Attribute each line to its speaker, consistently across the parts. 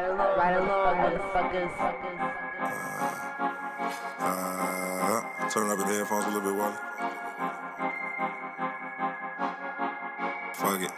Speaker 1: Ride along, motherfuckers.
Speaker 2: Uh, turn up the headphones a little bit, Wally. Fuck it.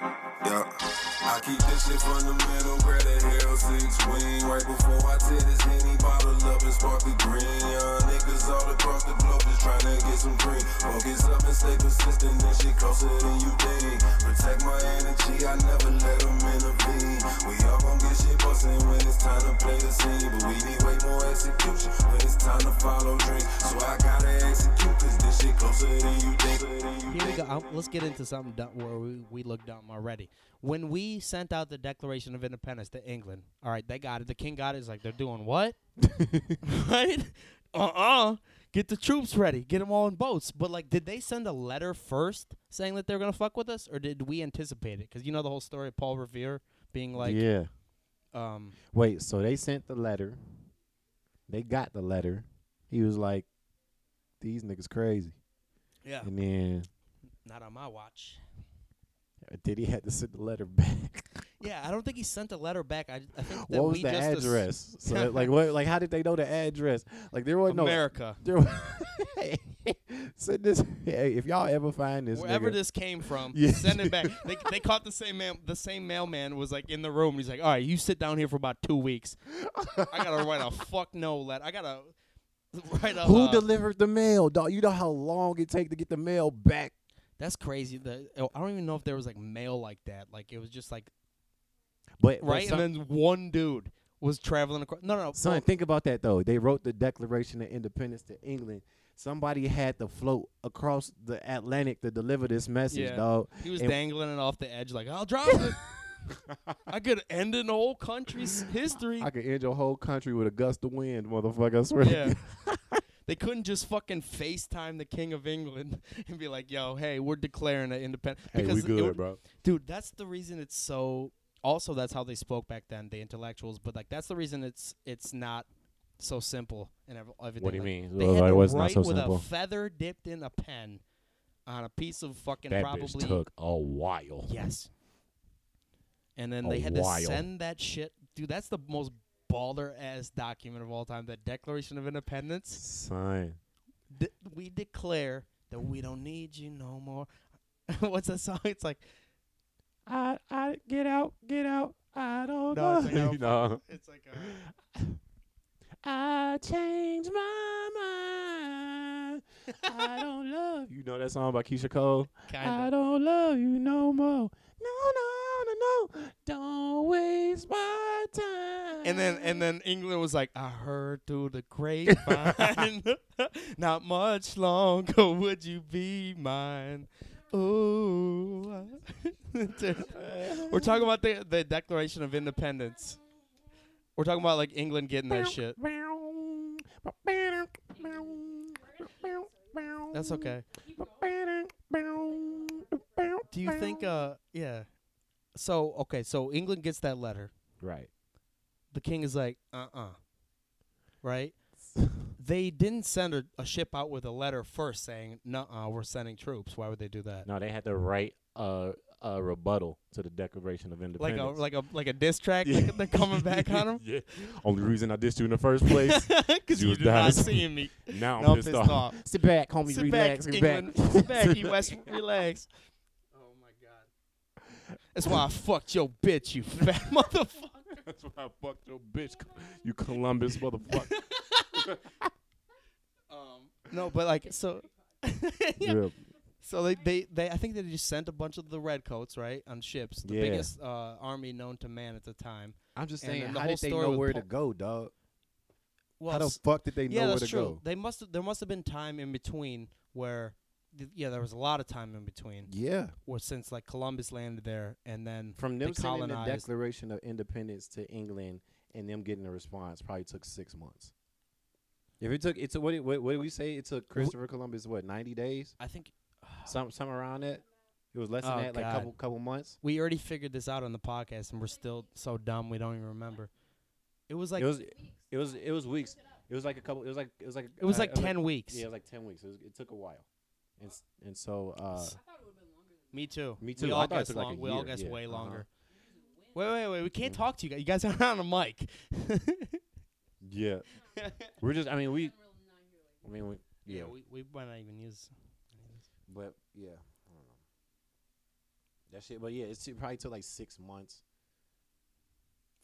Speaker 2: Yeah.
Speaker 3: I keep this shit from the middle, grab the hell six wing. Right before I tear this henny bottle up and spark the green. Young niggas all across the globe just trying to get some green. Focus up and stay persistent, this shit closer than you think. Protect my energy, I never let them intervene. We all gon' get shit bustin' when it's time to play the scene. But we need way more execution when it's time to follow dreams. So I gotta execute, cause this shit closer than you think.
Speaker 4: Here we go. Um, let's get into something dumb where we, we look dumb already. When we sent out the Declaration of Independence to England, all right, they got it. The king got it. It's like, they're doing what? right? Uh-uh. Get the troops ready. Get them all in boats. But, like, did they send a letter first saying that they were going to fuck with us? Or did we anticipate it? Because you know the whole story of Paul Revere being like,
Speaker 5: yeah.
Speaker 4: um,
Speaker 5: Wait, so they sent the letter. They got the letter. He was like, "These niggas crazy."
Speaker 4: yeah,
Speaker 5: And then
Speaker 4: not on my watch.
Speaker 5: uh, did he had to send the letter back?
Speaker 4: Yeah, I don't think he sent a letter back. I, I think that
Speaker 5: what was
Speaker 4: we
Speaker 5: the
Speaker 4: just ass-
Speaker 5: address? so like, what? Like, how did they know the address? Like, there wasn't
Speaker 4: America.
Speaker 5: no. There was, send this. Hey, if y'all ever find this,
Speaker 4: Wherever
Speaker 5: nigga,
Speaker 4: this came from,
Speaker 5: Yeah.
Speaker 4: send it back. They, they caught the same man. The same mailman was like in the room. He's like, "All right, you sit down here for about two weeks. I gotta write a fuck no letter. I gotta write a
Speaker 5: who
Speaker 4: uh,
Speaker 5: delivered the mail, dog? You know how long it take to get the mail back.
Speaker 4: That's crazy. The, oh, I don't even know if there was like mail like that. Like it was just like
Speaker 5: But but
Speaker 4: right,
Speaker 5: some-
Speaker 4: and then one dude was traveling across. No, no, no.
Speaker 5: Son, think about that though. They wrote the Declaration of Independence to England. Somebody had to float across the Atlantic to deliver this message,
Speaker 4: Yeah.
Speaker 5: dog.
Speaker 4: He was
Speaker 5: And-
Speaker 4: dangling it off the edge, like I'll drop it. I could end an whole country's history.
Speaker 5: I could end your whole country with a gust of wind, motherfucker. I swear. to
Speaker 4: Yeah.
Speaker 5: God.
Speaker 4: they couldn't just fucking FaceTime the King of England and be like, yo, hey, we're declaring an independent.
Speaker 5: bro.
Speaker 4: Dude, that's the reason it's so. Also, that's how they spoke back then, the intellectuals. But, like, that's the reason it's it's not so simple and ev- everything.
Speaker 5: What do you
Speaker 4: like,
Speaker 5: mean?
Speaker 4: They
Speaker 5: Well,
Speaker 4: had
Speaker 5: it
Speaker 4: to
Speaker 5: was not
Speaker 4: write
Speaker 5: so
Speaker 4: with
Speaker 5: simple.
Speaker 4: a feather dipped in a pen on a piece of fucking
Speaker 5: That
Speaker 4: probably.
Speaker 5: bitch took a while.
Speaker 4: Yes. And then
Speaker 5: A
Speaker 4: they had to
Speaker 5: while.
Speaker 4: send that shit. Dude, that's the most baller ass document of all time. The Declaration of Independence.
Speaker 5: Son,
Speaker 4: D- we declare that we don't need you no more. What's that song? It's like
Speaker 5: I, I get out, get out. I don't
Speaker 4: No, it's
Speaker 5: know.
Speaker 4: like,
Speaker 5: You know.
Speaker 4: it's like uh,
Speaker 5: I changed my mind. I don't love you. Know that song by Keisha Cole? I
Speaker 4: kind of.
Speaker 5: don't love you no more. No, no, no, no. Don't waste my time.
Speaker 4: And then and then England was like, I heard through the grapevine, not much longer would you be mine. Ooh. Dude, We're talking about the the Declaration of Independence. We're talking about like England getting that shit. That's okay. Do you think uh yeah. So okay, so England gets that letter.
Speaker 5: Right.
Speaker 4: the king is like, uh uh Right? they didn't send a, a ship out with a letter first saying, no, uh, we're sending troops. Why would they do that?
Speaker 5: No, they had to write a, a rebuttal to the Declaration of
Speaker 4: Like
Speaker 5: Independence.
Speaker 4: a like a like a diss track. Like they're coming back on him
Speaker 5: yeah. Only reason I dissed you in the first place.
Speaker 4: because
Speaker 5: You
Speaker 4: you
Speaker 5: was
Speaker 4: did not
Speaker 5: nice.
Speaker 4: see me.
Speaker 5: now I'm
Speaker 4: No, I'm
Speaker 5: pissed,
Speaker 4: pissed
Speaker 5: off.
Speaker 4: off.
Speaker 5: Sit back, homie.
Speaker 4: Sit
Speaker 5: relax.
Speaker 4: back,
Speaker 5: sit
Speaker 4: England.
Speaker 5: back.
Speaker 4: Sit back, you West. Relax. Oh my god. That's why I fucked your bitch, you fat motherfucker.
Speaker 5: That's why I fucked your bitch. You Columbus motherfucker.
Speaker 4: Um, no, but like so. Yeah.
Speaker 5: yeah.
Speaker 4: So they, they, they I think they just sent a bunch of the redcoats, right, on ships, the
Speaker 5: Yeah.
Speaker 4: biggest uh, army known to man at the time.
Speaker 5: I'm just
Speaker 4: And
Speaker 5: saying,
Speaker 4: then the
Speaker 5: how
Speaker 4: whole
Speaker 5: did they
Speaker 4: story
Speaker 5: know
Speaker 4: with
Speaker 5: where
Speaker 4: Paul-
Speaker 5: to go, dog?
Speaker 4: Well,
Speaker 5: how
Speaker 4: s-
Speaker 5: the fuck did they
Speaker 4: yeah,
Speaker 5: know where
Speaker 4: that's
Speaker 5: to
Speaker 4: true.
Speaker 5: go?
Speaker 4: They must have, there must have been time in between where, th- yeah, there was a lot of time in between,
Speaker 5: Yeah,
Speaker 4: or since like Columbus landed there and then
Speaker 5: from
Speaker 4: they
Speaker 5: them sending the
Speaker 4: colonized.
Speaker 5: Declaration of Independence to England and them getting a response probably took six months. If it took, it's what did, what, what did we say? It took Christopher Columbus what ninety days,
Speaker 4: I think
Speaker 5: some some around that. It was less than
Speaker 4: Oh,
Speaker 5: that, like
Speaker 4: God.
Speaker 5: couple couple months.
Speaker 4: we already figured this out on the podcast, and we're still so dumb we don't even remember. It was like
Speaker 5: it was it was it was weeks. It was like a couple. It was like it was like
Speaker 4: it was
Speaker 5: uh,
Speaker 4: like ten weeks.
Speaker 5: Yeah, it was like ten weeks. It, was, it took a while, and s- and so uh,
Speaker 4: Me too.
Speaker 5: Me too.
Speaker 4: We
Speaker 5: I
Speaker 4: all
Speaker 5: thought it
Speaker 4: guess
Speaker 5: took like
Speaker 4: long-
Speaker 5: a
Speaker 4: we all
Speaker 5: year.
Speaker 4: guess
Speaker 5: Yeah,
Speaker 4: way
Speaker 5: uh-huh.
Speaker 4: longer. Wait, wait, wait. We can't talk to you guys. You guys aren't on a mic.
Speaker 5: Yeah. We're just. I mean, we. I mean, we. Yeah.
Speaker 4: we, we might not even use.
Speaker 5: But yeah, I don't know. That shit. But yeah, it's it probably took like six months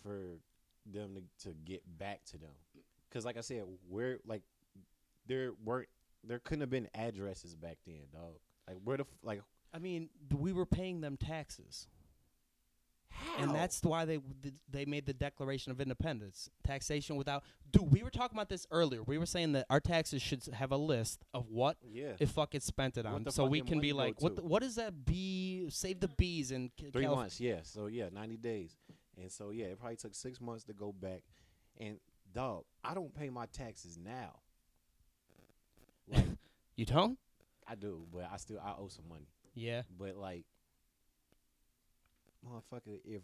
Speaker 5: for them to to get back to them. Cause like I said, where like there weren't there couldn't have been addresses back then, dog. Like where the f- like
Speaker 4: I mean, th- we were paying them taxes,
Speaker 5: how?
Speaker 4: and that's why they w- th- they made the Declaration of Independence. Taxation without. Dude, we were talking about this earlier. We were saying that our taxes should s- have a list of what
Speaker 5: yeah.
Speaker 4: it fucking spent it
Speaker 5: What
Speaker 4: on,
Speaker 5: the
Speaker 4: so we
Speaker 5: fucking
Speaker 4: can be
Speaker 5: money go
Speaker 4: like, what
Speaker 5: to?
Speaker 4: the, what is that bee? Save the bees and
Speaker 5: Three months, yeah. So yeah, ninety days, and so yeah, it probably took six months to go back. And dog, I don't pay my taxes now. Like
Speaker 4: You don't?
Speaker 5: I do, but I still I owe some money.
Speaker 4: Yeah.
Speaker 5: But like, motherfucker, if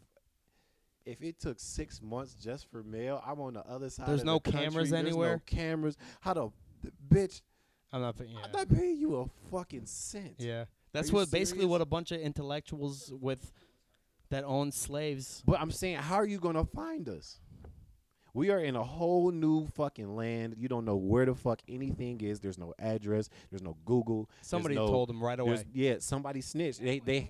Speaker 5: if it took six months just for mail, I'm on the other side.
Speaker 4: There's
Speaker 5: of
Speaker 4: no
Speaker 5: the country,
Speaker 4: cameras
Speaker 5: there's no
Speaker 4: anywhere?
Speaker 5: cameras. How the th- bitch?
Speaker 4: I'm not. Yeah.
Speaker 5: I'm not paying you a fucking cent.
Speaker 4: Yeah. That's
Speaker 5: you
Speaker 4: what basically
Speaker 5: serious?
Speaker 4: what a bunch of intellectuals with that own slaves.
Speaker 5: But I'm saying, how are you gonna find us? We are in a whole new fucking land. You don't know where the fuck anything is. There's no address. There's no Google. there's
Speaker 4: Somebody
Speaker 5: no-
Speaker 4: told them right
Speaker 5: there's-
Speaker 4: away.
Speaker 5: Yeah, somebody snitched. They they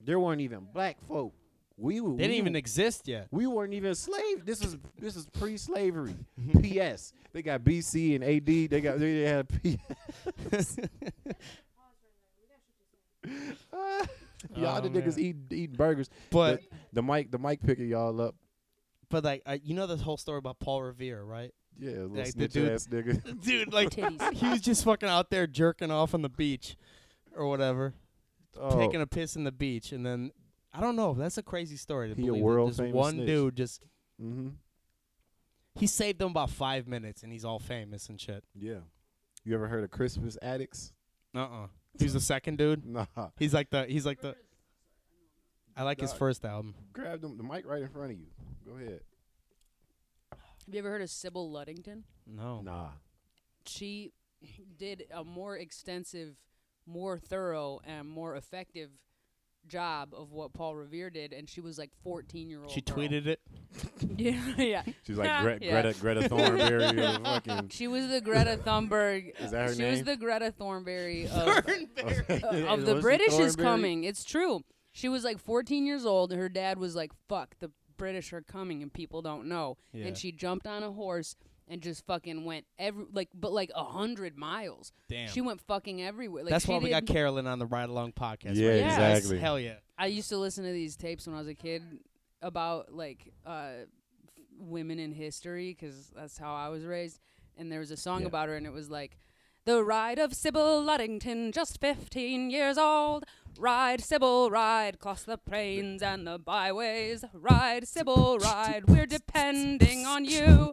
Speaker 5: there weren't even black folk. We were-
Speaker 4: They didn't
Speaker 5: we
Speaker 4: even
Speaker 5: were-
Speaker 4: exist yet.
Speaker 5: We weren't even slave. This is this is pre-slavery. P.S. They got B.C. and A.D. They got they had P. y'all
Speaker 4: Oh,
Speaker 5: the niggas
Speaker 4: man.
Speaker 5: eating eating burgers.
Speaker 4: But
Speaker 5: the, the mic the mic picking y'all up.
Speaker 4: but like uh, you know this whole story about Paul Revere, right?
Speaker 5: Yeah, little
Speaker 4: Like the
Speaker 5: snitch
Speaker 4: dude-
Speaker 5: ass nigga.
Speaker 4: Dude, like
Speaker 1: Titties.
Speaker 4: he was just fucking out there jerking off on the beach or whatever,
Speaker 5: Oh,
Speaker 4: taking a piss in the beach and then I don't know, that's a crazy story to
Speaker 5: He a
Speaker 4: believe that
Speaker 5: world
Speaker 4: this
Speaker 5: famous
Speaker 4: one
Speaker 5: snitch.
Speaker 4: dude just
Speaker 5: mm-hmm.
Speaker 4: he saved them about 5 minutes and he's all famous and shit.
Speaker 5: Yeah. You ever heard of Christmas addicts?
Speaker 4: Uh-uh. He's the second dude.
Speaker 5: Nah.
Speaker 4: He's like the he's like the I like his
Speaker 5: Dog.
Speaker 4: first album.
Speaker 5: Grab them, the mic right in front of you. Go ahead.
Speaker 1: Have you ever heard of Sybil Luddington?
Speaker 4: No.
Speaker 5: Nah.
Speaker 1: She did a more extensive, more thorough, and more effective job of what Paul Revere did, and she was like 14 year old.
Speaker 4: She tweeted it.
Speaker 1: Yeah, yeah.
Speaker 5: She's
Speaker 1: like Gre- Yeah. Greta-
Speaker 5: Greta Thornberry. fucking.
Speaker 1: She was the Greta Thunberg.
Speaker 5: Is that her
Speaker 1: she was
Speaker 5: name?
Speaker 1: the Greta Thornberry of Uh, of the British is coming. It's true. She was like 14 years old. and Her dad was like, "Fuck, the British are coming, and people don't know."
Speaker 4: Yeah.
Speaker 1: And she jumped on a horse and just fucking went every like, but like a hundred miles.
Speaker 4: Damn.
Speaker 1: She went fucking everywhere. Like,
Speaker 4: That's
Speaker 1: she
Speaker 4: why we got
Speaker 1: did-
Speaker 4: Carolyn on the Ride Along podcast.
Speaker 5: Yeah,
Speaker 4: right?
Speaker 1: Yes.
Speaker 5: exactly.
Speaker 4: Hell yeah.
Speaker 1: I used to listen to these tapes when I was a kid about like uh, women in history because that's how I was raised. And there was a song
Speaker 5: Yeah.
Speaker 1: about her, and it was like, "The ride of Sybil Luddington, just fifteen years old. Ride Sybil, ride 'cross the plains and the byways. Ride Sybil, ride. We're depending on you."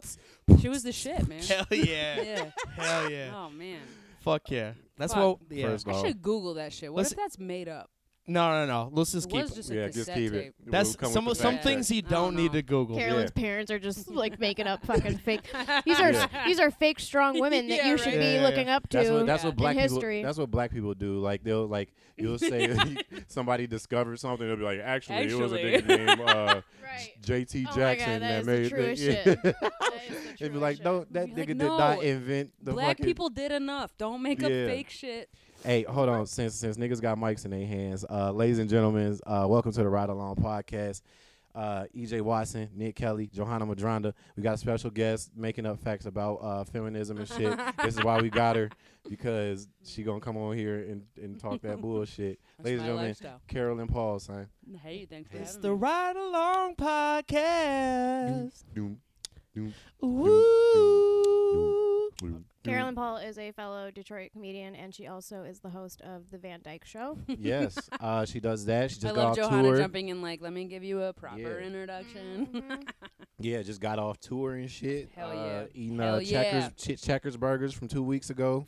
Speaker 1: She was the shit, man.
Speaker 4: Hell yeah.
Speaker 1: yeah.
Speaker 4: Hell yeah.
Speaker 1: Oh man.
Speaker 4: Fuck yeah. That's
Speaker 1: Fuck.
Speaker 4: what. Yeah.
Speaker 5: First
Speaker 1: I
Speaker 5: off,
Speaker 1: should Google that shit. What
Speaker 4: Listen-
Speaker 1: if that's made up?
Speaker 4: No, no, no. Let's just
Speaker 1: it
Speaker 4: keep.
Speaker 1: was
Speaker 4: it.
Speaker 1: just a cassette tape.
Speaker 4: That's some of- some
Speaker 1: fact
Speaker 4: things you
Speaker 1: I
Speaker 4: don't
Speaker 1: don't
Speaker 4: need
Speaker 1: know.
Speaker 4: to Google.
Speaker 6: Carolyn's parents are just like making up fucking fake. These are
Speaker 5: Yeah.
Speaker 6: these are fake strong women that
Speaker 1: Yeah,
Speaker 6: you should
Speaker 4: right. Yeah,
Speaker 6: be
Speaker 4: yeah,
Speaker 6: looking up to.
Speaker 5: That's what, that's
Speaker 1: Yeah.
Speaker 5: what black
Speaker 6: in
Speaker 5: people.
Speaker 6: history.
Speaker 5: That's what black people do. Like they'll like you'll say somebody discovered something. They'll be like, actually, it was a
Speaker 1: Actually.
Speaker 5: nigga named uh,
Speaker 6: right.
Speaker 5: J.T.
Speaker 6: Oh my God,
Speaker 5: Jackson
Speaker 6: that is the
Speaker 5: made
Speaker 6: truest
Speaker 5: yeah.
Speaker 6: shit. That is the
Speaker 5: They'd be
Speaker 6: truest
Speaker 5: like,
Speaker 6: shit.
Speaker 5: no, that
Speaker 1: You're
Speaker 5: nigga
Speaker 1: like,
Speaker 5: did
Speaker 1: "No,
Speaker 5: not invent the
Speaker 1: Black
Speaker 5: fucking-
Speaker 1: people did enough. Don't make up
Speaker 5: Yeah.
Speaker 1: fake shit.
Speaker 5: Hey, hold on. Since since niggas got mics in their hands, uh, ladies and gentlemen, uh, welcome to the Ride Along Podcast. Uh, EJ Watson, Nick Kelly, Johanna Madronda. We got a special guest making up facts about uh, feminism and shit. this is why we got her because she gonna come on here and, and talk that bullshit.
Speaker 1: That's
Speaker 5: ladies and
Speaker 1: my
Speaker 5: gentlemen,
Speaker 1: lifestyle.
Speaker 5: Carolyn Paul, son.
Speaker 1: Hey, thanks for
Speaker 4: It's
Speaker 1: having
Speaker 4: the
Speaker 1: me.
Speaker 4: Ride Along podcast.
Speaker 5: Doom, doom,
Speaker 4: Ooh.
Speaker 5: doom,
Speaker 6: Carolyn Paul is a fellow Detroit comedian, and she also is the host of the Van Dyke Show.
Speaker 5: doom. Yes, uh, she does that. She just
Speaker 1: I
Speaker 5: got
Speaker 1: love
Speaker 5: off
Speaker 1: Johanna
Speaker 5: tour.
Speaker 1: jumping in like, let me give you a proper
Speaker 5: Yeah.
Speaker 1: introduction.
Speaker 5: Yeah, just got off tour and shit.
Speaker 1: Hell
Speaker 5: uh,
Speaker 1: yeah.
Speaker 5: Eating
Speaker 1: Hell
Speaker 5: uh, checkers,
Speaker 1: yeah.
Speaker 5: chi- checkers burgers from two weeks ago.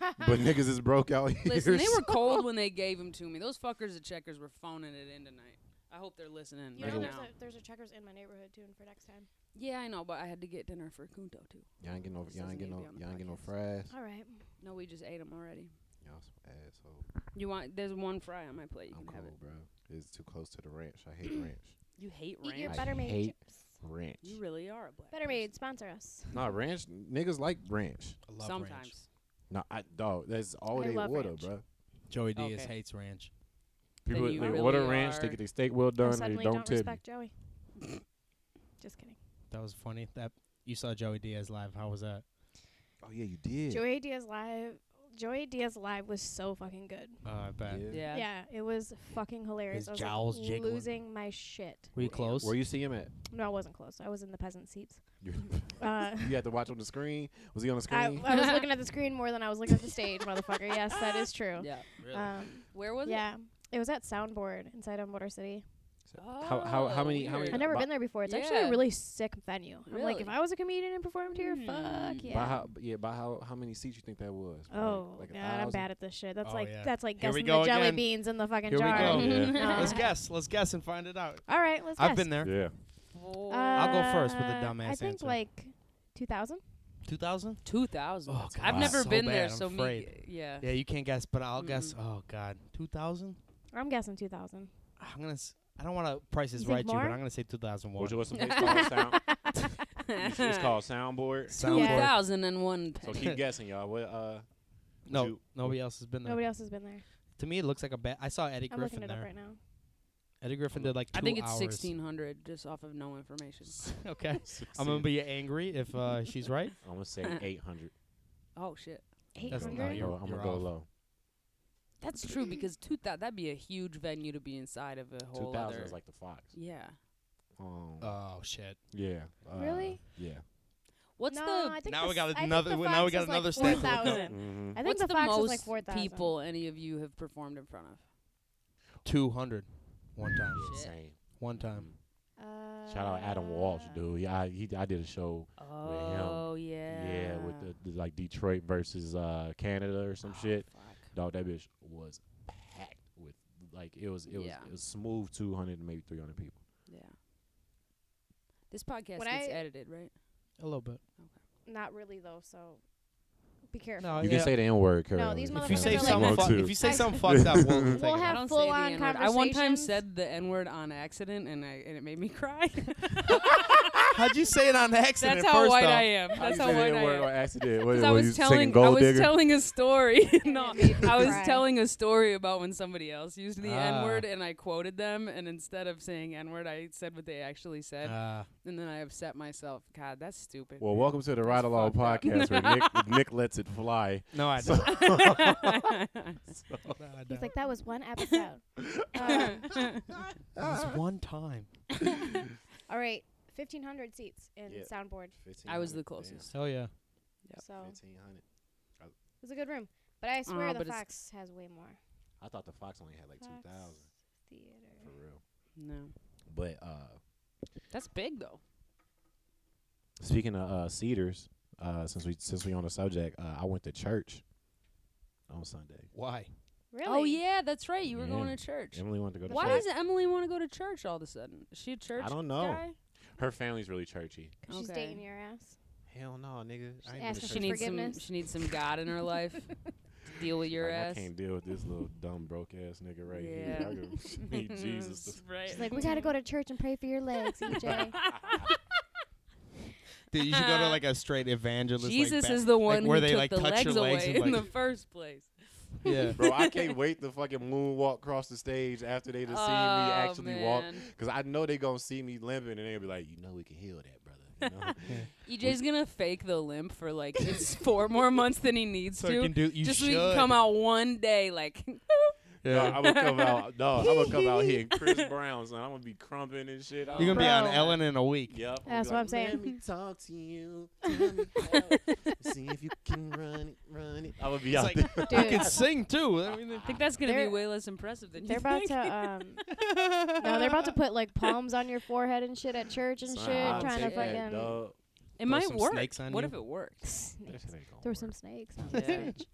Speaker 5: but niggas is broke out here.
Speaker 1: Listen, they were
Speaker 5: so-
Speaker 1: cold when they gave them to me. Those fuckers at Checkers were phoning it in tonight. I hope they're listening
Speaker 6: you
Speaker 1: right
Speaker 6: know,
Speaker 1: now.
Speaker 6: there's a, there's a checkers in my neighborhood too, and for next time.
Speaker 1: yeah, I know, but I had to get dinner for Kunto too.
Speaker 5: Y'all ain't getting no,
Speaker 1: This
Speaker 5: y'all ain't
Speaker 1: doesn't
Speaker 5: getting
Speaker 1: need
Speaker 5: no,
Speaker 1: to be on
Speaker 5: y'all ain't
Speaker 1: the
Speaker 5: getting no fries.
Speaker 6: All right.
Speaker 1: No, we just ate them already.
Speaker 5: Y'all some asshole.
Speaker 1: You want? There's one fry on my plate. You
Speaker 5: I'm
Speaker 1: can
Speaker 5: cool,
Speaker 1: have it.
Speaker 5: bro. It's too close to the ranch. I hate ranch.
Speaker 1: You hate
Speaker 6: Eat your
Speaker 1: ranch.
Speaker 5: butt-
Speaker 6: butter made
Speaker 5: hate-
Speaker 6: chips.
Speaker 5: Ranch.
Speaker 1: You really are a black.
Speaker 6: Better made, sponsor us.
Speaker 5: Nah, ranch. Niggas like ranch.
Speaker 4: I love
Speaker 1: Sometimes.
Speaker 4: ranch.
Speaker 5: No, I dog. That's all
Speaker 6: I
Speaker 5: they
Speaker 6: love
Speaker 5: order,
Speaker 6: ranch.
Speaker 5: bro.
Speaker 4: Joey Diaz
Speaker 1: Okay.
Speaker 4: hates ranch.
Speaker 5: People
Speaker 1: you
Speaker 5: they
Speaker 1: really
Speaker 5: order ranch.
Speaker 1: are-
Speaker 5: They get their steak well
Speaker 6: I
Speaker 5: done. They
Speaker 6: suddenly
Speaker 5: don't, tip. you.
Speaker 6: respect Joey. Just kidding.
Speaker 4: That was funny. That you saw Joey Diaz live. How was that?
Speaker 5: Oh yeah, you did.
Speaker 6: Joey Diaz live. Joey Diaz live was so fucking good.
Speaker 4: Uh, I bet.
Speaker 1: Yeah.
Speaker 6: Yeah, it was fucking hilarious.
Speaker 4: His
Speaker 6: I was
Speaker 4: jowls
Speaker 6: like,
Speaker 4: jiggling.
Speaker 6: losing my shit.
Speaker 4: Were you close?
Speaker 5: Where you see him at?
Speaker 6: No, I wasn't close. I was in the peasant seats.
Speaker 5: You
Speaker 6: Uh,
Speaker 5: you had to watch on the screen. Was he on the
Speaker 6: I,
Speaker 5: screen?
Speaker 6: I was looking at the screen more than I was looking at the stage, motherfucker. Yes, that is true.
Speaker 1: Yeah.
Speaker 6: Um,
Speaker 1: Where was
Speaker 6: yeah. It was at Soundboard inside of Motor City.
Speaker 1: it?
Speaker 5: How- how- how
Speaker 1: Oh,
Speaker 5: many- how many-
Speaker 1: weird.
Speaker 6: I've never
Speaker 5: Ba-
Speaker 6: been there before. It's actually
Speaker 1: Yeah.
Speaker 6: a really sick venue. I'm like,
Speaker 1: Really?
Speaker 6: if I was a comedian and performed here, fuck
Speaker 1: Mm.
Speaker 6: yeah.
Speaker 5: By how? Yeah. By how? How many seats you think that was? Probably
Speaker 6: Oh
Speaker 5: like a
Speaker 6: god, I'm
Speaker 5: thousand?
Speaker 6: bad at this shit. That's
Speaker 4: Oh,
Speaker 6: like
Speaker 4: yeah.
Speaker 6: that's like
Speaker 4: Here we
Speaker 6: guessing
Speaker 4: go
Speaker 6: the jelly
Speaker 4: again.
Speaker 6: beans in the fucking
Speaker 5: Here we
Speaker 6: jar.
Speaker 5: go. Yeah.
Speaker 4: Let's
Speaker 6: Uh,
Speaker 4: guess. Let's guess and find it out.
Speaker 6: All right, let's
Speaker 4: I've
Speaker 6: guess.
Speaker 4: been there.
Speaker 5: Yeah.
Speaker 1: Four-
Speaker 4: I'll go first with a
Speaker 6: Uh, I
Speaker 4: dumbass
Speaker 6: think
Speaker 4: answer.
Speaker 6: like 2000.
Speaker 4: 2000?
Speaker 1: Two thousand.
Speaker 4: Oh, God.
Speaker 1: I've never
Speaker 4: So
Speaker 1: been there,
Speaker 4: bad, I'm
Speaker 1: so
Speaker 4: afraid.
Speaker 1: me. Yeah.
Speaker 4: Yeah, you can't guess, but I'll guess. Oh God, 2000?
Speaker 6: I'm guessing 2000.
Speaker 4: I'm gonna. S- I don't want to price is
Speaker 6: You think
Speaker 4: right you, but
Speaker 6: more?
Speaker 4: I'm gonna say 2001.
Speaker 5: Would you listen to it's called sound? It's called soundboard.
Speaker 4: Soundboard.
Speaker 6: Yeah.
Speaker 1: Two thousand and one.
Speaker 5: So keep guessing, y'all. What? Uh,
Speaker 4: No,
Speaker 5: you-
Speaker 4: nobody else has been there.
Speaker 6: Nobody else has been there.
Speaker 4: To me, it looks like a bad. I saw Eddie
Speaker 6: I'm
Speaker 4: Griffin
Speaker 6: looking it
Speaker 4: there.
Speaker 6: up right now.
Speaker 4: Eddie Griffin did like two
Speaker 1: I think it's
Speaker 4: hours.
Speaker 1: sixteen hundred, just off of no information.
Speaker 4: okay, I'm gonna be angry if uh, she's right.
Speaker 5: I'm gonna say 800.
Speaker 1: Oh shit.
Speaker 4: That's
Speaker 5: I'm
Speaker 4: not
Speaker 6: 800.
Speaker 5: gonna
Speaker 4: your-
Speaker 5: go- I'm
Speaker 4: you're
Speaker 5: gonna go
Speaker 4: off.
Speaker 5: low.
Speaker 1: That's true because two thousand that'd be a huge venue to be inside of a whole
Speaker 5: 2000
Speaker 1: other.
Speaker 5: is like the Fox.
Speaker 1: yeah.
Speaker 5: Um,
Speaker 4: Oh shit!
Speaker 5: yeah. uh,
Speaker 6: Really?
Speaker 5: Yeah.
Speaker 1: What's
Speaker 6: no,
Speaker 1: the
Speaker 6: I think
Speaker 4: Now
Speaker 6: the
Speaker 4: we got
Speaker 6: s- I think
Speaker 4: another-
Speaker 6: the
Speaker 4: well, now we
Speaker 6: Fox
Speaker 4: got
Speaker 6: is like
Speaker 4: another stamp to look up.
Speaker 6: 4,000.
Speaker 5: Mm-hmm.
Speaker 6: I think
Speaker 1: what's
Speaker 6: the Fox
Speaker 1: most
Speaker 6: was like 4,000.
Speaker 1: people any of you have performed in front of?
Speaker 4: 200. One time.
Speaker 1: Shit.
Speaker 5: Same.
Speaker 4: One time.
Speaker 6: Uh,
Speaker 5: Mm. Shout out Adam Walsh, dude. Yeah, I, he, I did a show.
Speaker 1: Oh
Speaker 5: Yeah,
Speaker 1: yeah.
Speaker 5: with the, the like Detroit versus uh, Canada or
Speaker 6: Ah.
Speaker 5: some
Speaker 1: Oh,
Speaker 5: shit.
Speaker 1: fuck.
Speaker 5: Dog, that bitch was packed with like it was it was
Speaker 1: Yeah.
Speaker 5: it was smooth 200 to maybe 300 people.
Speaker 1: Yeah. This podcast
Speaker 6: When
Speaker 1: gets
Speaker 6: I-
Speaker 1: edited, right?
Speaker 4: A little bit.
Speaker 6: Not really though, so be careful.
Speaker 4: No,
Speaker 5: You can
Speaker 4: Oh, yeah.
Speaker 5: say the N word,
Speaker 6: No, these
Speaker 4: if you say
Speaker 6: motherfuckers are
Speaker 4: something,
Speaker 6: like-
Speaker 4: fu- if you say
Speaker 6: I-
Speaker 4: something fucked up, we'll,
Speaker 5: We'll
Speaker 4: take it.
Speaker 1: I
Speaker 6: have
Speaker 1: don't
Speaker 6: full
Speaker 1: say the
Speaker 6: on
Speaker 1: N-word. I one time
Speaker 6: conversations.
Speaker 1: said the N word on accident, and I and it made me cry.
Speaker 4: How'd you say it on accident?
Speaker 1: That's how
Speaker 4: first
Speaker 1: white
Speaker 4: off?
Speaker 1: I am. That's how white I am.
Speaker 5: on accident.
Speaker 1: Because I was telling, I was telling a story. no,
Speaker 6: made me
Speaker 1: I was
Speaker 6: cry.
Speaker 1: telling a story about when somebody else used the
Speaker 4: Ah.
Speaker 1: N word, and I quoted them, and instead of saying N word, I said what they actually said,
Speaker 4: Ah,
Speaker 1: and then I upset myself. God, that's stupid.
Speaker 5: well, welcome to the Ride Along
Speaker 1: fucked up.
Speaker 5: podcast where Nick, Nick lets it fly.
Speaker 4: no, I
Speaker 5: So-
Speaker 4: don't. No, I
Speaker 6: He's
Speaker 4: don't.
Speaker 6: like, that was one episode. Uh,
Speaker 4: It was one time.
Speaker 6: all right, 1,500 seats in
Speaker 5: Yeah.
Speaker 6: soundboard.
Speaker 1: I was the closest. Oh.
Speaker 4: Hell yeah.
Speaker 1: Yep.
Speaker 6: So it
Speaker 5: 1500.
Speaker 6: was a good room. But I swear
Speaker 1: Uh,
Speaker 6: the
Speaker 1: but it's-
Speaker 6: Fox has way more.
Speaker 5: I thought the Fox only had like 2000
Speaker 6: Fox Theater.
Speaker 5: for real.
Speaker 1: No,
Speaker 5: But uh
Speaker 1: that's big though.
Speaker 5: speaking of uh cedars, uh since we since we on the subject, uh, I went to church on Sunday.
Speaker 4: Why?
Speaker 6: Really?
Speaker 1: Oh yeah, that's right. You were
Speaker 5: Yeah.
Speaker 1: going to church.
Speaker 5: Emily wanted to go to
Speaker 1: Why
Speaker 5: church.
Speaker 1: does Emily want to go to church all of a sudden? Is she a church?
Speaker 5: I don't know.
Speaker 1: Guy?
Speaker 5: Her family's really churchy.
Speaker 6: 'Cause She's
Speaker 1: Okay.
Speaker 6: dating your ass.
Speaker 5: Hell no, nigga.
Speaker 6: She asked
Speaker 5: to
Speaker 6: if
Speaker 1: She
Speaker 5: church.
Speaker 1: needs some.
Speaker 6: Forgiveness.
Speaker 1: She needs some God in her life to deal with your
Speaker 5: Like,
Speaker 1: ass.
Speaker 5: I can't deal with this little dumb broke ass nigga right
Speaker 1: Yeah.
Speaker 5: here. I go- need Jesus. To
Speaker 1: right.
Speaker 6: She's like, we gotta go to church and pray for your legs, E EJ.
Speaker 4: Dude, you should go to like a straight evangelist. like,
Speaker 1: Jesus
Speaker 4: back-
Speaker 1: is the one
Speaker 4: like, where
Speaker 1: who
Speaker 4: they
Speaker 1: took
Speaker 4: like
Speaker 1: the
Speaker 4: touch
Speaker 1: legs
Speaker 4: your legs
Speaker 1: away
Speaker 4: and,
Speaker 1: in the
Speaker 4: like-
Speaker 1: first place.
Speaker 4: Yeah.
Speaker 5: Bro, I can't wait to fucking moonwalk across the stage after they done see me
Speaker 1: Oh,
Speaker 5: actually walk.
Speaker 1: man.
Speaker 5: Because I know they going to see me limping and they'll be like, you know, we can heal that, brother. You know?
Speaker 1: EJ's E gonna fake the limp for like it's four more months than he needs
Speaker 4: So you
Speaker 1: to.
Speaker 4: can do. You
Speaker 1: just so
Speaker 4: should
Speaker 1: he can come out one day like
Speaker 5: No,
Speaker 4: Yeah.
Speaker 5: I'm gonna come out. No, I'm gonna come out here, Chris Brown, son. I'm gonna be crumping and shit. I'm
Speaker 4: You're gonna be on
Speaker 6: Bro.
Speaker 4: Ellen in a week.
Speaker 5: Yep. I'ma
Speaker 6: That's
Speaker 5: be
Speaker 6: what
Speaker 5: like,
Speaker 6: I'm saying.
Speaker 5: Let me talk to you. Tell me how. See if you can run it, run it. I'm gonna be
Speaker 4: It's like,
Speaker 5: out
Speaker 4: You
Speaker 5: there.
Speaker 6: Dude,
Speaker 4: can sing too. I mean,
Speaker 1: I think that's gonna
Speaker 6: They're-
Speaker 1: be way less impressive than you
Speaker 6: they're about
Speaker 1: think.
Speaker 6: to um
Speaker 1: uh,
Speaker 6: No, they're about to put like palms on your forehead and shit at church and
Speaker 5: Son,
Speaker 6: shit,
Speaker 5: I'll
Speaker 6: trying to
Speaker 5: take that,
Speaker 6: fucking
Speaker 5: dog.
Speaker 1: it
Speaker 4: throw
Speaker 1: might
Speaker 4: some
Speaker 1: work.
Speaker 4: snakes on
Speaker 1: what
Speaker 4: you.
Speaker 1: if it works?
Speaker 5: That
Speaker 6: snakes.
Speaker 5: shit ain't gonna
Speaker 6: Throw
Speaker 5: work.
Speaker 6: some snakes on this
Speaker 1: Yeah.
Speaker 6: bitch.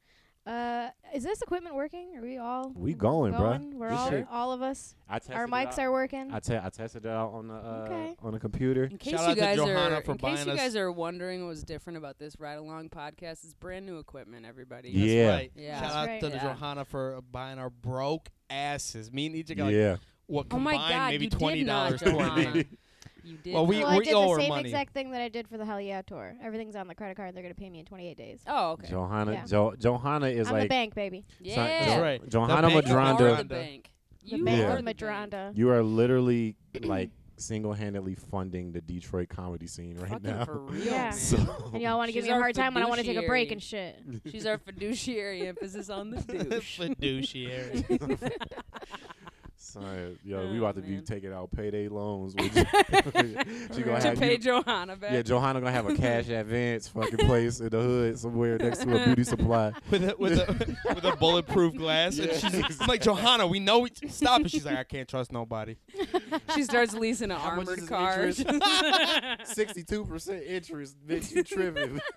Speaker 6: Uh, is this equipment working? Are we all
Speaker 5: We going, bruh.
Speaker 6: We're
Speaker 5: We
Speaker 6: all
Speaker 5: should.
Speaker 6: all of us.
Speaker 5: I tested
Speaker 6: Our
Speaker 5: it
Speaker 6: mics
Speaker 5: out.
Speaker 6: are working.
Speaker 5: I, te- I tested it out on the uh,
Speaker 6: Okay.
Speaker 5: on the computer.
Speaker 1: In case
Speaker 4: Shout out
Speaker 1: you
Speaker 4: to
Speaker 1: guys
Speaker 4: Johanna
Speaker 1: are,
Speaker 4: for
Speaker 1: in
Speaker 4: buying
Speaker 1: case you
Speaker 4: us-
Speaker 1: guys are wondering what's different about this ride along podcast, it's brand new equipment, everybody.
Speaker 5: Yeah.
Speaker 4: That's right.
Speaker 1: Yeah.
Speaker 4: Shout
Speaker 6: That's
Speaker 4: out
Speaker 6: right.
Speaker 4: to the
Speaker 1: Yeah.
Speaker 4: Johanna for buying our broke asses. Me and EJ got like,
Speaker 5: yeah,
Speaker 7: what
Speaker 1: Oh my
Speaker 7: combined
Speaker 1: God,
Speaker 7: maybe
Speaker 1: you did
Speaker 7: twenty dollars
Speaker 1: not,
Speaker 7: toward me.
Speaker 1: Johanna. You did.
Speaker 7: Well, we-
Speaker 6: well,
Speaker 1: not.
Speaker 6: I
Speaker 7: we
Speaker 6: did
Speaker 7: owe
Speaker 6: the
Speaker 7: her
Speaker 6: same
Speaker 7: money.
Speaker 6: exact thing that I did for the Hell Yeah tour. Everything's on the credit card. They're gonna pay me in 28 days.
Speaker 1: Oh, okay.
Speaker 5: Johanna,
Speaker 6: Yeah.
Speaker 5: jo- Johanna is
Speaker 6: I'm the
Speaker 5: like
Speaker 6: bank, baby.
Speaker 5: so-
Speaker 1: Yeah.
Speaker 5: Jo-
Speaker 4: That's right.
Speaker 5: Johanna
Speaker 4: bank
Speaker 1: You are
Speaker 5: Madronda.
Speaker 1: the
Speaker 4: Madronda.
Speaker 1: bank.
Speaker 6: The
Speaker 1: You
Speaker 6: bank
Speaker 1: are
Speaker 6: of
Speaker 1: the bank.
Speaker 6: Madronda.
Speaker 5: You are literally like single-handedly funding the Detroit comedy scene right
Speaker 1: Fucking
Speaker 5: now.
Speaker 1: for real,
Speaker 6: Yeah.
Speaker 1: man.
Speaker 5: So
Speaker 6: And y'all want to give
Speaker 1: She's
Speaker 6: me a
Speaker 1: our
Speaker 6: hard time when I want to take a break
Speaker 1: fiduciary.
Speaker 6: and shit.
Speaker 1: She's our fiduciary. emphasis on the douche.
Speaker 4: Fiduciary.
Speaker 5: Sorry, yo, we
Speaker 1: Oh,
Speaker 5: about to be
Speaker 1: man.
Speaker 5: taking out payday loans. Which she gonna
Speaker 1: to
Speaker 5: have
Speaker 1: pay
Speaker 5: you,
Speaker 1: Johanna back.
Speaker 5: yeah, Johanna gonna have a cash advance fucking place in the hood somewhere next to a beauty supply.
Speaker 7: with a with a with a bulletproof glass. And she's I'm like, Johanna, we know. It. Stop it. She's like, I can't trust nobody.
Speaker 1: she starts leasing an
Speaker 5: How much
Speaker 1: armored
Speaker 5: is
Speaker 1: car.
Speaker 5: interest? Sixty-two percent interest, bitch, you tripping?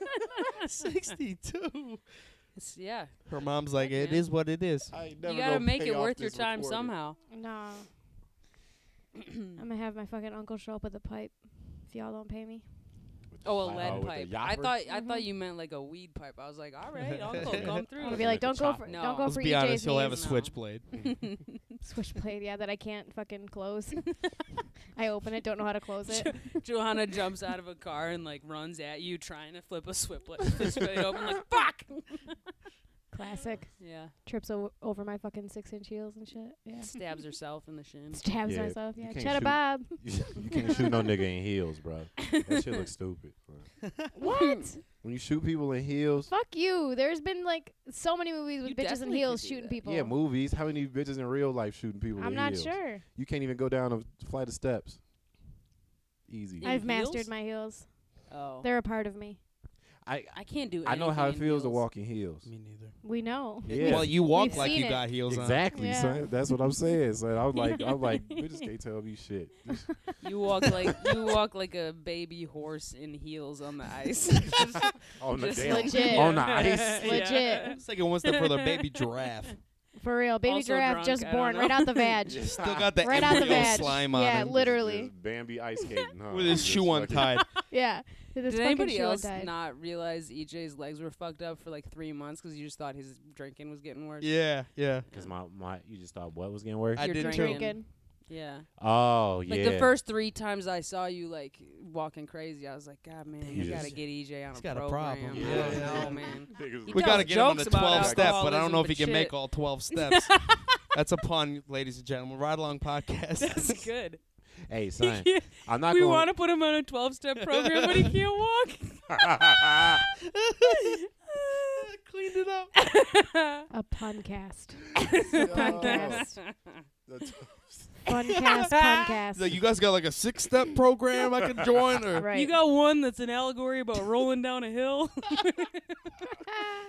Speaker 4: Sixty-two.
Speaker 1: It's- yeah,
Speaker 4: Her mom's like, it
Speaker 1: man.
Speaker 4: is what it is.
Speaker 5: I ain't never
Speaker 1: you gotta
Speaker 5: gonna
Speaker 1: make
Speaker 5: pay
Speaker 1: it
Speaker 5: off
Speaker 1: worth your
Speaker 5: this
Speaker 1: time
Speaker 5: recording.
Speaker 1: somehow.
Speaker 6: No. I'm gonna have my fucking uncle show up with a pipe if y'all don't pay me.
Speaker 5: With the
Speaker 1: Oh, a
Speaker 5: fire-
Speaker 1: lead
Speaker 5: with the
Speaker 1: pipe. I
Speaker 5: yopper.
Speaker 1: thought I
Speaker 6: Mhm.
Speaker 1: thought you meant like a weed pipe. I was like, all right, Uncle, come through.
Speaker 6: I'm gonna be like, don't go for,
Speaker 1: No.
Speaker 6: don't go
Speaker 7: Let's
Speaker 6: for
Speaker 7: be
Speaker 6: EJ's
Speaker 7: honest. He'll have a
Speaker 1: knees.
Speaker 6: knees.
Speaker 1: No.
Speaker 7: switchblade.
Speaker 6: switchblade. Yeah, that I can't fucking close. I open it, don't know how to close it.
Speaker 1: Johanna jumps out of a car and like runs at you, trying to flip a swiplet, switchblade open. Like, fuck.
Speaker 6: Classic.
Speaker 1: Yeah,
Speaker 6: Trips o- over my fucking six inch heels and shit. Yeah.
Speaker 1: stabs herself in the shin.
Speaker 6: Stabs
Speaker 5: Yeah,
Speaker 6: myself.
Speaker 5: you
Speaker 6: Yeah.
Speaker 5: can't
Speaker 6: Cheddar
Speaker 5: shoot.
Speaker 6: Bob.
Speaker 5: you can't shoot no nigga in heels, bro. That shit looks stupid. bro.
Speaker 6: What?
Speaker 5: When you shoot people in heels,
Speaker 6: Fuck you. There's been like so many movies with
Speaker 1: You
Speaker 6: bitches in
Speaker 1: definitely could
Speaker 6: heels
Speaker 1: do
Speaker 6: shooting
Speaker 1: that.
Speaker 6: people.
Speaker 5: yeah, movies. How many bitches in real life shooting people?
Speaker 6: I'm
Speaker 5: in
Speaker 6: not
Speaker 5: heels?
Speaker 6: sure.
Speaker 5: You can't even go down a flight of steps. Easy.
Speaker 1: In
Speaker 5: I
Speaker 6: I've
Speaker 1: heels?
Speaker 6: mastered my heels.
Speaker 1: Oh,
Speaker 6: They're a part of me.
Speaker 5: I,
Speaker 1: I can't do.
Speaker 5: know
Speaker 1: anything
Speaker 5: how
Speaker 1: in
Speaker 5: it feels to
Speaker 1: heels.
Speaker 5: walk in heels.
Speaker 4: Me neither.
Speaker 6: We know.
Speaker 5: Yeah.
Speaker 7: Well, you walk
Speaker 6: We've
Speaker 7: like
Speaker 6: seen
Speaker 7: you
Speaker 6: it.
Speaker 7: got heels
Speaker 5: Exactly,
Speaker 6: Yeah.
Speaker 5: son. That's what I'm saying. Son. I'm like, I'm like, bitches can't tell me shit.
Speaker 1: You walk like you walk like a baby horse in heels on the ice.
Speaker 5: On the
Speaker 1: Just
Speaker 5: damn,
Speaker 6: legit.
Speaker 5: on the ice.
Speaker 1: Yeah.
Speaker 6: Legit.
Speaker 7: on. It's like it wants to for the baby giraffe.
Speaker 6: For real. Baby
Speaker 1: Also
Speaker 6: giraffe
Speaker 1: drunk, I
Speaker 6: just
Speaker 1: don't
Speaker 6: born
Speaker 1: know.
Speaker 6: right out the vag.
Speaker 7: Still got that
Speaker 6: Right out the
Speaker 7: embryo
Speaker 6: vag.
Speaker 7: slime on
Speaker 6: yeah,
Speaker 7: him
Speaker 6: literally.
Speaker 5: Just Bambi ice skating, huh?
Speaker 7: with his
Speaker 5: Just
Speaker 7: shoe
Speaker 5: fucking-
Speaker 7: untied.
Speaker 6: Yeah. This
Speaker 1: Did
Speaker 6: fucking
Speaker 1: anybody
Speaker 6: shoe
Speaker 1: else
Speaker 6: died.
Speaker 1: not realize EJ's legs were fucked up for like three months because you just thought his drinking was getting worse?
Speaker 7: yeah, yeah.
Speaker 5: Cause my, my, you just thought what was getting worse?
Speaker 7: I
Speaker 1: You're
Speaker 7: did too.
Speaker 1: drinking.
Speaker 6: Drinking.
Speaker 1: Yeah.
Speaker 5: oh yeah.
Speaker 1: Like the first three times I saw you like walking crazy, I was like, God man,
Speaker 5: Damn.
Speaker 1: you
Speaker 5: Yes.
Speaker 1: gotta get EJ on
Speaker 4: He's
Speaker 1: a
Speaker 4: got a
Speaker 1: program.
Speaker 4: problem.
Speaker 1: I don't
Speaker 7: Yeah.
Speaker 1: know, man.
Speaker 5: Niggas
Speaker 1: He
Speaker 7: We
Speaker 5: was-
Speaker 7: gotta
Speaker 1: tells
Speaker 7: get him on
Speaker 1: jokes
Speaker 7: the
Speaker 1: about
Speaker 7: 12 step, but I
Speaker 1: alcoholism,
Speaker 7: don't know if he
Speaker 1: but
Speaker 7: can
Speaker 1: shit.
Speaker 7: make all 12 steps. That's a pun, ladies and gentlemen. Ride along podcast.
Speaker 1: That's good.
Speaker 5: Hey,
Speaker 1: He
Speaker 5: son.
Speaker 1: can't-
Speaker 5: I'm not
Speaker 1: we
Speaker 5: going.
Speaker 1: want to put him on a 12 step program, but he can't walk.
Speaker 7: Cleaned it up.
Speaker 6: A puncast.
Speaker 5: Oh.
Speaker 1: Podcast.
Speaker 6: Puncast.
Speaker 7: He's like,
Speaker 6: Puncast.
Speaker 7: you guys got like a six step program I could join, or
Speaker 6: Right.
Speaker 1: You got one that's an allegory about rolling down a hill.
Speaker 7: Oh,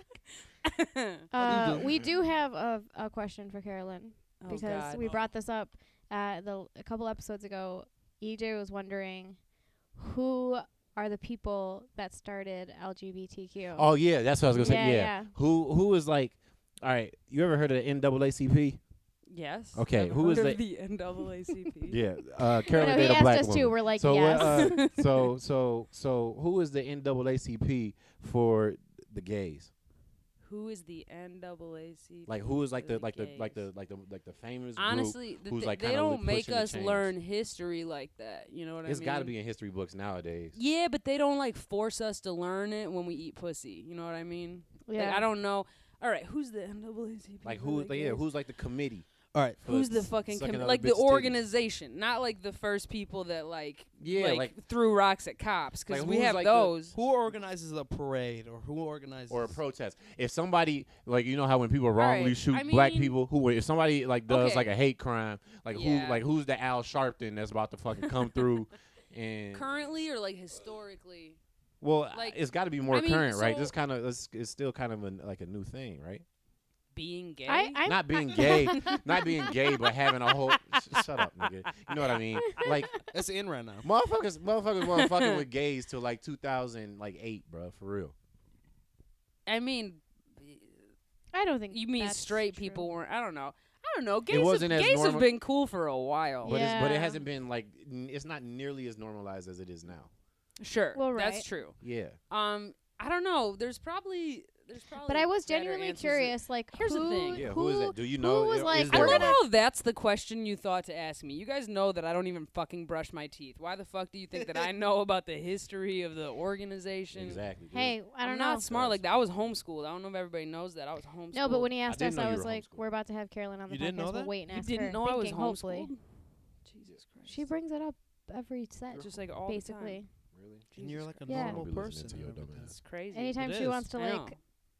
Speaker 6: Uh, we do have a, a question for Carolyn
Speaker 1: Oh,
Speaker 6: because
Speaker 1: God.
Speaker 6: we brought this up uh, the a couple episodes ago. EJ was wondering who are the people that started LGBTQ.
Speaker 5: Oh yeah, that's what I was gonna say.
Speaker 6: Yeah,
Speaker 5: Yeah.
Speaker 6: yeah.
Speaker 5: Who who is like? All right, you ever heard of the NAACP?
Speaker 1: Yes.
Speaker 5: Okay,
Speaker 1: I've
Speaker 5: who
Speaker 1: heard
Speaker 5: is
Speaker 1: of
Speaker 5: that-
Speaker 1: the NAACP?
Speaker 5: Yeah, uh,
Speaker 6: No,
Speaker 5: Carolyn
Speaker 6: he
Speaker 5: Data
Speaker 6: asked
Speaker 5: Black
Speaker 6: us
Speaker 5: woman.
Speaker 6: too. We're like,
Speaker 5: so
Speaker 6: yes.
Speaker 5: uh, so so so who is the NAACP for the gays?
Speaker 1: Who is the NAACP?
Speaker 5: Like who is like
Speaker 1: for
Speaker 5: the like the like
Speaker 1: gays?
Speaker 5: the like the like the famous group?
Speaker 1: Honestly, the
Speaker 5: who's,
Speaker 1: thi-
Speaker 5: like,
Speaker 1: they
Speaker 5: kinda li-
Speaker 1: don't make
Speaker 5: pushing the
Speaker 1: us
Speaker 5: change.
Speaker 1: learn history like that. You know what
Speaker 5: It's
Speaker 1: I mean?
Speaker 5: got to be in history books nowadays.
Speaker 1: Yeah, but they don't like force us to learn it when we eat pussy. You know what I mean? Like,
Speaker 6: yeah.
Speaker 1: I don't know. All right, who's the NAACP?
Speaker 5: Like
Speaker 1: for
Speaker 5: who?
Speaker 1: the
Speaker 5: Like, yeah,
Speaker 1: gays?
Speaker 5: who's like the committee?
Speaker 4: All right.
Speaker 5: for
Speaker 1: Who's the
Speaker 5: s-
Speaker 1: fucking
Speaker 5: sucking
Speaker 1: com-
Speaker 5: other
Speaker 1: like the
Speaker 5: bitches' titties?
Speaker 1: organization, not like the first people that like
Speaker 5: Yeah,
Speaker 1: like,
Speaker 5: like-
Speaker 1: threw rocks at cops because
Speaker 5: Like,
Speaker 1: we
Speaker 5: who's,
Speaker 1: have
Speaker 5: like, the-
Speaker 1: those.
Speaker 4: Who organizes a parade, or who organizes?
Speaker 5: or a protest. If somebody like you know how when people wrongly
Speaker 1: right,
Speaker 5: shoot
Speaker 1: I
Speaker 5: black
Speaker 1: mean-
Speaker 5: people, who if somebody like does
Speaker 1: Okay.
Speaker 5: like a hate crime, like
Speaker 1: Yeah.
Speaker 5: who like who's the Al Sharpton that's about to fucking come through? And
Speaker 1: Currently or like historically?
Speaker 5: well,
Speaker 1: like-
Speaker 5: it's got to be more
Speaker 1: I mean,
Speaker 5: current, right?
Speaker 1: so-
Speaker 5: This kind of it's, it's still kind of an, like a new thing, right?
Speaker 1: Being gay?
Speaker 6: I, I'm,
Speaker 5: not being gay, not being gay, but having a whole sh- shut up, nigga. You know what I mean? Like
Speaker 4: That's in right now.
Speaker 5: motherfuckers, motherfuckers, were fucking with gays till like 2000, like eight, bro, for real.
Speaker 1: I mean,
Speaker 6: I don't think
Speaker 1: you mean
Speaker 6: that's
Speaker 1: straight
Speaker 6: true.
Speaker 1: people weren't? I don't know. I don't know. Gays, have-
Speaker 5: wasn't as
Speaker 1: gays have
Speaker 5: normal-
Speaker 1: been cool for a while.
Speaker 5: But it's, but it
Speaker 6: Yeah.
Speaker 5: hasn't been like n- it's not nearly as normalized as it is now.
Speaker 1: Sure,
Speaker 6: Well,
Speaker 1: that's
Speaker 6: right.
Speaker 1: true.
Speaker 5: Yeah.
Speaker 1: Um, I don't know. There's probably there's probably.
Speaker 6: But I was
Speaker 1: better
Speaker 6: genuinely
Speaker 1: answers than-
Speaker 6: curious, like
Speaker 1: Here's the
Speaker 6: who,
Speaker 1: thing.
Speaker 5: Yeah,
Speaker 6: who,
Speaker 5: who is that? Do you know?
Speaker 6: Who was
Speaker 5: is
Speaker 6: like,
Speaker 1: I
Speaker 5: there
Speaker 6: we're
Speaker 1: love
Speaker 5: one?
Speaker 6: gonna
Speaker 1: how that's the question you thought to ask me. You guys know that I don't even fucking brush my teeth. Why the fuck do you think that I know about the history of the organization?
Speaker 5: Exactly. dude.
Speaker 6: Hey, I don't
Speaker 1: I'm
Speaker 6: know.
Speaker 1: not smart like that. I was homeschooled. I don't know if everybody knows that. I was homeschooled.
Speaker 6: No, but when he asked
Speaker 5: didn't
Speaker 6: us,
Speaker 5: know
Speaker 6: I
Speaker 5: you were
Speaker 6: was like,
Speaker 5: homeschooled.
Speaker 6: "We're about to have Caroline on the
Speaker 4: You
Speaker 6: podcast.
Speaker 4: didn't know
Speaker 6: we'll
Speaker 4: that?
Speaker 6: wait and
Speaker 1: you
Speaker 6: ask her."
Speaker 1: didn't know I was
Speaker 6: thinking, hopefully,
Speaker 1: homeschooled. Jesus Christ.
Speaker 6: she brings it up every set,
Speaker 1: just like all
Speaker 5: Really?
Speaker 6: basically.
Speaker 1: The time.
Speaker 4: and you're like a
Speaker 6: Yeah.
Speaker 4: normal
Speaker 5: Be listening
Speaker 4: person.
Speaker 5: to
Speaker 4: and
Speaker 5: your dumb
Speaker 4: everything.
Speaker 5: ass.
Speaker 1: It's crazy.
Speaker 6: Anytime
Speaker 4: It
Speaker 6: she
Speaker 4: is.
Speaker 6: wants to
Speaker 1: I
Speaker 6: like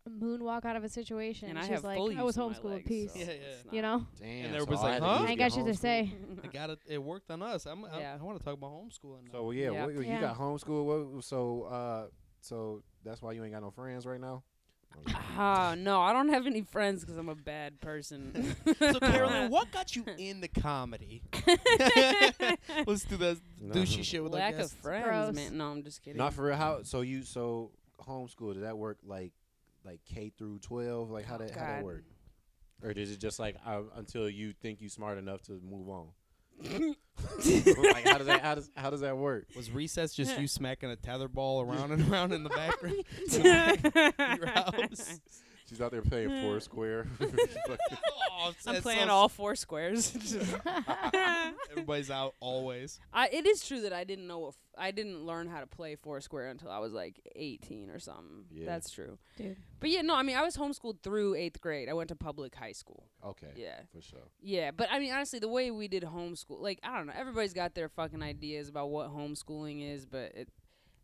Speaker 6: moonwalk out of a situation,
Speaker 1: and I
Speaker 6: she's
Speaker 1: have
Speaker 6: like,
Speaker 1: full
Speaker 6: "I was
Speaker 1: use of my
Speaker 6: homeschooled,
Speaker 1: legs,
Speaker 6: peace."
Speaker 1: so
Speaker 4: Yeah,
Speaker 1: it's
Speaker 4: yeah.
Speaker 6: You
Speaker 1: not-
Speaker 6: know,
Speaker 5: Damn.
Speaker 4: there
Speaker 5: so
Speaker 4: was
Speaker 5: all
Speaker 4: like,
Speaker 5: had to
Speaker 4: huh?
Speaker 5: do was
Speaker 6: I
Speaker 5: get
Speaker 6: got shit to
Speaker 5: homeschooled.
Speaker 6: say.
Speaker 4: It got it. It worked on us. I'm,
Speaker 1: Yeah.
Speaker 4: I, I want to talk about homeschooling. now.
Speaker 5: So yeah,
Speaker 1: Yeah.
Speaker 5: What, you
Speaker 6: Yeah.
Speaker 5: got homeschool. What, so uh, so that's why you ain't got no friends right now.
Speaker 1: Ah, no, I don't have any friends because I'm a bad person.
Speaker 4: so Carolyn, what got you into comedy? Let's do this
Speaker 5: No.
Speaker 4: douchey shit with
Speaker 1: Lack
Speaker 4: our
Speaker 1: of
Speaker 4: guests.
Speaker 1: friends,
Speaker 6: Gross.
Speaker 1: man. No, I'm just kidding.
Speaker 5: Not for real. How? So you so homeschool? Did that work like like K through twelve? Like how did how that
Speaker 1: God.
Speaker 5: work? Or is it just like uh, until you think you smart enough to move on? like how does that how does how does that work?
Speaker 4: Was recess just you smacking a tether ball around and around in the background? of your house?
Speaker 5: She's out there playing Foursquare.
Speaker 4: oh,
Speaker 1: I'm
Speaker 4: that's
Speaker 1: playing
Speaker 4: so-
Speaker 1: all four squares.
Speaker 4: Everybody's out always.
Speaker 1: I, it is true that I didn't know. If, I didn't learn how to play foursquare until I was like 18 or something.
Speaker 5: Yeah.
Speaker 1: That's true.
Speaker 6: Dude.
Speaker 1: But yeah, no, I mean, I was homeschooled through eighth grade. I went to public high school.
Speaker 5: okay,
Speaker 1: Yeah.
Speaker 5: for sure.
Speaker 1: Yeah, but I mean, honestly, the way we did homeschool, like I don't know, everybody's got their fucking ideas about what homeschooling is, but it,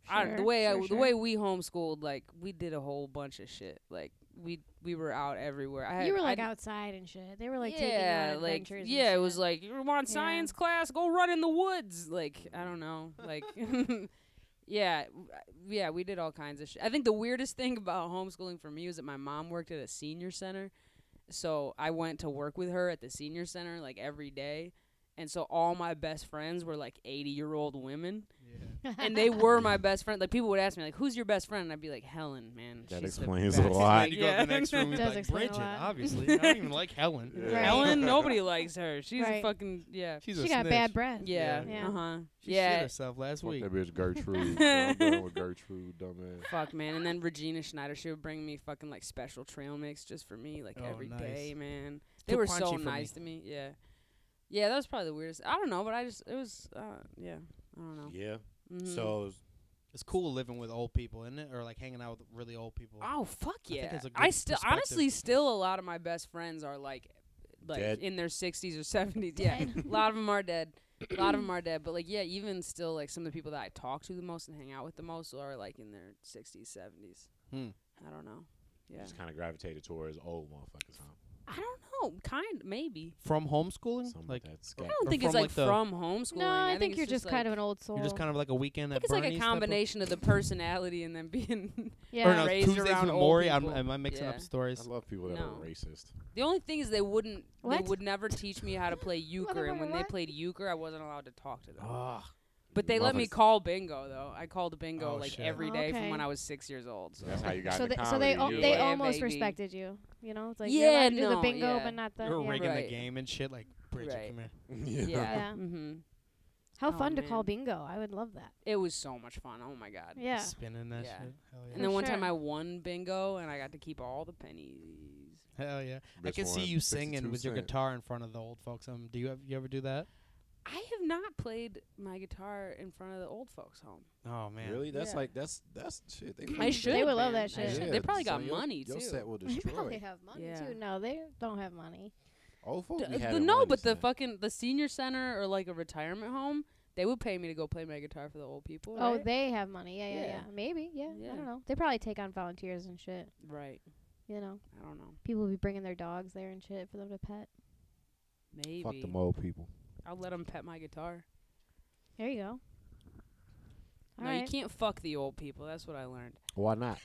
Speaker 1: I don't, the
Speaker 6: Sure,
Speaker 1: way I,
Speaker 6: sure,
Speaker 1: the
Speaker 6: sure.
Speaker 1: way we homeschooled, like we did a whole bunch of shit. Like we we were out everywhere. I had,
Speaker 6: you were like
Speaker 1: I,
Speaker 6: outside and shit. They were like taking you
Speaker 1: yeah,
Speaker 6: on
Speaker 1: like
Speaker 6: adventures. and
Speaker 1: yeah, it
Speaker 6: shit.
Speaker 1: was like you want
Speaker 6: Yeah.
Speaker 1: science class, go run in the woods. Like I don't know, like. Yeah, w- yeah, we did all kinds of shit. I think the weirdest thing about homeschooling for me was that my mom worked at a senior center, so I went to work with her at the senior center like every day, and so all my best friends were like eighty-year-old women, and they were my best friend. Like people would ask me like, "Who's your best friend?" And I'd be like, "Helen, man."
Speaker 5: That
Speaker 1: she's the
Speaker 5: explains a
Speaker 1: best."
Speaker 5: lot.
Speaker 1: Like,
Speaker 4: you go to the next room.
Speaker 6: It
Speaker 4: He's
Speaker 6: does
Speaker 4: like
Speaker 6: explain a
Speaker 4: Bridget,
Speaker 6: lot.
Speaker 4: obviously. I don't even like Helen.
Speaker 6: Right.
Speaker 1: Helen, nobody likes her. She's a
Speaker 6: Right.
Speaker 1: fucking yeah.
Speaker 4: She's
Speaker 6: she
Speaker 4: a
Speaker 6: got
Speaker 4: snitch.
Speaker 6: bad breath.
Speaker 1: Yeah.
Speaker 4: Uh-huh. Yeah.
Speaker 6: Yeah.
Speaker 1: Uh huh.
Speaker 4: She shit
Speaker 1: Yeah.
Speaker 4: herself last
Speaker 5: Fuck
Speaker 4: week.
Speaker 5: that bitch Gertrude. yeah, I'm done with Gertrude, dumbass.
Speaker 1: Fuck man, and then Regina Schneider, she would bring me fucking like special trail mix just for me, like
Speaker 4: Oh,
Speaker 1: every day,
Speaker 4: nice.
Speaker 1: man. They
Speaker 4: Too
Speaker 1: were so
Speaker 4: paunchy for me.
Speaker 1: nice to me. Yeah, yeah, that was probably the weirdest. I don't know, but I just it was, uh, yeah, I don't know.
Speaker 5: Yeah.
Speaker 1: Mhm.
Speaker 5: So
Speaker 4: It's cool living with old people, isn't it? Or like hanging out with really old people.
Speaker 1: oh fuck
Speaker 4: I think
Speaker 1: yeah,
Speaker 4: that's a
Speaker 1: I
Speaker 4: good
Speaker 1: still
Speaker 4: perspective.
Speaker 1: honestly still a lot of my best friends are like, like
Speaker 5: Dead.
Speaker 1: in their sixties or seventies. Yeah, a lot of them are dead. A lot of them are dead, but like yeah, even still like some of the people that I talk to the most and hang out with the most are like in their sixties, seventies.
Speaker 4: Hmm.
Speaker 1: I don't know.
Speaker 5: you
Speaker 1: Yeah.
Speaker 5: just kind of gravitated towards old motherfuckers, huh?
Speaker 1: I don't know. Kind maybe.
Speaker 4: From homeschooling?
Speaker 5: Something
Speaker 4: Like
Speaker 5: like that. Scat.
Speaker 1: I don't
Speaker 4: Or
Speaker 1: think it's
Speaker 4: from,
Speaker 1: like
Speaker 4: like, the-
Speaker 1: from homeschooling.
Speaker 6: No, I, think,
Speaker 1: it's
Speaker 6: you're just, kind of
Speaker 1: like-
Speaker 6: an old soul.
Speaker 4: you're just kind of like a weekend
Speaker 1: I
Speaker 4: at
Speaker 1: think it's like a
Speaker 4: Bernie's type of-
Speaker 1: combination of the personality and then being.
Speaker 6: yeah.
Speaker 4: Or no,
Speaker 1: raised
Speaker 4: Tuesdays
Speaker 1: around
Speaker 4: with
Speaker 1: old
Speaker 4: Maury. I'm,
Speaker 1: people.
Speaker 4: am I mixing
Speaker 1: Yeah.
Speaker 4: up stories?
Speaker 5: I love people that
Speaker 1: No.
Speaker 5: are racist.
Speaker 1: the only thing is they wouldn't. They
Speaker 6: What?
Speaker 1: would never teach me how to play euchre, and
Speaker 6: Motherfucker,
Speaker 1: when they
Speaker 6: what?
Speaker 1: played euchre, I wasn't allowed to talk to them.
Speaker 5: Ugh.
Speaker 1: but they let me
Speaker 5: Motherfuckers.
Speaker 1: call bingo though. I called bingo
Speaker 4: Oh,
Speaker 1: like
Speaker 4: shit.
Speaker 1: every day from when
Speaker 6: Okay.
Speaker 1: I was six years old. So.
Speaker 5: That's how you got
Speaker 6: so
Speaker 5: into
Speaker 6: they, so they,
Speaker 5: comedy,
Speaker 6: al-
Speaker 5: you
Speaker 6: they
Speaker 5: like-
Speaker 1: all-
Speaker 6: almost
Speaker 1: baby.
Speaker 6: respected you. You know, it's like
Speaker 1: Yeah,
Speaker 6: you're allowed to do
Speaker 1: no,
Speaker 6: the bingo,
Speaker 1: yeah.
Speaker 6: but not the.
Speaker 4: You were
Speaker 6: yeah.
Speaker 4: rigging
Speaker 1: Right.
Speaker 4: the game and shit like Bridget.
Speaker 1: Right.
Speaker 4: Come here.
Speaker 5: yeah.
Speaker 1: Yeah.
Speaker 6: Yeah.
Speaker 1: hmm
Speaker 6: How
Speaker 1: Oh,
Speaker 6: fun to call
Speaker 1: man.
Speaker 6: bingo! I would love that.
Speaker 1: It was so much fun. Oh my god.
Speaker 6: Yeah.
Speaker 4: Spinning that
Speaker 1: Yeah.
Speaker 4: shit. Hell yeah.
Speaker 1: And then one time
Speaker 6: sure.
Speaker 1: I won bingo, and I got to keep all the pennies.
Speaker 4: Hell yeah. I
Speaker 5: Bitch
Speaker 4: can see
Speaker 5: won
Speaker 4: you singing
Speaker 5: 62
Speaker 4: with your
Speaker 5: cent.
Speaker 4: guitar in front of the old folks. Um, do you have, you ever do that?
Speaker 1: I have not played my guitar in front of the old folks' home.
Speaker 4: Oh man.
Speaker 5: Really? That's
Speaker 1: Yeah.
Speaker 5: like that's that's shit. They
Speaker 1: I
Speaker 5: probably-
Speaker 1: should.
Speaker 6: would love
Speaker 1: man.
Speaker 6: that
Speaker 1: I
Speaker 6: shit.
Speaker 1: should. They probably
Speaker 5: so
Speaker 1: got
Speaker 5: your-
Speaker 1: money
Speaker 5: Your
Speaker 1: too.
Speaker 5: set will
Speaker 6: They probably
Speaker 5: destroy.
Speaker 6: have money
Speaker 1: Yeah.
Speaker 6: too. No, they don't have money.
Speaker 5: Old folk
Speaker 1: D-
Speaker 5: be
Speaker 1: the,
Speaker 5: having
Speaker 1: no,
Speaker 5: money,
Speaker 1: but the
Speaker 5: son.
Speaker 1: fucking the senior center or like a retirement home, they would pay me to go play my guitar for the old people.
Speaker 6: Oh,
Speaker 1: right?
Speaker 6: they have money. Yeah, yeah,
Speaker 1: Yeah.
Speaker 6: yeah. Maybe. Yeah,
Speaker 1: Yeah.
Speaker 6: I don't know. They probably take on volunteers and shit.
Speaker 1: right.
Speaker 6: You know,
Speaker 1: I don't know.
Speaker 6: people will be bringing their dogs there and shit for them to pet.
Speaker 1: Maybe
Speaker 5: fuck them old people.
Speaker 1: I'll let them pet my guitar.
Speaker 6: There you go. All
Speaker 1: no,
Speaker 6: right.
Speaker 1: you can't fuck the old people. That's what I learned.
Speaker 5: Why not?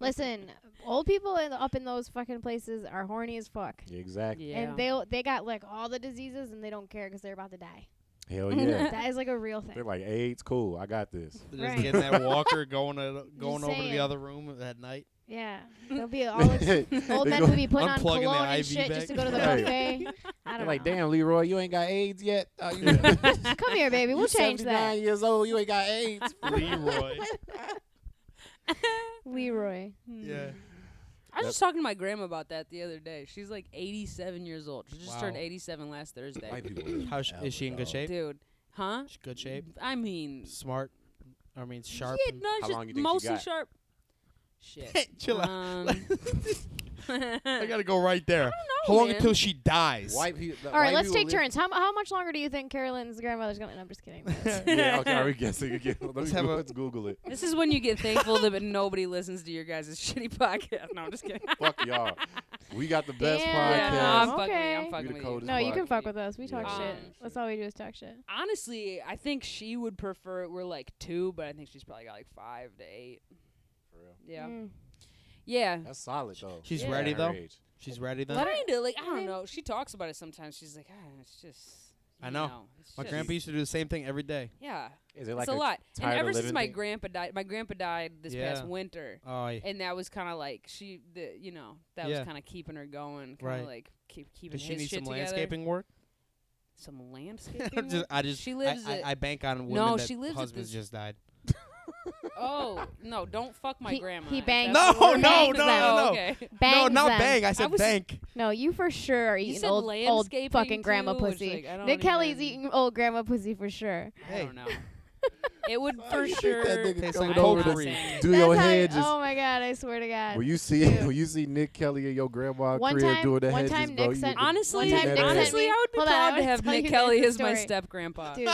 Speaker 6: Listen, old people in, up in those fucking places are horny as fuck.
Speaker 5: Yeah, exactly.
Speaker 1: yeah.
Speaker 6: And they they got like all the diseases and they don't care 'cause they're about to die.
Speaker 5: Hell yeah.
Speaker 6: that is like a real thing.
Speaker 5: They're like AIDS. Cool. I got this.
Speaker 4: Just
Speaker 6: Right.
Speaker 4: getting that walker going to, going over to
Speaker 6: saying.
Speaker 4: the other room at night.
Speaker 6: yeah, they'll be all ex- old
Speaker 5: They
Speaker 6: men
Speaker 5: go-
Speaker 6: will be putting on
Speaker 4: Unplugging
Speaker 6: cologne
Speaker 4: their
Speaker 6: and
Speaker 4: IV
Speaker 6: shit just to
Speaker 4: bag.
Speaker 6: go to the
Speaker 5: Right.
Speaker 6: buffet. I
Speaker 5: They're
Speaker 6: don't
Speaker 5: like,
Speaker 6: know.
Speaker 5: damn, Leroy, you ain't got AIDS yet. Oh, you
Speaker 6: Come here, baby. We'll
Speaker 5: you
Speaker 6: change that.
Speaker 5: 79 years old. You ain't got AIDS.
Speaker 4: Leroy.
Speaker 6: Leroy.
Speaker 7: Yeah.
Speaker 1: I was just talking to my grandma about that the other day. She's like 87 years old. She just turned
Speaker 4: Wow.
Speaker 1: 87 last Thursday.
Speaker 4: How sh- is she in good shape?
Speaker 1: Dude, huh?
Speaker 4: She good shape,
Speaker 1: I mean,
Speaker 4: smart. I mean sharp.
Speaker 1: yeah,
Speaker 4: and-
Speaker 1: no,
Speaker 5: How
Speaker 1: she's
Speaker 5: long you think she
Speaker 1: mostly
Speaker 5: got?
Speaker 1: sharp. Shit.
Speaker 7: Chill out.
Speaker 1: Um,
Speaker 7: I gotta go right there. How
Speaker 1: know,
Speaker 7: long
Speaker 1: man.
Speaker 7: until she dies?
Speaker 5: White people.
Speaker 6: All right, let's take turns. How, mu- how much longer do you think Carolyn's grandmother's gonna? No, I'm just kidding. That's-
Speaker 5: yeah, okay, are we guessing again? Let
Speaker 7: Let's
Speaker 5: me
Speaker 7: have
Speaker 5: go-
Speaker 7: a-
Speaker 5: let's Google it.
Speaker 1: this is when you get thankful that nobody listens to your guys' shitty podcast. No, I'm just kidding.
Speaker 5: Fuck y'all. We got the best
Speaker 6: Yeah,
Speaker 5: podcast.
Speaker 1: No, I'm fucking with you.
Speaker 6: Okay.
Speaker 1: I'm
Speaker 6: You
Speaker 1: fucking
Speaker 5: the
Speaker 1: with
Speaker 5: coldest
Speaker 1: you.
Speaker 6: no, you can
Speaker 5: Fuck.
Speaker 6: fuck with us. We talk
Speaker 5: Yeah.
Speaker 6: shit.
Speaker 1: Um,
Speaker 6: That's all we do is talk shit.
Speaker 1: Honestly, I think she would prefer it we're like two, but I think she's probably got like five to eight.
Speaker 5: For real.
Speaker 1: Yeah.
Speaker 6: Mm.
Speaker 1: Yeah.
Speaker 5: That's solid though.
Speaker 4: She's
Speaker 1: Yeah.
Speaker 4: ready
Speaker 5: Her
Speaker 4: though.
Speaker 5: age.
Speaker 4: She's ready then.
Speaker 1: Kinda like I
Speaker 6: I
Speaker 1: don't
Speaker 6: mean-
Speaker 1: know. She talks about it sometimes. She's like, ah, it's just.
Speaker 4: I
Speaker 1: you
Speaker 4: know.
Speaker 1: it's
Speaker 4: My
Speaker 1: just-
Speaker 4: grandpa used to do the same thing every day.
Speaker 1: Yeah,
Speaker 5: Is it
Speaker 1: it's
Speaker 5: like
Speaker 1: a lot. And
Speaker 5: tired of
Speaker 1: ever since
Speaker 5: living
Speaker 1: my
Speaker 5: thing?
Speaker 1: grandpa died, my grandpa died this past
Speaker 4: Yeah.
Speaker 1: winter,
Speaker 4: Oh, yeah.
Speaker 1: and that was kind of like she, the, you know, that
Speaker 4: Yeah.
Speaker 1: was kind of keeping her going, kind of
Speaker 4: Right.
Speaker 1: like keep keeping
Speaker 4: does she
Speaker 1: his
Speaker 4: need
Speaker 1: shit
Speaker 4: some
Speaker 1: together.
Speaker 4: landscaping work?
Speaker 1: Some landscaping.
Speaker 4: just,
Speaker 1: work?
Speaker 4: I just
Speaker 1: She
Speaker 4: I-
Speaker 1: lives
Speaker 4: I,
Speaker 1: at-
Speaker 4: I, bank on women
Speaker 1: No,
Speaker 4: that
Speaker 1: she lives at
Speaker 4: husbands
Speaker 1: this-
Speaker 4: just died.
Speaker 1: oh no! Don't fuck my
Speaker 6: He-
Speaker 1: grandma.
Speaker 6: he
Speaker 1: if
Speaker 6: bangs-
Speaker 1: that's
Speaker 7: No,
Speaker 1: what
Speaker 7: no,
Speaker 1: we're-
Speaker 7: no,
Speaker 1: Oh,
Speaker 7: no.
Speaker 1: Okay.
Speaker 6: Bangs
Speaker 7: no, not
Speaker 6: them.
Speaker 7: bang. I said
Speaker 1: was-
Speaker 7: bank.
Speaker 6: No, you for sure are
Speaker 1: You
Speaker 6: eating
Speaker 1: said
Speaker 6: old, old
Speaker 1: landscaping
Speaker 6: fucking grandma
Speaker 1: too, which,
Speaker 6: pussy.
Speaker 1: like, I
Speaker 6: Nick
Speaker 1: don't
Speaker 6: Kelly's
Speaker 1: even-
Speaker 6: eating old grandma pussy for sure.
Speaker 1: I
Speaker 4: Hey.
Speaker 1: don't know. It would for sure.
Speaker 4: Tastes
Speaker 1: I'm
Speaker 4: like
Speaker 1: not
Speaker 4: potpourri.
Speaker 1: saying it.
Speaker 5: Do
Speaker 6: That's
Speaker 5: your
Speaker 6: how-
Speaker 5: head just.
Speaker 6: oh my god! I swear to God.
Speaker 5: When you see
Speaker 6: Dude.
Speaker 5: when you see Nick Kelly and your grandma
Speaker 6: One
Speaker 5: crib
Speaker 6: time-
Speaker 5: doing the
Speaker 6: one
Speaker 5: hedges, bro,
Speaker 6: time Nick
Speaker 5: you
Speaker 6: "Ah, sent-
Speaker 5: can-
Speaker 1: Honestly,
Speaker 5: One time Nick
Speaker 1: honestly,
Speaker 6: sent
Speaker 1: I would be
Speaker 6: me- Hold on, I
Speaker 1: proud to
Speaker 6: wanna
Speaker 1: have
Speaker 6: tell
Speaker 1: Nick
Speaker 6: you guys
Speaker 1: Kelly
Speaker 6: a
Speaker 1: as my
Speaker 6: story.
Speaker 1: step grandpa.
Speaker 6: Dude,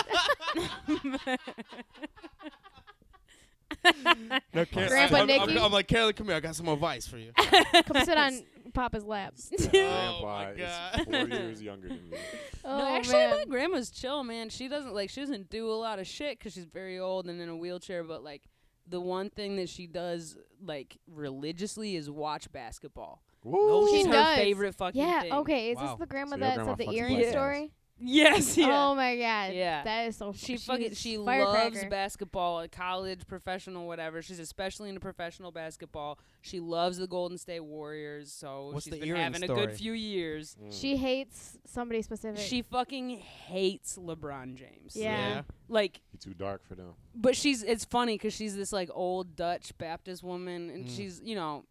Speaker 7: No, Car-
Speaker 6: Grandpa
Speaker 7: I'm, I'm,
Speaker 6: Nicky?
Speaker 7: I'm like, Carolyn, come here. I got some advice for you.
Speaker 4: Oh
Speaker 6: come sit on Papa's lap.
Speaker 7: Oh,
Speaker 5: grandpa
Speaker 7: my
Speaker 5: is
Speaker 7: God.
Speaker 5: four years younger than me.
Speaker 6: Oh
Speaker 1: no, actually,
Speaker 6: man.
Speaker 1: my grandma's chill, man. She doesn't like she doesn't do a lot of shit 'cause she's very old and in a wheelchair. But like the one thing that she does like religiously is watch basketball.
Speaker 5: Woo.
Speaker 1: She's
Speaker 6: She
Speaker 1: her
Speaker 6: does.
Speaker 1: favorite fucking
Speaker 6: yeah.
Speaker 1: thing.
Speaker 6: Okay. Is
Speaker 4: Wow.
Speaker 6: this the grandma
Speaker 5: So your
Speaker 6: that
Speaker 5: grandma
Speaker 6: said the
Speaker 5: fucking
Speaker 6: earring
Speaker 5: plays.
Speaker 6: story?
Speaker 1: Yes. Yeah.
Speaker 6: Oh my god.
Speaker 1: Yeah.
Speaker 6: That is so.
Speaker 1: She
Speaker 6: she's
Speaker 1: fucking she loves
Speaker 6: firecracker.
Speaker 1: basketball, at college, professional, whatever. She's especially into professional basketball. She loves the Golden State Warriors, so
Speaker 4: What's
Speaker 1: she's
Speaker 4: the
Speaker 1: been
Speaker 4: earring
Speaker 1: having a
Speaker 4: story?
Speaker 1: good few years.
Speaker 6: She hates somebody specific.
Speaker 1: She fucking hates LeBron James.
Speaker 6: Yeah.
Speaker 1: Like
Speaker 5: You too dark for them.
Speaker 1: but she's it's funny cuz she's this like old Dutch Baptist woman and she's, you know,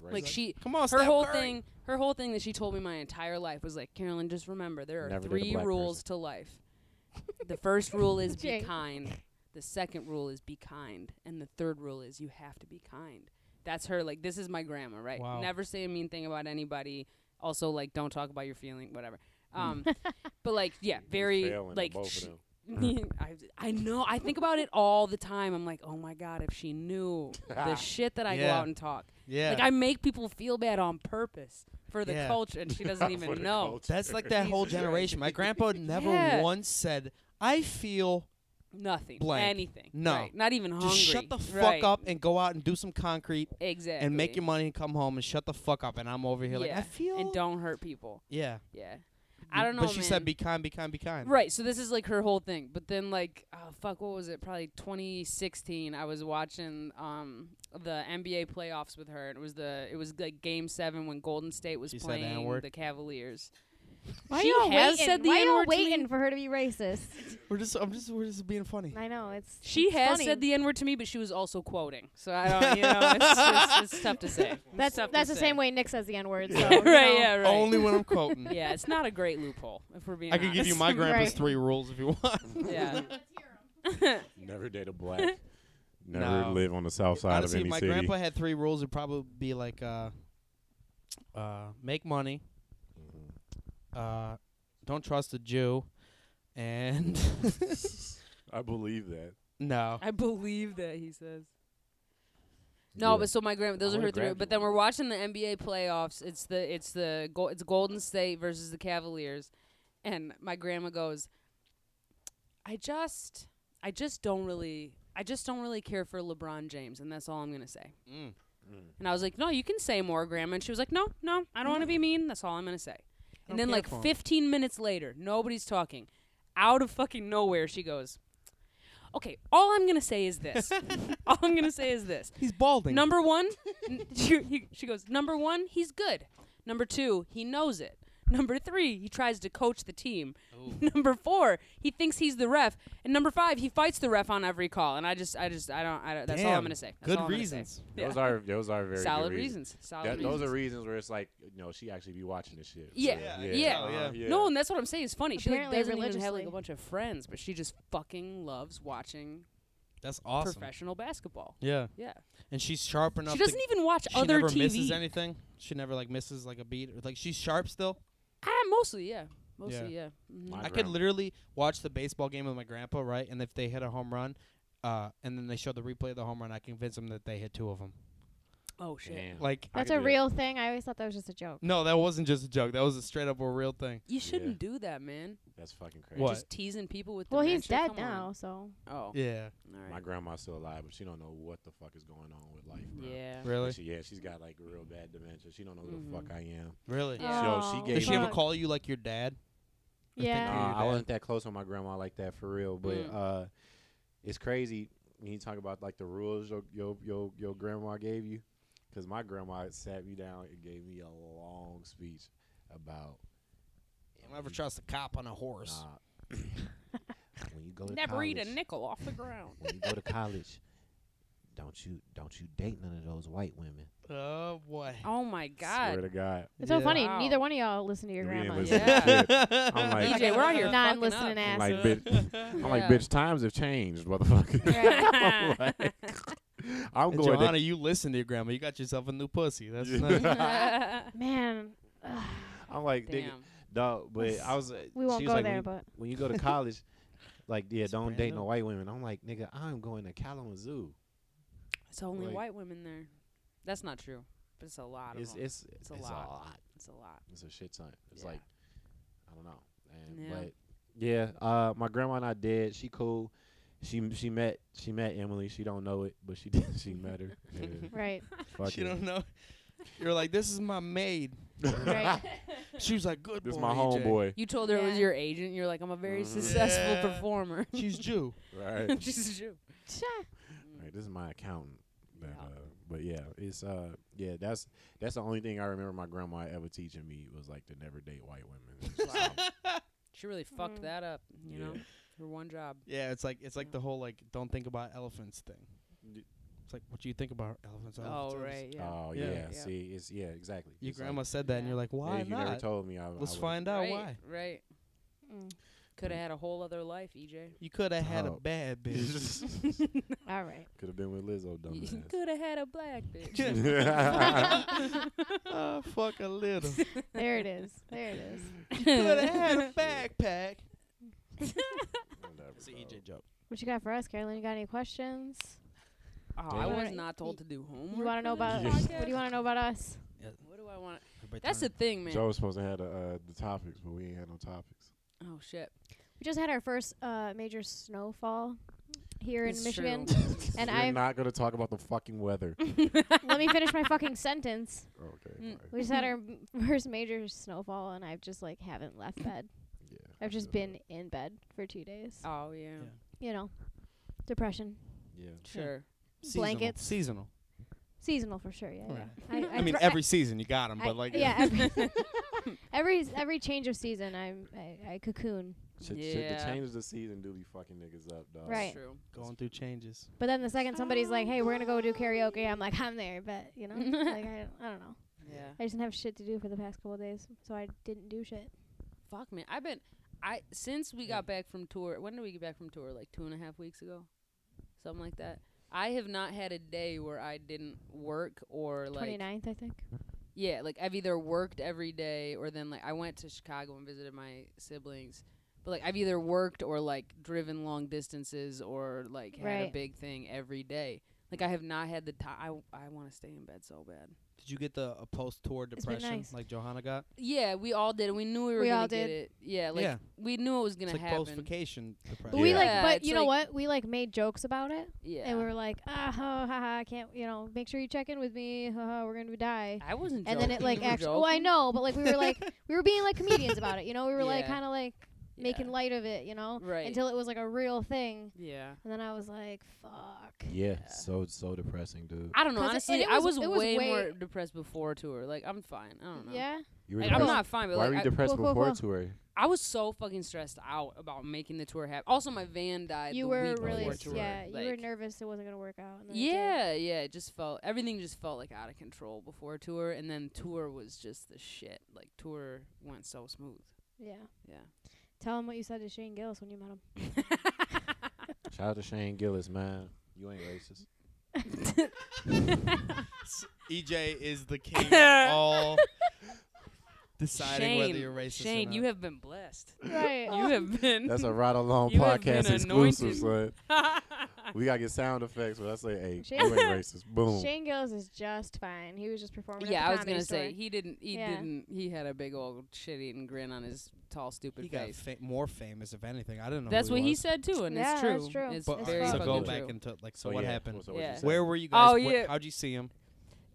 Speaker 5: Right?
Speaker 1: like she
Speaker 7: Come on,
Speaker 1: her
Speaker 7: Steph
Speaker 1: whole
Speaker 7: Curry.
Speaker 1: thing her whole thing that she told me my entire life was like, "Carolyn, just remember there are
Speaker 5: Never date a
Speaker 1: three
Speaker 5: black
Speaker 1: rules to life. the first rule is be
Speaker 6: Jake.
Speaker 1: kind. The second rule is be kind, and the third rule is you have to be kind." That's her like this is my grandma, right?
Speaker 4: Wow.
Speaker 1: Never say a mean thing about anybody. Also like don't talk about your feeling whatever. Um but like yeah, very
Speaker 5: Mm. Failing on
Speaker 1: like
Speaker 5: both
Speaker 1: she-
Speaker 5: of them.
Speaker 1: I, I know. I think about it all the time. I'm like, oh my god, if she knew the shit that I go
Speaker 4: Yeah.
Speaker 1: out and talk.
Speaker 4: Yeah.
Speaker 1: Like I make people feel bad on purpose for the
Speaker 4: Yeah.
Speaker 1: culture, and she doesn't
Speaker 5: For
Speaker 1: even
Speaker 5: the
Speaker 1: know.
Speaker 5: culture.
Speaker 4: That's like that whole
Speaker 5: Jesus
Speaker 4: generation. My grandpa never
Speaker 1: Yeah.
Speaker 4: once said, I feel
Speaker 1: Nothing.
Speaker 4: Blank.
Speaker 1: Anything.
Speaker 4: No.
Speaker 1: Right. Not even hungry.
Speaker 4: just shut the fuck
Speaker 1: Right.
Speaker 4: up and go out and do some concrete
Speaker 1: Exactly.
Speaker 4: and make your money and come home and shut the fuck up. And I'm over here like,
Speaker 1: Yeah.
Speaker 4: I feel.
Speaker 1: and don't hurt people.
Speaker 4: yeah.
Speaker 1: Yeah. I don't know.
Speaker 4: But she said,
Speaker 1: man.
Speaker 4: be kind, be kind, be kind.
Speaker 1: Right, so this is like her whole thing. But then like oh fuck, what was it? Probably 2016. I was watching um the NBA playoffs with her. And it was the it was like game 7 when Golden State was
Speaker 4: She said the
Speaker 1: playing
Speaker 4: N-word?
Speaker 1: the Cavaliers.
Speaker 6: Why
Speaker 1: she
Speaker 6: y'all
Speaker 1: has
Speaker 6: waiting?
Speaker 1: said the
Speaker 6: Why y'all
Speaker 1: N-word to me?
Speaker 6: waiting for her to be racist?
Speaker 4: We're just, I'm just, we're just being funny.
Speaker 6: I know it's.
Speaker 1: She
Speaker 6: it's
Speaker 1: has
Speaker 6: funny.
Speaker 1: said the N-word to me, but she was also quoting. So I don't you know, it's, it's, it's tough to say. It's
Speaker 6: That's
Speaker 1: tough to
Speaker 6: that's the
Speaker 1: say.
Speaker 6: same way Nick says the n word. So,
Speaker 1: right, yeah, right.
Speaker 4: Only when I'm quoting.
Speaker 1: yeah, it's not a great loophole if we're being
Speaker 7: I can give you my
Speaker 1: honest.
Speaker 7: grandpa's
Speaker 6: Right.
Speaker 7: three rules if you want.
Speaker 1: Yeah.
Speaker 5: Never date a black. Never
Speaker 4: No.
Speaker 5: live on the south side
Speaker 4: Honestly, if
Speaker 5: of any
Speaker 4: my
Speaker 5: city.
Speaker 4: grandpa had three rules. It'd probably be like, uh, uh, make money,
Speaker 5: Mm-hmm.
Speaker 4: uh, don't trust a Jew, and
Speaker 5: I believe that.
Speaker 4: no.
Speaker 1: I believe that he says. No,
Speaker 5: Yeah.
Speaker 1: but so my grandma, those are
Speaker 5: wanna
Speaker 1: her three.
Speaker 5: grab
Speaker 1: But
Speaker 5: you
Speaker 1: then
Speaker 5: one.
Speaker 1: we're watching the NBA playoffs. It's the it's the go- it's Golden State versus the Cavaliers, and my grandma goes, "I just I just don't really I just don't really care for LeBron James, and that's all I'm gonna say."
Speaker 4: Mm.
Speaker 1: And I was like, "No, you can say more, grandma." And she was like, "No, no, I don't want to be mean. That's all I'm gonna say." And then
Speaker 4: Mm. care
Speaker 1: like
Speaker 4: for 'em.
Speaker 1: 15 minutes later, nobody's talking. Out of fucking nowhere, she goes, "Okay, all I'm gonna say is this. all I'm gonna say is this.
Speaker 4: He's balding.
Speaker 1: Number one, n- she, he- she goes, number one, he's good. Number two, he knows it. Number three, he tries to coach the team. number four, he thinks he's the ref. And number five, he fights the ref on every call. And I just, I just, I don't, I don't that's all I'm
Speaker 4: Damn.
Speaker 1: gonna say. That's
Speaker 4: Good
Speaker 1: all I'm gonna say.
Speaker 4: reasons.
Speaker 1: Yeah.
Speaker 5: Those are those are very good
Speaker 1: Solid
Speaker 5: reasons.
Speaker 1: reasons. Solid
Speaker 5: That,
Speaker 1: reasons.
Speaker 5: those are reasons where it's like, you know, she actually be watching this shit.
Speaker 1: Yeah.
Speaker 5: So,
Speaker 1: Yeah.
Speaker 7: Oh, yeah.
Speaker 5: uh-huh,
Speaker 1: No, and that's what I'm saying. It's funny.
Speaker 6: Apparently
Speaker 1: she like, doesn't even have like a
Speaker 6: religiously.
Speaker 1: bunch of friends, but she just fucking loves watching
Speaker 4: That's awesome.
Speaker 1: professional basketball.
Speaker 4: Yeah,
Speaker 1: Yeah.
Speaker 4: and she's sharp enough.
Speaker 1: She
Speaker 4: to-
Speaker 1: doesn't even watch
Speaker 4: she
Speaker 1: other
Speaker 4: never
Speaker 1: TV.
Speaker 4: misses anything. She never like misses like a beat. Like she's sharp still.
Speaker 1: Ah, mostly, yeah. Mostly, yeah. Mhm.
Speaker 5: My
Speaker 4: I could
Speaker 5: grandma.
Speaker 4: literally watch the baseball game with my grandpa, right? And if they hit a home run, uh, and then they show the replay of the home run, I convince them that they hit two of them.
Speaker 1: Oh shit.
Speaker 5: Damn.
Speaker 4: Like,
Speaker 5: I
Speaker 6: That's
Speaker 5: could
Speaker 6: a
Speaker 5: do that.
Speaker 6: real thing. I always thought that was just a joke.
Speaker 4: no, that wasn't just a joke. That was a straight up a real thing.
Speaker 1: You shouldn't do that, man.
Speaker 5: That's fucking crazy.
Speaker 4: What?
Speaker 1: Just teasing people with.
Speaker 6: Well,
Speaker 1: the
Speaker 6: he's
Speaker 1: match, like,
Speaker 6: dead
Speaker 1: come on.
Speaker 6: now, so
Speaker 1: Oh.
Speaker 4: Yeah,
Speaker 1: All
Speaker 5: My
Speaker 1: right.
Speaker 5: grandma's still alive, but she don't know what the fuck is going on with life. Bro.
Speaker 1: Yeah.
Speaker 4: really,
Speaker 5: She, yeah, she's got like real bad dementia. She don't know who
Speaker 1: Mm-hmm.
Speaker 5: the fuck I am.
Speaker 4: really.
Speaker 1: Yeah.
Speaker 5: Yo, she
Speaker 6: Oh,
Speaker 5: gave
Speaker 4: Does she ever
Speaker 6: fuck.
Speaker 4: call you like your dad? think
Speaker 6: Yeah.
Speaker 4: you're
Speaker 5: Nah, I
Speaker 4: bad.
Speaker 5: wasn't that close with my grandma like that for real. But
Speaker 1: Mm.
Speaker 5: uh, it's crazy when you talk about like the rules your your your, your grandma gave you. Because my grandma sat me down and gave me a long speech about
Speaker 4: Don't ever trust a cop on a horse.
Speaker 5: nah, when you go to
Speaker 1: Never
Speaker 5: college,
Speaker 1: eat a nickel off the ground.
Speaker 5: When you go to college, don't you don't you date none of those white women.
Speaker 4: Oh boy.
Speaker 1: Oh my
Speaker 5: Swear
Speaker 1: god.
Speaker 5: to God.
Speaker 6: It's so funny.
Speaker 1: Wow.
Speaker 6: Neither one of y'all listen to your
Speaker 5: We didn't
Speaker 6: grandma.
Speaker 5: listen to
Speaker 1: Yeah.
Speaker 5: shit. I'm like,
Speaker 1: DJ, we're out here
Speaker 6: Non
Speaker 1: fucking
Speaker 5: I'm
Speaker 1: up.
Speaker 6: listening ass.
Speaker 5: like, bitch, I'm like,
Speaker 1: Yeah.
Speaker 5: bitch, times have changed, motherfucker.
Speaker 6: Right.
Speaker 5: I'm like, I'm
Speaker 4: Hey,
Speaker 5: going
Speaker 4: Johanna, you listen to your grandma. You got yourself a new pussy. That's
Speaker 5: Yeah.
Speaker 4: nice.
Speaker 6: Man,
Speaker 5: to, I'm like, nigga,
Speaker 1: Damn.
Speaker 5: dog, but I was, uh,
Speaker 6: we won't
Speaker 5: she was
Speaker 6: go
Speaker 5: like,
Speaker 6: there,
Speaker 5: when,
Speaker 6: but
Speaker 5: when you go to college, like, yeah,
Speaker 4: It's
Speaker 5: don't date no
Speaker 4: Brando.
Speaker 5: white women. I'm like, nigga, I'm going to Kalamazoo.
Speaker 1: It's only
Speaker 5: Like-
Speaker 1: white women there. That's not true. But it's a lot of
Speaker 5: It's,
Speaker 1: them.
Speaker 5: it's,
Speaker 1: a
Speaker 5: it's
Speaker 1: lot.
Speaker 5: A lot.
Speaker 1: It's a lot.
Speaker 5: It's a shit ton. It's
Speaker 1: Yeah.
Speaker 5: like I don't know. And
Speaker 1: Yeah.
Speaker 5: but yeah, uh my grandma not dead. She cool. She she met she met Emily. She don't know it, but she did she met her. And
Speaker 6: right,
Speaker 5: fuck
Speaker 4: she
Speaker 5: it.
Speaker 4: don't know. You're like, this is my maid.
Speaker 6: right.
Speaker 4: She was like, good
Speaker 5: This
Speaker 4: boy. E
Speaker 5: is my
Speaker 4: EJ."
Speaker 5: homeboy.
Speaker 1: You told her it was
Speaker 6: Yeah.
Speaker 1: your agent. You're like, I'm a very
Speaker 5: Mhm.
Speaker 1: successful
Speaker 4: Yeah.
Speaker 1: performer.
Speaker 4: She's Jew.
Speaker 5: Right.
Speaker 1: She's a Jew.
Speaker 5: right. This is my accountant. But,
Speaker 1: Mm. Yeah.
Speaker 5: uh, but yeah, it's uh yeah, that's that's the only thing I remember my grandma ever teaching me was like to never date white women. It's just, um,
Speaker 1: She really fucked
Speaker 6: Mhm.
Speaker 1: that up. You
Speaker 5: Yeah.
Speaker 1: know, her one job.
Speaker 4: Yeah, it's like it's like the whole like don't think about elephants thing.
Speaker 5: D-
Speaker 4: It's like what do you think about elephants? elephants,
Speaker 1: Oh
Speaker 4: elephants?
Speaker 1: right. Yeah.
Speaker 5: Oh yeah,
Speaker 4: Yeah.
Speaker 1: Yeah.
Speaker 5: see it's yeah, exactly.
Speaker 4: Your
Speaker 5: It's like,
Speaker 4: grandma said that, and
Speaker 1: Yeah.
Speaker 4: you're like, why
Speaker 5: if you
Speaker 4: not?
Speaker 5: never told me I, I
Speaker 4: Let's
Speaker 5: would've-
Speaker 4: find out
Speaker 1: right,
Speaker 4: why.
Speaker 1: Right.
Speaker 6: Mm.
Speaker 1: Could have had a whole other life, E EJ.
Speaker 4: You could have had a
Speaker 5: Oh.
Speaker 4: bad bitch.
Speaker 6: All right.
Speaker 5: Could have been with Lizzo,
Speaker 1: You
Speaker 5: dumbass.
Speaker 1: could have had a black bitch.
Speaker 4: oh, fuck a little.
Speaker 6: There it is. There it is.
Speaker 4: could have had a backpack. It's E an EJ joke.
Speaker 6: What you got for us, Carolyn? You got any questions?
Speaker 1: Oh,
Speaker 5: Damn.
Speaker 1: I was
Speaker 6: Alright,
Speaker 1: not
Speaker 6: y-
Speaker 1: told to do homework.
Speaker 6: You want to know
Speaker 1: for this
Speaker 6: about?
Speaker 5: Yes.
Speaker 6: What do you want to know about us?
Speaker 1: podcast? What do I want? That's the thing, man.
Speaker 5: Joe was supposed to have the, uh, the topics, but we ain't had no topics.
Speaker 1: Oh shit.
Speaker 6: We just had our first uh, major snowfall here in
Speaker 1: It's
Speaker 6: Michigan,
Speaker 1: true.
Speaker 6: and
Speaker 5: We're
Speaker 6: I
Speaker 5: not gonna talk about the fucking weather. Oh,
Speaker 6: let me finish my fucking sentence.
Speaker 5: okay.
Speaker 1: Mm.
Speaker 5: fine.
Speaker 6: We just had our m- first major snowfall, and I've just like haven't left bed.
Speaker 5: Yeah. I
Speaker 6: I've just
Speaker 5: feel
Speaker 6: been in bed for two days.
Speaker 1: Oh yeah.
Speaker 4: Yeah.
Speaker 6: You know, depression,
Speaker 5: that. Yeah.
Speaker 1: Sure.
Speaker 4: Seasonal.
Speaker 6: blankets.
Speaker 4: Seasonal.
Speaker 6: seasonal for sure. Yeah,
Speaker 4: Right.
Speaker 6: yeah. I,
Speaker 4: I mean,
Speaker 6: thr-
Speaker 4: every season you got 'em,
Speaker 6: I-
Speaker 4: but like
Speaker 6: yeah, every, every s- every change of season, I'm I, I cocoon.
Speaker 5: Shit, shit, the
Speaker 1: Yeah.
Speaker 5: changes of the season do be fucking niggas up, dog.
Speaker 6: Right.
Speaker 1: True.
Speaker 4: going through changes.
Speaker 6: But then the second somebody's like, "Hey, we're gonna go do karaoke," I'm like, "I'm there," but you know, like I, I don't know.
Speaker 1: Yeah.
Speaker 6: I just didn't have shit to do for the past couple of days, so I didn't do shit.
Speaker 1: Fuck man, I've been I since we got back from tour. When did we get back from tour? Like two and a half weeks ago, something like that. I have not had a day where I didn't work or like
Speaker 6: Twenty ninth, I think.
Speaker 1: yeah, like I've either worked every day or then like I went to Chicago and visited my siblings. But like I've either worked or like driven long distances or like had a
Speaker 6: Right.
Speaker 1: big thing every day. Like I have not had the time. I I want to stay in bed so bad.
Speaker 4: Did you get the a post tour
Speaker 6: It's been
Speaker 4: depression
Speaker 6: nice.
Speaker 4: like Johanna got?
Speaker 1: Yeah, we all did. We knew we were
Speaker 6: We
Speaker 1: gonna
Speaker 6: all
Speaker 1: get
Speaker 6: did.
Speaker 1: it. Yeah, like
Speaker 4: Yeah.
Speaker 1: we knew it was gonna
Speaker 4: It's like post
Speaker 1: happen.
Speaker 4: vacation
Speaker 6: But
Speaker 4: depression.
Speaker 6: we
Speaker 5: Yeah.
Speaker 6: like,
Speaker 1: Yeah,
Speaker 6: but
Speaker 1: it's
Speaker 6: you know
Speaker 1: like-
Speaker 6: what? We like made jokes about it,
Speaker 1: Yeah,
Speaker 6: and we were like, "Ah, ha, ha, ha, can't you know? Make sure you check in with me. Ha, ha, we're gonna die."
Speaker 1: I wasn't.
Speaker 6: And then it
Speaker 1: joking.
Speaker 6: like
Speaker 1: You were
Speaker 6: actually, well, I
Speaker 1: joking?
Speaker 6: know, but like we were like we were being like comedians about it, you know. We were like
Speaker 1: Yeah.
Speaker 6: kind of like making light of it, you know,
Speaker 1: Right.
Speaker 6: until it was like a real thing.
Speaker 1: Yeah.
Speaker 6: And then I was like, fuck.
Speaker 5: Yeah, so so depressing, dude.
Speaker 1: I don't know.
Speaker 6: 'Cause it-
Speaker 1: Honestly,
Speaker 6: and it
Speaker 1: I
Speaker 6: was-
Speaker 1: was,
Speaker 6: it was
Speaker 1: way,
Speaker 6: way-
Speaker 1: more depressed before tour. Like I'm fine. I don't know.
Speaker 6: Yeah.
Speaker 5: You
Speaker 1: Like, I'm
Speaker 5: depressed-
Speaker 1: not fine, but
Speaker 5: Why
Speaker 1: like
Speaker 5: were you
Speaker 1: I-
Speaker 5: depressed
Speaker 6: Cool, cool,
Speaker 5: before
Speaker 6: cool.
Speaker 5: tour?
Speaker 1: I was so fucking stressed out about making the tour happen. Also, my van died.
Speaker 6: You
Speaker 1: the
Speaker 6: were
Speaker 1: week
Speaker 6: really,
Speaker 1: before
Speaker 6: s-
Speaker 1: tour.
Speaker 6: yeah, you were
Speaker 1: like-
Speaker 6: nervous it wasn't going to work out. and then it did.
Speaker 1: Yeah, yeah. It just felt everything just felt like out of control before tour, and then tour was just the shit. Like tour went so smooth.
Speaker 6: Yeah.
Speaker 1: Yeah.
Speaker 6: Tell him what you said to Shane Gillis when you met him.
Speaker 5: Shout out to Shane Gillis, man. You ain't racist.
Speaker 4: E
Speaker 7: EJ is the king of all deciding
Speaker 1: Shane,
Speaker 7: whether you're racist or
Speaker 1: Shane,
Speaker 7: not.
Speaker 1: you have been blessed.
Speaker 6: Right.
Speaker 1: you have been.
Speaker 5: That's a ride along
Speaker 1: You have been
Speaker 5: podcast exclusive, son.
Speaker 1: anointed.
Speaker 5: We gotta get sound effects when I say, "Hey,
Speaker 6: Shane-
Speaker 5: you ain't racist." Boom.
Speaker 6: Shane Gillis is just fine. He was just performing.
Speaker 1: yeah, I
Speaker 6: at the
Speaker 1: was gonna
Speaker 6: Comedy Store.
Speaker 1: say he didn't. He
Speaker 6: Yeah.
Speaker 1: didn't. He had a big old shit-eating grin on his tall, stupid
Speaker 4: He got
Speaker 1: face.
Speaker 4: fa- more famous, if anything. I didn't know.
Speaker 1: That's
Speaker 4: who
Speaker 1: what he
Speaker 4: was.
Speaker 1: said too, and
Speaker 6: Yeah,
Speaker 1: it's true.
Speaker 6: that's true.
Speaker 1: It's
Speaker 6: But-
Speaker 1: very
Speaker 6: so
Speaker 1: fucking
Speaker 4: to go
Speaker 1: true.
Speaker 4: back into like, so, what
Speaker 5: Oh, yeah,
Speaker 4: happened?
Speaker 5: so what you
Speaker 1: Yeah.
Speaker 5: said.
Speaker 4: Where were you guys?
Speaker 1: Oh,
Speaker 4: Wh-
Speaker 1: yeah.
Speaker 4: How'd you see him?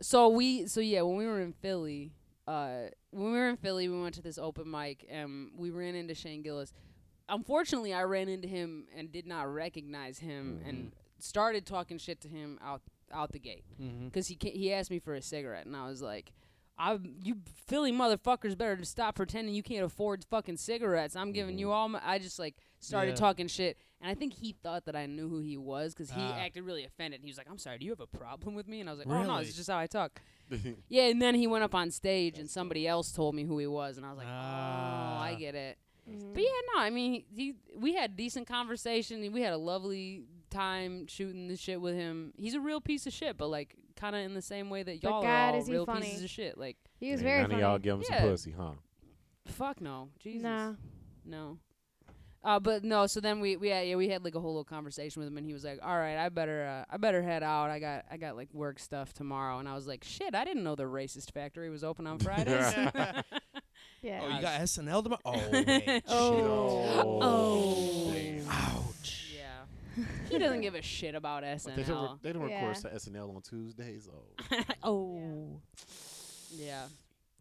Speaker 1: So we so yeah, when we were in Philly, uh when we were in Philly, we went to this open mic and we ran into Shane Gillis. Unfortunately, I ran into him and did not recognize him and started talking shit to him out out the gate
Speaker 4: Mm-hmm.
Speaker 1: cuz he ca- he asked me for a cigarette and I was like I you Philly motherfuckers better just stop pretending you can't afford fucking cigarettes. I'm giving you all my I just like
Speaker 4: Mm-hmm.
Speaker 1: started
Speaker 4: Yeah.
Speaker 1: talking shit and I think he thought that I knew who he was cuz he
Speaker 4: Ah.
Speaker 1: acted really offended. He was like, "I'm sorry, do you have a problem with me?" And I was like, "Oh no,
Speaker 4: Really?
Speaker 1: it's just how I talk." Yeah, and then he went up on stage and somebody else told me who he was, and I was like, oh, I
Speaker 4: Ah.
Speaker 1: get it.
Speaker 6: Mm-hmm.
Speaker 1: But yeah, no, I mean, he, we had decent conversation. and We had a lovely time shooting the shit with him. He's a real piece of shit, but like kind of in the same way that
Speaker 6: But
Speaker 1: y'all
Speaker 6: God,
Speaker 1: are all
Speaker 6: is he
Speaker 1: real
Speaker 6: funny.
Speaker 1: pieces of shit. Like,
Speaker 6: He was
Speaker 5: Ain't
Speaker 6: very
Speaker 5: none
Speaker 6: funny.
Speaker 5: of y'all give him
Speaker 1: Yeah.
Speaker 5: some pussy, huh?
Speaker 1: fuck no, Jesus,
Speaker 6: Nah.
Speaker 1: no. Uh, but no, so then we we had, yeah we had like a whole little conversation with him, and he was like, "All right, I better uh, I better head out. I got I got like work stuff tomorrow." And I was like, "Shit, I didn't know the racist factory was open on Fridays."
Speaker 6: Yeah.
Speaker 4: Oh,
Speaker 1: Uh,
Speaker 4: you got SNL tomorrow. Oh, wait.
Speaker 5: Oh.
Speaker 1: Oh.
Speaker 5: Damn.
Speaker 4: Ouch.
Speaker 1: Yeah. He doesn't give a shit about
Speaker 5: But They don't, re-
Speaker 1: SNL.
Speaker 5: they don't
Speaker 6: Yeah.
Speaker 5: record s- SNL on Tuesdays. Oh,
Speaker 1: oh. Yeah.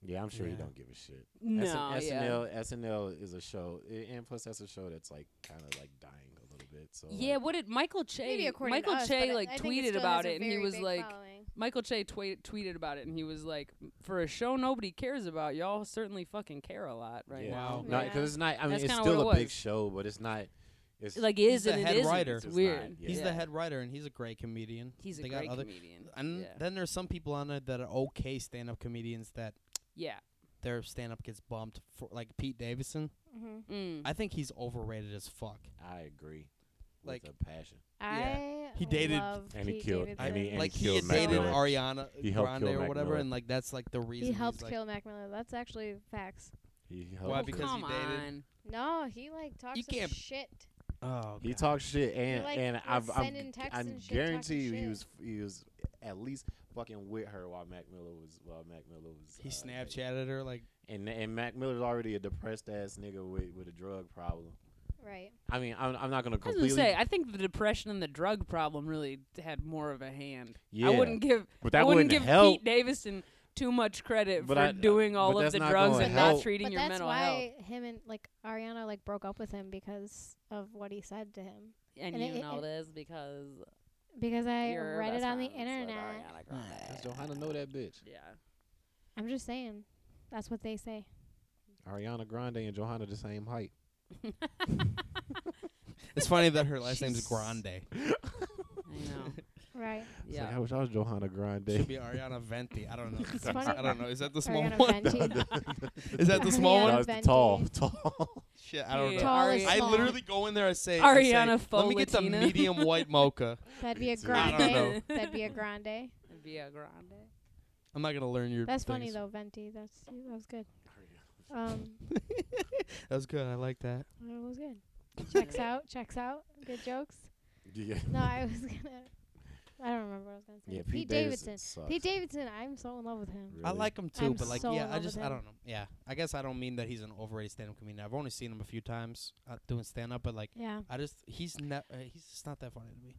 Speaker 5: yeah, I'm sure he
Speaker 4: Yeah.
Speaker 5: don't give a shit.
Speaker 1: No.
Speaker 5: SN-
Speaker 1: yeah.
Speaker 5: SNL SNL is a show, i- and plus that's a show that's like kind of like dying a little bit. So
Speaker 1: Yeah.
Speaker 5: like,
Speaker 1: What did Michael Che?
Speaker 6: Maybe according
Speaker 1: Michael
Speaker 6: to us, but
Speaker 1: Che
Speaker 6: I-
Speaker 1: like
Speaker 6: I think it
Speaker 1: tweeted
Speaker 6: still
Speaker 1: about
Speaker 6: has a
Speaker 1: it, and he
Speaker 6: very
Speaker 1: was
Speaker 6: big
Speaker 1: like,
Speaker 6: following.
Speaker 1: Michael Che tweet, tweeted about it, and he was like, for a show nobody cares about, y'all certainly fucking care a lot right
Speaker 5: yeah.
Speaker 1: now.
Speaker 4: Wow.
Speaker 5: no,
Speaker 6: Yeah.
Speaker 5: because it's not. I mean,
Speaker 1: That's
Speaker 5: it's
Speaker 1: kinda
Speaker 5: still
Speaker 1: what
Speaker 5: a
Speaker 1: it
Speaker 5: big
Speaker 1: was.
Speaker 5: show, but it's not. It's
Speaker 1: Like it is
Speaker 4: the
Speaker 1: and it
Speaker 4: head
Speaker 1: isn't.
Speaker 4: writer.
Speaker 1: It's
Speaker 5: It's
Speaker 1: weird.
Speaker 5: not, yeah.
Speaker 4: He's
Speaker 1: yeah.
Speaker 4: the head writer, and he's a great comedian.
Speaker 1: He's a
Speaker 4: They got
Speaker 1: great
Speaker 4: other-
Speaker 1: comedian.
Speaker 4: And
Speaker 1: yeah.
Speaker 4: then there's some people on there that are okay stand-up comedians that
Speaker 1: yeah.
Speaker 4: their stand-up gets bumped for, like Pete Davidson.
Speaker 6: Mhm.
Speaker 1: Mm.
Speaker 4: I think he's overrated as fuck.
Speaker 5: I agree.
Speaker 4: Like-
Speaker 5: with a passion.
Speaker 6: I
Speaker 4: He dated-
Speaker 6: love
Speaker 5: And he
Speaker 6: Pete
Speaker 5: killed-
Speaker 6: Davidson.
Speaker 5: I mean, and
Speaker 4: like
Speaker 5: he
Speaker 4: he,
Speaker 5: killed
Speaker 4: had
Speaker 5: Mac
Speaker 4: dated
Speaker 5: Miller.
Speaker 4: Ariana
Speaker 5: He helped
Speaker 4: Grande
Speaker 5: kill
Speaker 4: or
Speaker 5: Mac
Speaker 4: whatever,
Speaker 5: Miller.
Speaker 4: and like that's like the reason
Speaker 6: he helped
Speaker 4: he's, like,
Speaker 6: kill Mac Miller. That's actually facts.
Speaker 5: He he
Speaker 4: Why?
Speaker 1: Oh,
Speaker 5: helped
Speaker 4: Because
Speaker 5: him.
Speaker 1: come
Speaker 4: he dated-
Speaker 1: on.
Speaker 6: No, he like talks
Speaker 4: You
Speaker 6: some
Speaker 4: can't-
Speaker 6: shit.
Speaker 4: Oh,
Speaker 5: He
Speaker 4: God.
Speaker 5: talks shit, and
Speaker 6: like,
Speaker 5: and
Speaker 6: was
Speaker 5: I've, I'm
Speaker 6: sending texts
Speaker 5: I
Speaker 6: and shit,
Speaker 5: guarantee
Speaker 6: talking
Speaker 5: you he
Speaker 6: shit.
Speaker 5: was he was at least fucking with her while Mac Miller was while Mac Miller was.
Speaker 4: He
Speaker 5: uh, dating.
Speaker 4: Snapchatted her like
Speaker 5: and and Mac Miller's already a depressed ass nigga with with a drug problem.
Speaker 6: Right.
Speaker 5: I mean, I'm I'm not gonna
Speaker 1: I was gonna
Speaker 5: completely.
Speaker 1: say, I think the depression and the drug problem really had more of a hand.
Speaker 5: yeah,
Speaker 1: I wouldn't give
Speaker 5: but
Speaker 1: I
Speaker 5: that
Speaker 1: wouldn't,
Speaker 5: wouldn't,
Speaker 1: give
Speaker 5: help.
Speaker 1: Pete Davidson too much credit
Speaker 5: But
Speaker 1: for
Speaker 5: I- uh,
Speaker 1: doing all
Speaker 5: but
Speaker 1: of
Speaker 5: that's
Speaker 1: the
Speaker 5: not
Speaker 1: drugs
Speaker 5: gonna
Speaker 1: and
Speaker 5: help.
Speaker 1: not treating
Speaker 6: but
Speaker 1: your
Speaker 6: that's
Speaker 1: mental health.
Speaker 6: why him and like Ariana like broke up with him because of what he said to him.
Speaker 1: And,
Speaker 6: and
Speaker 1: you
Speaker 6: it-
Speaker 1: know
Speaker 6: it-
Speaker 1: this because
Speaker 6: Because I
Speaker 1: you're
Speaker 6: read it
Speaker 1: best
Speaker 6: on the
Speaker 1: friends with
Speaker 6: internet.
Speaker 1: Ariana Grande.
Speaker 5: Does Johanna know that bitch?
Speaker 1: Yeah.
Speaker 6: I'm just saying, that's what they say.
Speaker 5: Ariana Grande and Johanna the same height.
Speaker 4: it's funny that her last name's Grande.
Speaker 1: I know.
Speaker 6: Right.
Speaker 5: It's like,
Speaker 1: Yeah.
Speaker 5: I wish I was Johanna
Speaker 4: Should
Speaker 5: Grande.
Speaker 4: be Ariana Venti. I don't know.
Speaker 6: It's funny.
Speaker 7: I don't know. Is that the small
Speaker 6: Ariana
Speaker 7: one?
Speaker 6: Grande.
Speaker 7: Is that the small
Speaker 5: no,
Speaker 7: one?
Speaker 6: Ariana
Speaker 5: it's the
Speaker 6: Grande.
Speaker 5: tall, tall.
Speaker 7: Shit, I don't
Speaker 1: Yeah.
Speaker 7: know.
Speaker 6: Tall
Speaker 1: Ari-
Speaker 6: is
Speaker 7: I
Speaker 6: small.
Speaker 7: literally go in there. I say, I
Speaker 1: Ariana
Speaker 7: say let me
Speaker 1: Faux
Speaker 7: get
Speaker 1: Latina."
Speaker 7: the medium white mocha.
Speaker 6: That'd be a
Speaker 5: too. I
Speaker 7: don't
Speaker 6: grande. That'd be a grande.
Speaker 1: Via Grande.
Speaker 4: I'm not gonna learn your.
Speaker 6: That's funny
Speaker 4: things.
Speaker 6: though, Venti. That's that was good. Um,
Speaker 4: That was good. I like that.
Speaker 6: that was good. Checks out. Checks out. Good jokes.
Speaker 5: yeah,
Speaker 6: No, I was gonna. I don't remember what I was gonna say.
Speaker 5: yeah.
Speaker 6: Pete, Davidson.
Speaker 5: sucks.
Speaker 6: Pete Davidson. I'm so in love with him.
Speaker 4: I
Speaker 5: Really?
Speaker 4: like him too,
Speaker 6: I'm
Speaker 4: but like,
Speaker 6: so in
Speaker 4: yeah, I
Speaker 6: love
Speaker 4: just,
Speaker 6: with
Speaker 4: I
Speaker 6: him.
Speaker 4: don't know. Yeah, I guess I don't mean that he's an overrated stand-up comedian. I've only seen him a few times uh, doing stand-up, but like,
Speaker 6: Yeah.
Speaker 4: I just, he's not, uh, he's just not that funny to me.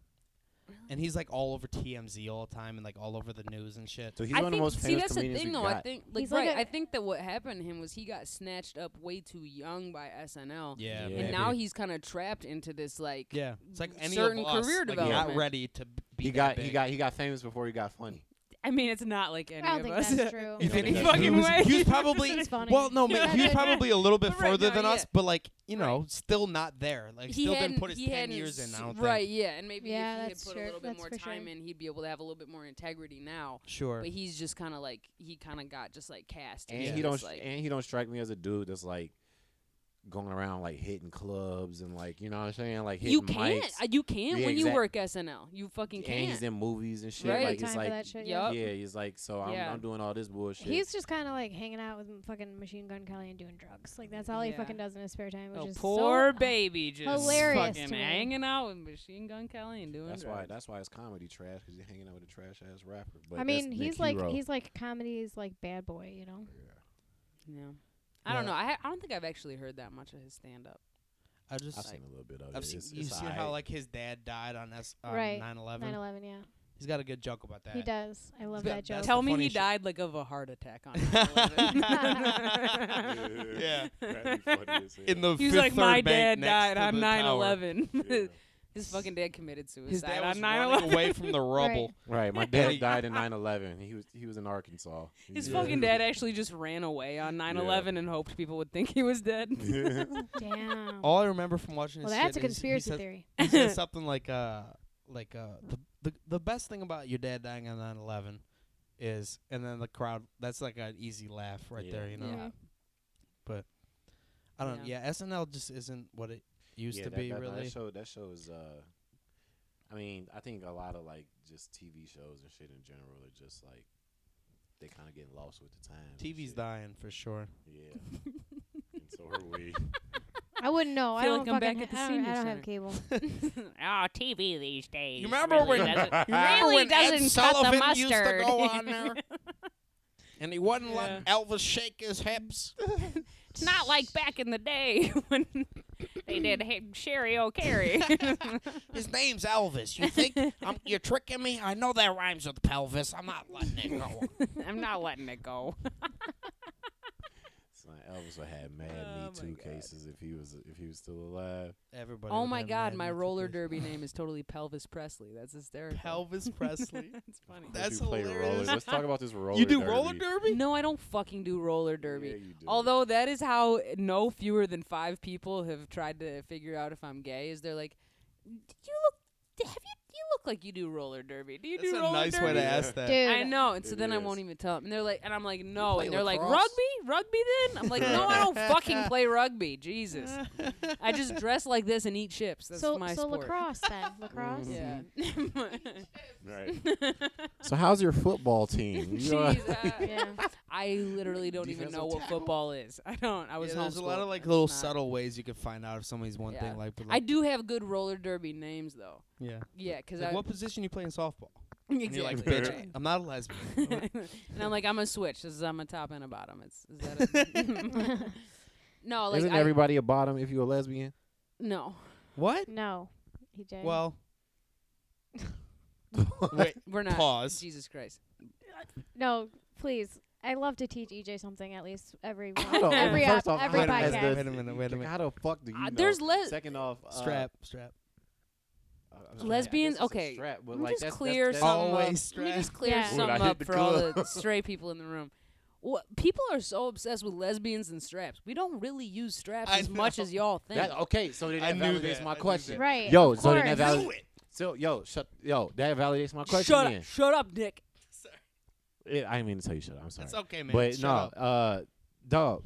Speaker 4: and he's like all over TMZ all the time and like all over the news and shit.
Speaker 5: So he's
Speaker 1: I
Speaker 5: one of the
Speaker 1: think-
Speaker 5: most
Speaker 1: see,
Speaker 5: famous
Speaker 1: that's the
Speaker 5: comedians
Speaker 1: thing,
Speaker 5: you
Speaker 1: though. I
Speaker 5: got.
Speaker 1: think, like,
Speaker 6: He's like
Speaker 1: right.
Speaker 6: a-
Speaker 1: I think that what happened to him was he got snatched up way too young by SNL,
Speaker 4: Yeah,
Speaker 5: Yeah.
Speaker 1: and
Speaker 4: maybe.
Speaker 1: now he's kind of trapped into this like.
Speaker 4: yeah, it's like any
Speaker 1: certain
Speaker 4: of us,
Speaker 1: career
Speaker 4: like, not
Speaker 1: development.
Speaker 4: ready to b- be
Speaker 5: he
Speaker 4: that
Speaker 5: got he
Speaker 4: big.
Speaker 5: got he got famous before he got funny.
Speaker 1: I mean, it's not like any
Speaker 6: I don't
Speaker 1: of
Speaker 6: think
Speaker 1: us.
Speaker 6: that's true.
Speaker 5: You think
Speaker 1: any
Speaker 5: that's
Speaker 1: fucking
Speaker 5: true?
Speaker 1: way.
Speaker 4: He was probably-
Speaker 6: He's funny.
Speaker 4: Well, no, ma- he was probably a little bit
Speaker 1: Right,
Speaker 4: further
Speaker 1: no,
Speaker 4: than
Speaker 1: yeah.
Speaker 4: us, but like you
Speaker 1: Right.
Speaker 4: know, still not there. Like
Speaker 1: he
Speaker 4: still
Speaker 1: hadn't-
Speaker 4: didn't put his
Speaker 1: he
Speaker 4: ten
Speaker 1: hadn't
Speaker 4: years in. I
Speaker 1: s-
Speaker 4: don't
Speaker 1: right,
Speaker 4: think.
Speaker 1: yeah, and maybe
Speaker 6: Yeah,
Speaker 1: if he had
Speaker 6: that's
Speaker 1: put
Speaker 6: true.
Speaker 1: a little bit
Speaker 6: That's
Speaker 1: more
Speaker 6: for sure.
Speaker 1: time in, he'd be able to have a little bit more integrity now.
Speaker 4: Sure.
Speaker 1: But he's just kind of like he kind of got just like cast.
Speaker 5: And
Speaker 1: into
Speaker 5: he
Speaker 1: this,
Speaker 5: don't
Speaker 1: like,
Speaker 5: and he don't strike me as a dude that's like going around like hitting clubs and like you know what I'm saying like hitting
Speaker 1: you can't.
Speaker 5: mics.
Speaker 1: uh, You can't
Speaker 5: Yeah,
Speaker 1: when you
Speaker 5: exact-
Speaker 1: work SNL. You fucking
Speaker 5: and he's
Speaker 1: can't.
Speaker 5: in movies and shit.
Speaker 1: Right.
Speaker 5: Like
Speaker 6: Time
Speaker 5: it's
Speaker 6: for
Speaker 5: like
Speaker 6: that shit,
Speaker 1: yeah.
Speaker 5: yeah, he's like so I'm,
Speaker 1: Yeah.
Speaker 5: I'm doing all this bullshit.
Speaker 6: He's just kind of like hanging out with m- fucking Machine Gun Kelly and doing drugs. Like that's all he
Speaker 1: Yeah.
Speaker 6: fucking does in his spare time, which
Speaker 1: Oh,
Speaker 6: is so
Speaker 1: poor
Speaker 6: un-
Speaker 1: baby, just
Speaker 6: hilarious
Speaker 1: fucking
Speaker 6: to me.
Speaker 1: hanging out with Machine Gun Kelly and doing
Speaker 5: that's why
Speaker 1: drugs.
Speaker 5: that's why it's comedy trash because he's hanging out with a trash ass rapper. But
Speaker 6: I
Speaker 5: that's
Speaker 6: mean,
Speaker 5: Nick
Speaker 6: he's like
Speaker 5: Hero.
Speaker 6: he's like comedy's like bad boy, you know.
Speaker 1: Yeah. I don't
Speaker 4: Yeah.
Speaker 1: know. I ha- I don't think I've actually heard that much of his stand up.
Speaker 4: I just.
Speaker 5: I've seen a little bit of
Speaker 4: I've
Speaker 5: it.
Speaker 4: seen,
Speaker 5: It's-
Speaker 4: you
Speaker 5: it's
Speaker 4: see how
Speaker 5: aight.
Speaker 4: like his dad died on S on
Speaker 6: Right.
Speaker 4: 9/11.
Speaker 6: 9/11, yeah.
Speaker 4: He's got a good joke about that.
Speaker 6: He does. I love
Speaker 4: Th-
Speaker 6: that joke.
Speaker 4: that's
Speaker 1: Tell
Speaker 4: the
Speaker 1: me
Speaker 4: funny
Speaker 1: he
Speaker 4: shit.
Speaker 1: died like of a heart attack on.
Speaker 7: Yeah.
Speaker 5: That'd be funny as hell.
Speaker 7: In the
Speaker 1: He was
Speaker 7: fifth
Speaker 1: like,
Speaker 7: third
Speaker 1: my
Speaker 7: bank
Speaker 1: dad
Speaker 7: next
Speaker 1: died
Speaker 7: to
Speaker 1: on
Speaker 7: the tower."
Speaker 1: 9/11.
Speaker 5: Yeah.
Speaker 1: His fucking dad committed suicide
Speaker 4: His dad
Speaker 1: on
Speaker 4: was
Speaker 1: 9/11.
Speaker 4: running away from the
Speaker 6: Right.
Speaker 4: rubble.
Speaker 5: Right, my
Speaker 7: He-
Speaker 5: dad died in 9/11. He was he was in Arkansas. He
Speaker 1: His
Speaker 5: was-
Speaker 1: fucking dad actually just ran away on 9/11 and hoped people would think he was dead.
Speaker 6: Damn.
Speaker 4: All I remember from watching
Speaker 6: well,
Speaker 4: his
Speaker 6: that's a
Speaker 4: shit is he
Speaker 6: conspiracy
Speaker 4: said-
Speaker 6: theory.
Speaker 4: he said something like uh like uh the, the the best thing about your dad dying on 9/11 is and then the crowd that's like an easy laugh right
Speaker 5: Yeah.
Speaker 4: there, you know.
Speaker 1: Yeah.
Speaker 4: But I don't yeah. SNL just isn't what it used
Speaker 5: Yeah,
Speaker 4: to
Speaker 5: that-
Speaker 4: be
Speaker 5: that, that
Speaker 4: really.
Speaker 5: show that show is. Uh, I mean, I think a lot of like just TV shows and shit in general are just like they kind of getting lost with the times. and
Speaker 4: TV's
Speaker 5: shit.
Speaker 4: dying for sure.
Speaker 5: Yeah. and so are we.
Speaker 6: I wouldn't know. I
Speaker 1: Feel
Speaker 6: don't
Speaker 1: like I'm
Speaker 6: fucking
Speaker 1: back at
Speaker 6: ha-
Speaker 1: the
Speaker 6: I don't,
Speaker 1: senior
Speaker 6: I don't
Speaker 1: center.
Speaker 6: have cable.
Speaker 1: Ah, TV these days.
Speaker 4: You remember really when-
Speaker 1: doesn't,
Speaker 6: remember when Ed Sullivan
Speaker 4: used to go on there? and he wouldn't
Speaker 1: let
Speaker 4: Elvis shake his hips.
Speaker 1: It's not like back in the day when they did Sherry O'Carey.
Speaker 4: His name's Elvis. You think I'm, you're tricking me? I know that rhymes with pelvis. I'm not letting it go.
Speaker 1: I'm not letting it go.
Speaker 5: It's like Elvis would have mad
Speaker 1: Oh
Speaker 5: Me
Speaker 1: my
Speaker 5: Too
Speaker 1: God.
Speaker 5: cases if he was if he was still alive.
Speaker 4: Everybody.
Speaker 1: Oh
Speaker 4: would
Speaker 1: my
Speaker 4: have
Speaker 1: God,
Speaker 4: mad
Speaker 1: my
Speaker 4: mental
Speaker 1: roller
Speaker 4: issues.
Speaker 1: derby name is totally Pelvis Presley. That's hysterical.
Speaker 4: Pelvis Presley.
Speaker 1: That's funny.
Speaker 5: Let
Speaker 4: That's
Speaker 5: you play roller-
Speaker 4: hilarious.
Speaker 5: Let's talk about this roller.
Speaker 4: you do roller
Speaker 5: derby.
Speaker 4: derby?
Speaker 1: No, I don't fucking do roller
Speaker 5: Yeah,
Speaker 1: derby.
Speaker 5: you do.
Speaker 1: Although that is how no fewer than five people have tried to figure out if I'm gay. Is they're like, "D- you look, have you, you look like you do roller derby. Do you
Speaker 7: That's
Speaker 1: do
Speaker 7: a
Speaker 1: roller
Speaker 7: nice
Speaker 1: derby?
Speaker 7: way to
Speaker 5: derby?
Speaker 7: ask that.
Speaker 6: Dude,
Speaker 1: I know, and so
Speaker 5: It
Speaker 1: then I
Speaker 5: is.
Speaker 1: won't even tell them. And they're like, and I'm like, no.
Speaker 5: play
Speaker 1: And they're like,
Speaker 5: lacrosse?
Speaker 1: rugby, rugby. Then I'm like, no, I don't fucking play rugby. Jesus, I just dress like this and eat chips. That's
Speaker 6: so
Speaker 1: my
Speaker 6: so
Speaker 1: sport. Mm-hmm.
Speaker 6: lacrosse then lacrosse.
Speaker 1: Yeah.
Speaker 5: Right. so how's your football team? You, uh,
Speaker 1: Jeez, uh,
Speaker 6: Yeah.
Speaker 1: I literally don't even
Speaker 5: Defensive
Speaker 1: know what
Speaker 5: tackle.
Speaker 1: football is. I don't. I was
Speaker 4: there's a lot
Speaker 1: homeschooled.
Speaker 4: of like
Speaker 1: It's
Speaker 4: little
Speaker 1: not-
Speaker 4: subtle ways you could find out if somebody's one
Speaker 1: Yeah.
Speaker 4: thing. Like, but,
Speaker 1: I
Speaker 4: like
Speaker 1: do have good roller derby names though.
Speaker 4: yeah.
Speaker 1: Yeah, because
Speaker 4: Like,
Speaker 1: I
Speaker 4: what position you play in softball? And you're like,
Speaker 1: exactly.
Speaker 4: bitch, I'm not a lesbian.
Speaker 1: right. and I'm like, I'm a switch. This is I'm a top and a bottom. It's is that a no, like
Speaker 5: isn't
Speaker 1: I,
Speaker 5: everybody a bottom if you're a lesbian?
Speaker 1: no.
Speaker 4: what?
Speaker 6: No. EJ.
Speaker 4: Well,
Speaker 7: Wait,
Speaker 1: We're not.
Speaker 7: Pause.
Speaker 1: Jesus Christ.
Speaker 6: No, please. I love to teach EJ something at least every one-
Speaker 5: Hold on,
Speaker 6: every
Speaker 5: first
Speaker 6: op-
Speaker 5: off,
Speaker 6: every
Speaker 5: how
Speaker 4: as
Speaker 5: does
Speaker 6: podcast.
Speaker 4: the- Wait a minute, wait a minute.
Speaker 5: How the fuck do you
Speaker 1: Uh,
Speaker 5: know?
Speaker 1: there's le-
Speaker 5: Second off, uh,
Speaker 4: strap, strap.
Speaker 5: uh, I was gonna say, I
Speaker 1: Lesbians?
Speaker 5: guess it's a
Speaker 1: Okay,
Speaker 5: Strap, but
Speaker 1: Let me
Speaker 5: like
Speaker 1: just
Speaker 5: that's,
Speaker 1: clear
Speaker 5: that's, that's,
Speaker 1: some up.
Speaker 4: Always
Speaker 1: Let me just clear
Speaker 6: Yeah.
Speaker 5: Would I
Speaker 1: some
Speaker 5: hit
Speaker 1: up
Speaker 5: the
Speaker 1: for all the
Speaker 5: glove?
Speaker 1: stray people in the room. What, people are so obsessed with lesbians and straps. We don't really use straps
Speaker 7: I
Speaker 1: as much
Speaker 7: know.
Speaker 1: as y'all think.
Speaker 5: that, okay, so then
Speaker 7: I
Speaker 5: that
Speaker 7: knew
Speaker 5: validates
Speaker 7: that, I
Speaker 5: my
Speaker 7: knew
Speaker 5: question.
Speaker 7: that.
Speaker 6: Right.
Speaker 5: Yo,
Speaker 6: of
Speaker 5: so then
Speaker 6: course.
Speaker 5: that validates. So yo, shut yo, that validates my question.
Speaker 1: shut
Speaker 5: then.
Speaker 1: up! Shut up, Nick.
Speaker 5: It- I didn't mean to tell you shut up. I'm sorry.
Speaker 7: It's okay, man.
Speaker 5: But
Speaker 7: Shut
Speaker 5: no,
Speaker 7: up.
Speaker 5: uh, dog.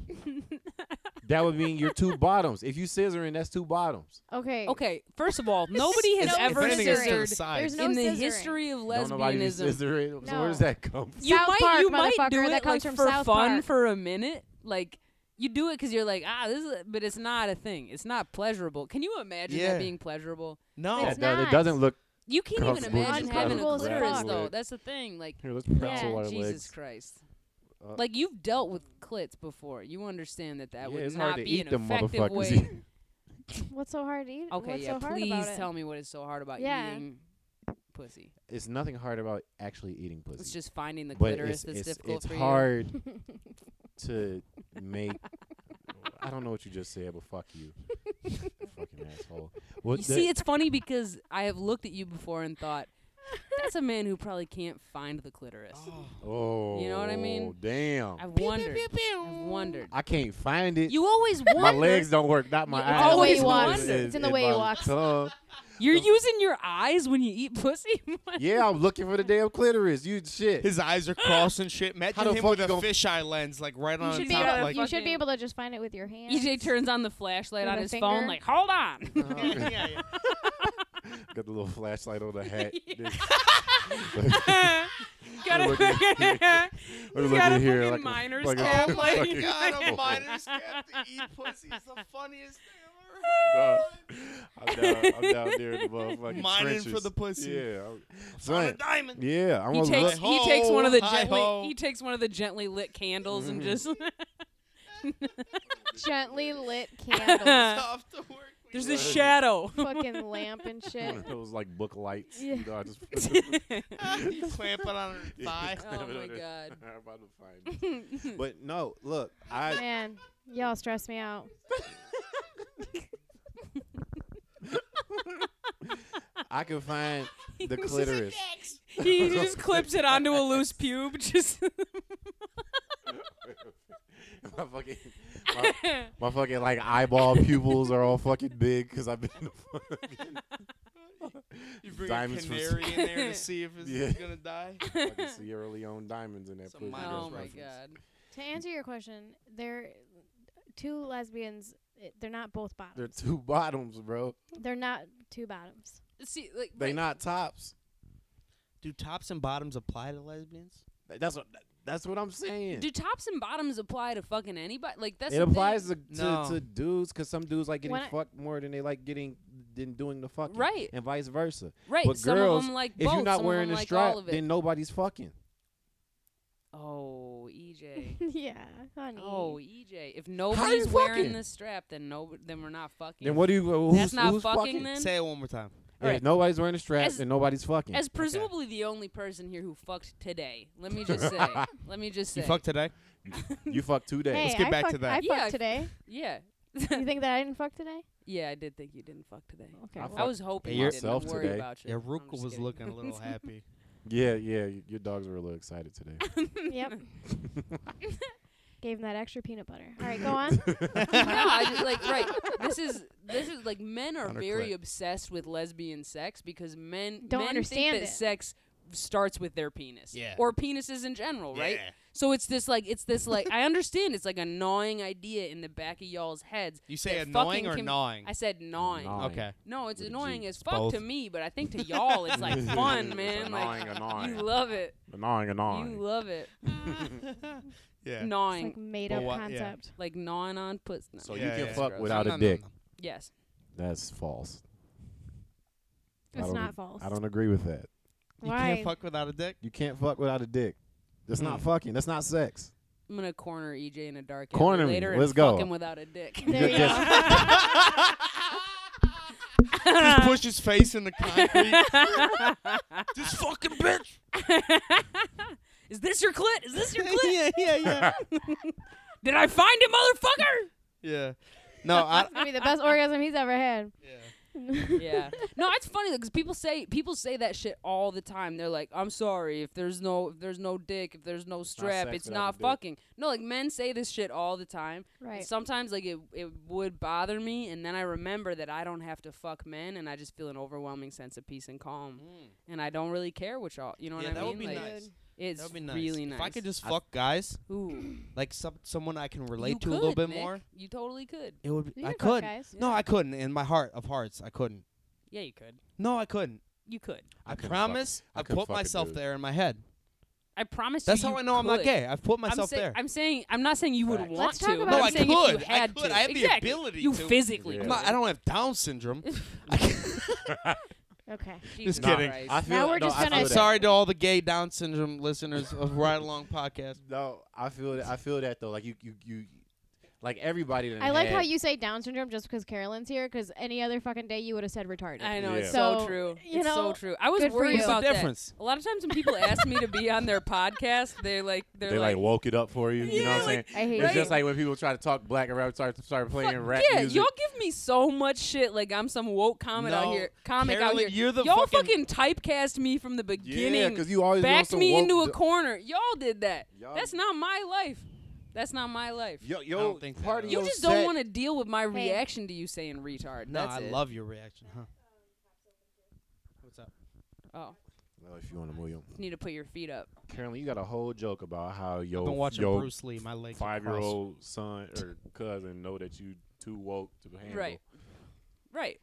Speaker 5: that would mean you're two bottoms. If you scissoring, that's two bottoms.
Speaker 6: Okay.
Speaker 1: Okay, first of all, nobody has
Speaker 6: If
Speaker 1: ever
Speaker 6: anything, it's to the
Speaker 1: scissored
Speaker 4: side.
Speaker 6: There's no
Speaker 1: in the
Speaker 6: scissoring.
Speaker 1: history of
Speaker 5: Don't nobody be
Speaker 1: lesbianism.
Speaker 5: scissoring. So
Speaker 6: No.
Speaker 5: where does that come from?
Speaker 1: you
Speaker 6: South
Speaker 1: might
Speaker 6: Park,
Speaker 1: you might do
Speaker 6: motherfucker,
Speaker 1: it
Speaker 6: that comes
Speaker 1: like
Speaker 6: from
Speaker 1: for
Speaker 6: South
Speaker 1: fun
Speaker 6: Park.
Speaker 1: for a minute, like you do it because you're like ah this, is, but it's not a thing. It's not pleasurable. Can you imagine
Speaker 4: Yeah.
Speaker 1: that being pleasurable?
Speaker 4: No.
Speaker 5: Yeah,
Speaker 6: It's
Speaker 5: dog,
Speaker 6: not.
Speaker 5: It doesn't look.
Speaker 1: You can't even
Speaker 5: Comfortable
Speaker 1: imagine
Speaker 6: just
Speaker 1: having a
Speaker 6: comfortable as
Speaker 1: clitoris
Speaker 6: fuck.
Speaker 1: though. That's the thing. Like
Speaker 5: Here, let's
Speaker 6: Yeah.
Speaker 5: pretzel our
Speaker 1: Jesus
Speaker 5: legs.
Speaker 1: Christ.
Speaker 5: Uh,
Speaker 1: like you've dealt with clits before, you understand that that
Speaker 5: Yeah,
Speaker 1: would
Speaker 5: it's
Speaker 1: not
Speaker 5: hard to
Speaker 1: be
Speaker 5: eat
Speaker 1: an
Speaker 5: them
Speaker 1: effective
Speaker 5: motherfuckers.
Speaker 1: way.
Speaker 6: What's so hard to eat?
Speaker 1: Okay,
Speaker 6: What's
Speaker 1: yeah.
Speaker 6: so hard
Speaker 1: please
Speaker 6: about it?
Speaker 1: tell me what is so hard about
Speaker 6: Yeah.
Speaker 1: eating pussy.
Speaker 5: It's nothing hard about actually eating pussy.
Speaker 1: It's just finding the
Speaker 5: but
Speaker 1: clitoris
Speaker 5: it's,
Speaker 1: that's
Speaker 5: it's,
Speaker 1: difficult
Speaker 5: it's
Speaker 1: for
Speaker 5: hard to make. I don't know what you just said, but fuck you, fucking asshole.
Speaker 1: you.
Speaker 5: What
Speaker 1: You
Speaker 5: the-
Speaker 1: see, it's funny because I have looked at you before and thought, that's a man who probably can't find the clitoris.
Speaker 5: oh,
Speaker 1: you know what I mean?
Speaker 5: Damn,
Speaker 1: I've wondered. I've wondered.
Speaker 5: I can't find it.
Speaker 1: You always
Speaker 5: my
Speaker 1: wonder.
Speaker 5: legs don't work, not my
Speaker 1: You
Speaker 5: eyes.
Speaker 1: always
Speaker 5: It's-
Speaker 1: wonder.
Speaker 5: it's-
Speaker 6: It's in the way
Speaker 5: my
Speaker 6: you walk.
Speaker 5: tongue.
Speaker 1: You're using your eyes when you eat pussy.
Speaker 5: Yeah, I'm looking for the damn clitoris. You shit.
Speaker 7: His eyes are crossed and shit. Imagine
Speaker 5: the
Speaker 7: him
Speaker 5: fuck
Speaker 7: with
Speaker 5: you
Speaker 7: a
Speaker 5: gonna-
Speaker 7: fisheye lens, like right
Speaker 6: You
Speaker 7: on
Speaker 6: should, be
Speaker 7: top.
Speaker 1: top,
Speaker 6: able,
Speaker 7: like,
Speaker 6: you should be
Speaker 1: fucking-
Speaker 6: able to just find it with your hand.
Speaker 1: EJ E turns on the flashlight
Speaker 6: With
Speaker 1: on
Speaker 6: a
Speaker 1: his
Speaker 6: finger?
Speaker 1: phone, like, hold on.
Speaker 7: yeah, yeah, yeah.
Speaker 5: Got the little flashlight on the hat.
Speaker 6: Uh.
Speaker 1: gotta,
Speaker 5: Look at-
Speaker 1: he's
Speaker 5: look at
Speaker 1: got a
Speaker 5: here,
Speaker 1: fucking
Speaker 5: like a-
Speaker 1: miner's
Speaker 5: like a
Speaker 1: cap.
Speaker 5: fucking-
Speaker 1: like,
Speaker 5: fucking-
Speaker 7: oh God, a
Speaker 5: Oh.
Speaker 7: miner's cap to eat pussy is the funniest thing
Speaker 5: Nah, I'm down, I'm down there in the motherfucking
Speaker 7: Mining
Speaker 5: trenches.
Speaker 7: for the pussy.
Speaker 5: Yeah, I'm,
Speaker 7: ever. heard. Found
Speaker 5: son,
Speaker 7: a diamond.
Speaker 5: yeah. I'm
Speaker 1: he
Speaker 5: gonna
Speaker 1: takes
Speaker 5: look-
Speaker 7: Hi-ho,
Speaker 1: he takes one of the
Speaker 7: hi-ho.
Speaker 1: gently he takes one of the gently lit candles and just
Speaker 6: Gently lit candles,
Speaker 7: Tough to work with.
Speaker 1: there's a shadow.
Speaker 6: fucking lamp and shit.
Speaker 5: one of those like book lights.
Speaker 6: Yeah.
Speaker 5: You know, I just I'm
Speaker 7: you clamp it on her thigh.
Speaker 1: Oh my god.
Speaker 5: about to find it. But no, look, I
Speaker 6: Man, y'all stress me out.
Speaker 5: I can find the clitoris.
Speaker 1: He just clips it onto a loose pube. Just
Speaker 5: my fucking my, my fucking like eyeball pupils are all fucking big because I've been to fucking,
Speaker 7: You bring
Speaker 5: Diamonds
Speaker 7: a
Speaker 5: from-
Speaker 7: canary in there to see if it's
Speaker 5: Yeah.
Speaker 7: gonna die.
Speaker 5: fucking Sierra Leone diamonds in that
Speaker 7: Some
Speaker 5: pussy.
Speaker 7: miles
Speaker 5: That's
Speaker 1: oh my
Speaker 5: reference.
Speaker 1: god.
Speaker 6: To answer your question, they're two lesbians. i- They're not both bottoms.
Speaker 5: They're
Speaker 6: They're,
Speaker 5: two bottoms, bro.
Speaker 6: not two bottoms.
Speaker 1: See, like
Speaker 5: They
Speaker 1: right.
Speaker 5: not tops.
Speaker 4: Do tops and bottoms apply to lesbians?
Speaker 5: Th- That's what that's what I'm saying.
Speaker 1: do tops and bottoms apply to fucking anybody? Like that's
Speaker 5: it
Speaker 1: the
Speaker 5: applies
Speaker 1: thing.
Speaker 5: to, to,
Speaker 7: No.
Speaker 5: to dudes because some dudes like getting
Speaker 6: When I-
Speaker 5: fucked more than they like getting than doing the fucking,
Speaker 1: Right.
Speaker 5: And vice versa.
Speaker 1: right.
Speaker 5: But
Speaker 1: some
Speaker 5: girls,
Speaker 1: of them like
Speaker 5: If
Speaker 1: both.
Speaker 5: you're not
Speaker 1: some
Speaker 5: wearing
Speaker 1: of them
Speaker 5: a
Speaker 1: like
Speaker 5: strap,
Speaker 1: all of it.
Speaker 5: then nobody's fucking.
Speaker 1: oh, EJ.
Speaker 6: yeah, honey.
Speaker 1: Oh, EJ. If nobody's
Speaker 5: you
Speaker 1: wearing
Speaker 5: fucking?
Speaker 1: this strap, then no, then we're not fucking.
Speaker 5: Then what do you? Who's,
Speaker 1: That's not
Speaker 5: who's
Speaker 1: fucking
Speaker 5: fucking?
Speaker 1: then?
Speaker 7: Say it one more time.
Speaker 5: If
Speaker 1: Right.
Speaker 5: nobody's wearing a strap,
Speaker 1: As-
Speaker 5: then nobody's fucking.
Speaker 1: As presumably the only person here who fucked today. Let me just say. let me just say.
Speaker 7: You fuck today?
Speaker 5: you fuck two days.
Speaker 6: hey,
Speaker 7: let's get
Speaker 6: I
Speaker 7: back to
Speaker 6: fucked-
Speaker 7: that.
Speaker 6: I
Speaker 1: Yeah,
Speaker 6: fucked
Speaker 1: I-
Speaker 6: today.
Speaker 1: Yeah.
Speaker 6: you think that I didn't fuck today?
Speaker 1: Yeah, I did think you didn't fuck today.
Speaker 6: Okay.
Speaker 5: I
Speaker 6: well,
Speaker 1: I
Speaker 5: fucked
Speaker 1: was hoping
Speaker 4: Hey,
Speaker 1: you
Speaker 4: you're-
Speaker 1: didn't. I'm
Speaker 5: yourself
Speaker 1: worried
Speaker 5: today.
Speaker 1: about you.
Speaker 4: Yeah,
Speaker 1: I'm
Speaker 4: Ruka
Speaker 1: just
Speaker 4: was
Speaker 1: kidding.
Speaker 4: looking a little happy.
Speaker 5: Yeah, yeah. y- Your dogs were a little excited today.
Speaker 6: yep. Gave him that extra peanut butter. All right, go on.
Speaker 1: no, I just like right. This is this is like men are
Speaker 7: Hunter
Speaker 1: very
Speaker 7: Click.
Speaker 1: obsessed with lesbian sex because men
Speaker 6: Don't
Speaker 1: men
Speaker 6: understand
Speaker 1: think that
Speaker 6: it.
Speaker 1: sex starts with their penis.
Speaker 7: Yeah.
Speaker 1: Or penises in general, right? So it's this like it's this like I understand it's like a gnawing idea in the back of y'all's heads.
Speaker 7: You say
Speaker 1: that
Speaker 7: annoying
Speaker 1: fucking
Speaker 7: or
Speaker 1: can-
Speaker 7: gnawing?
Speaker 1: I said gnawing.
Speaker 5: Gnawing.
Speaker 7: Okay.
Speaker 1: No, it's
Speaker 5: With a G.
Speaker 1: annoying as
Speaker 5: It's
Speaker 1: fuck
Speaker 5: both.
Speaker 1: to me, but I think to y'all it's like fun,
Speaker 5: It's
Speaker 1: man.
Speaker 5: annoying,
Speaker 1: Like
Speaker 5: annoying.
Speaker 1: you love it.
Speaker 5: Annoying, annoying.
Speaker 1: You love it.
Speaker 7: yeah.
Speaker 6: It's
Speaker 1: Gnawing.
Speaker 6: like
Speaker 1: Like,
Speaker 6: made
Speaker 7: But
Speaker 6: up
Speaker 7: what- yeah.
Speaker 6: concept.
Speaker 1: gnawing on puss. No.
Speaker 5: so
Speaker 7: Yeah,
Speaker 5: you can
Speaker 7: yeah.
Speaker 5: fuck
Speaker 1: Gross.
Speaker 5: without
Speaker 7: No,
Speaker 5: a
Speaker 7: no, no,
Speaker 5: dick.
Speaker 7: no.
Speaker 1: Yes.
Speaker 5: That's false. I
Speaker 6: It's
Speaker 5: don't-
Speaker 6: not false.
Speaker 5: I don't agree with that.
Speaker 7: You
Speaker 6: Why?
Speaker 7: can't fuck without a dick.
Speaker 5: You can't fuck without a dick. That's not
Speaker 7: Mm.
Speaker 5: fucking. That's not sex.
Speaker 1: I'm gonna corner EJ in a dark alley
Speaker 5: Corner me.
Speaker 1: later and
Speaker 5: Let's go.
Speaker 1: fuck him without a dick.
Speaker 6: There you
Speaker 5: Just-
Speaker 6: go.
Speaker 7: Just push his face in the concrete. this fucking bitch.
Speaker 1: Is this your clit? Is this your clit?
Speaker 7: yeah, yeah, yeah.
Speaker 1: Did I find it,
Speaker 7: yeah. No, I.
Speaker 6: It's gonna be the best orgasm he's ever had.
Speaker 1: motherfucker? yeah. No, it's funny because people say people say that shit all the time. They're like, "I'm sorry if there's no if there's no dick, if there's no strap,
Speaker 5: sex
Speaker 1: it's
Speaker 5: without
Speaker 1: not
Speaker 5: the dick."
Speaker 1: fucking." No, like men say this shit all the time. And
Speaker 6: Right.
Speaker 1: Sometimes like it it would bother me, and then I remember that I don't have to fuck men, and I just feel an overwhelming sense of peace and calm, and I don't really care what y'all. You know
Speaker 7: Yeah,
Speaker 1: what I
Speaker 7: that would
Speaker 1: mean?
Speaker 7: be
Speaker 1: like,
Speaker 7: nice.
Speaker 1: It's
Speaker 7: That would be nice.
Speaker 1: really nice.
Speaker 7: If I could just fuck guys,
Speaker 1: Ooh,
Speaker 4: Like some someone I can relate
Speaker 1: you
Speaker 4: to a little
Speaker 1: could,
Speaker 4: bit
Speaker 1: Nick.
Speaker 4: more.
Speaker 1: You totally could.
Speaker 4: It would. Be,
Speaker 6: You
Speaker 4: I
Speaker 6: can fuck
Speaker 4: could.
Speaker 6: guys.
Speaker 4: No, I couldn't. In my heart of hearts, I couldn't.
Speaker 1: Yeah, you could.
Speaker 4: No, I couldn't.
Speaker 1: You could.
Speaker 5: I
Speaker 4: I,
Speaker 5: couldn't fuck-
Speaker 4: promise.
Speaker 5: I
Speaker 4: I,
Speaker 5: couldn't
Speaker 4: put
Speaker 5: fuck a
Speaker 4: myself
Speaker 5: dude.
Speaker 4: there in my head.
Speaker 1: I promise
Speaker 4: That's
Speaker 1: you.
Speaker 4: how
Speaker 1: you
Speaker 4: I know I'm not
Speaker 1: could.
Speaker 4: gay. I've put
Speaker 1: I'm,
Speaker 4: myself
Speaker 1: say-
Speaker 4: there.
Speaker 1: I'm saying I'm not saying you would
Speaker 5: Facts.
Speaker 1: want
Speaker 6: Let's
Speaker 1: to.
Speaker 6: talk about
Speaker 1: but
Speaker 6: No,
Speaker 1: I'm
Speaker 6: I
Speaker 1: saying if
Speaker 7: could.
Speaker 1: you
Speaker 7: I
Speaker 1: had
Speaker 7: could.
Speaker 1: to.
Speaker 7: I have the
Speaker 1: Exactly.
Speaker 7: ability
Speaker 1: You
Speaker 7: to.
Speaker 1: physically
Speaker 5: Yeah.
Speaker 7: I'm
Speaker 1: could.
Speaker 7: not- I don't have Down syndrome. I can't-
Speaker 6: Okay.
Speaker 1: Jesus
Speaker 7: Just kidding.
Speaker 1: Christ.
Speaker 5: I feel,
Speaker 6: Now we're
Speaker 5: no,
Speaker 6: just
Speaker 5: I
Speaker 6: gonna-
Speaker 5: feel
Speaker 4: I'm
Speaker 5: that.
Speaker 4: sorry to all the gay Down syndrome listeners of Ride Along Podcast.
Speaker 5: No, I feel that. I feel that though. Like you, you, you. Like everybody. done
Speaker 6: I like
Speaker 5: had-
Speaker 6: how you say Down syndrome just because Carolyn's here, because any other fucking day you would have said retarded.
Speaker 1: I know it's
Speaker 5: Yeah.
Speaker 1: so,
Speaker 6: So,
Speaker 1: true.
Speaker 6: you
Speaker 1: it's so
Speaker 6: know,
Speaker 1: true. I was
Speaker 6: good for
Speaker 1: worried
Speaker 6: you.
Speaker 1: about
Speaker 7: What's the
Speaker 1: that.
Speaker 7: difference?
Speaker 1: A lot of times when people ask me to be on their podcast, they're like, they're
Speaker 5: They like
Speaker 1: like,
Speaker 5: woke it up for you. You know what I'm saying?
Speaker 6: I hate
Speaker 5: It's
Speaker 6: it.
Speaker 5: just like when people try to talk black and rap, start start playing rap
Speaker 1: yeah,
Speaker 5: music.
Speaker 1: y'all give me so much shit. Like I'm some woke comic out
Speaker 7: No,
Speaker 1: here, comic out
Speaker 7: Carolyn,
Speaker 1: here.
Speaker 7: you're the
Speaker 1: y'all
Speaker 7: fucking-
Speaker 1: typecast me from the
Speaker 5: yeah,
Speaker 1: beginning.
Speaker 5: because you always want
Speaker 1: backed
Speaker 5: some
Speaker 1: me
Speaker 5: woke
Speaker 1: into a
Speaker 5: d-
Speaker 1: corner. Y'all did that.
Speaker 5: Y'all-
Speaker 1: That's not my life. That's not my life.
Speaker 5: Yo,
Speaker 7: I
Speaker 5: yo,
Speaker 7: don't think
Speaker 5: part
Speaker 7: that
Speaker 5: of
Speaker 1: you
Speaker 5: your
Speaker 1: just
Speaker 5: set-
Speaker 1: don't want to deal with my reaction to you saying retard.
Speaker 4: No,
Speaker 1: That's
Speaker 4: I
Speaker 1: it.
Speaker 4: love your reaction, huh? What's up?
Speaker 1: Oh,
Speaker 5: No, if you want to move your-
Speaker 1: you need to put your feet up.
Speaker 5: Carolyn, you got a whole joke about how your
Speaker 4: I've been watching
Speaker 5: your
Speaker 4: Bruce Lee. My legs. are
Speaker 5: five year
Speaker 4: crossed.
Speaker 5: old son or cousin know that you too woke to handle.
Speaker 1: Right. Right.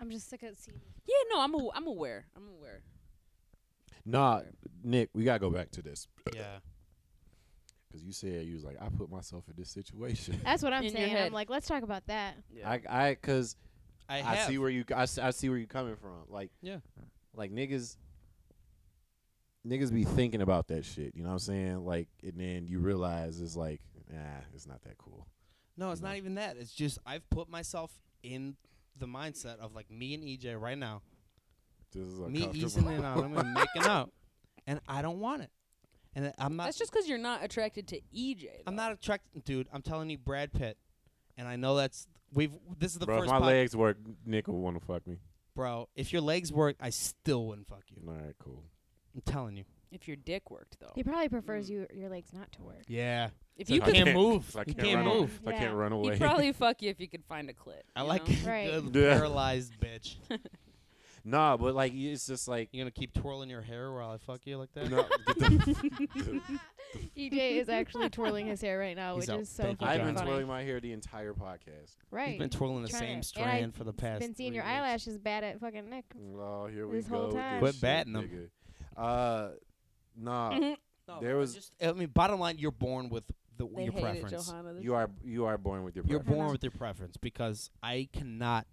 Speaker 6: I'm just sick of seeing.
Speaker 1: Yeah. No, I'm. aw- I'm aware. I'm aware.
Speaker 5: Nah, Nick, we gotta go back to this
Speaker 4: Yeah.
Speaker 5: because you said you was like, I put myself in this situation.
Speaker 6: That's what I'm
Speaker 1: In your
Speaker 6: saying.
Speaker 1: head.
Speaker 6: I'm like, let's talk about that.
Speaker 5: I, I, cause
Speaker 4: I,
Speaker 5: I,
Speaker 4: have.
Speaker 5: see where you, I, s- I see where you coming from. Like,
Speaker 4: Yeah.
Speaker 5: like niggas, niggas be thinking about that shit. You know what I'm saying? Like, and then you realize it's like, nah, it's not that cool.
Speaker 4: No, it's not even that. It's just I've put myself in the mindset of like me and EJ right now.
Speaker 5: This is
Speaker 4: Me
Speaker 5: uncomfortable.
Speaker 4: easing in on him and making out, and I don't want it. And I'm not.
Speaker 1: That's just because you're not attracted to EJ.
Speaker 4: Uh, I'm
Speaker 1: though.
Speaker 4: not attracted, dude. I'm telling you, Brad Pitt, and I know that's we've. This is the
Speaker 5: Bro, if
Speaker 4: first.
Speaker 5: my
Speaker 4: pod-
Speaker 5: legs work, Nick will want to fuck me.
Speaker 4: bro. If your legs work, I still wouldn't fuck you.
Speaker 5: All right, cool.
Speaker 4: I'm telling you.
Speaker 1: If your dick worked though.
Speaker 6: He probably prefers
Speaker 1: Mm.
Speaker 6: you your legs not to work.
Speaker 4: Yeah.
Speaker 1: If
Speaker 5: So
Speaker 1: you
Speaker 5: I
Speaker 1: could,
Speaker 7: can't move.
Speaker 5: so I
Speaker 7: You
Speaker 5: can't,
Speaker 7: can't
Speaker 5: run,
Speaker 7: move.
Speaker 5: I can't
Speaker 6: Yeah.
Speaker 5: run away.
Speaker 1: he'd probably fuck you if you could find a clit.
Speaker 4: I
Speaker 1: you
Speaker 4: like
Speaker 1: know?
Speaker 6: Right.
Speaker 4: good
Speaker 5: Yeah.
Speaker 4: paralyzed bitch.
Speaker 5: nah, but like it's just like
Speaker 4: You gonna keep twirling your hair while I fuck you like that?
Speaker 5: no, get the-
Speaker 6: EJ E is actually twirling his hair right now,
Speaker 4: He's
Speaker 6: which
Speaker 4: out.
Speaker 6: is so
Speaker 4: Thank you,
Speaker 6: fucking
Speaker 5: I've been
Speaker 4: Johnson.
Speaker 6: funny.
Speaker 5: twirling my hair the entire podcast.
Speaker 6: right.
Speaker 4: You've been twirling the
Speaker 6: Trying
Speaker 4: same
Speaker 6: to-
Speaker 4: strand
Speaker 6: and
Speaker 4: for the
Speaker 6: I've
Speaker 4: past.
Speaker 6: Been seeing
Speaker 4: three
Speaker 6: your
Speaker 4: weeks.
Speaker 6: eyelashes bad at fucking Nick.
Speaker 5: Oh, here we
Speaker 6: This
Speaker 5: go.
Speaker 6: whole
Speaker 5: with
Speaker 6: time.
Speaker 4: Quit
Speaker 5: shit,
Speaker 4: batting 'em.
Speaker 5: nigga. Uh, nah,
Speaker 6: Mm-hmm.
Speaker 1: Mhm.
Speaker 4: No,
Speaker 5: There was-
Speaker 4: just I mean, bottom line, you're born with the
Speaker 1: They
Speaker 4: your
Speaker 1: hate
Speaker 4: preference.
Speaker 1: it, Johanna. This-
Speaker 5: you are you are born with your.
Speaker 4: You're
Speaker 5: preference.
Speaker 4: born with your preference because I cannot.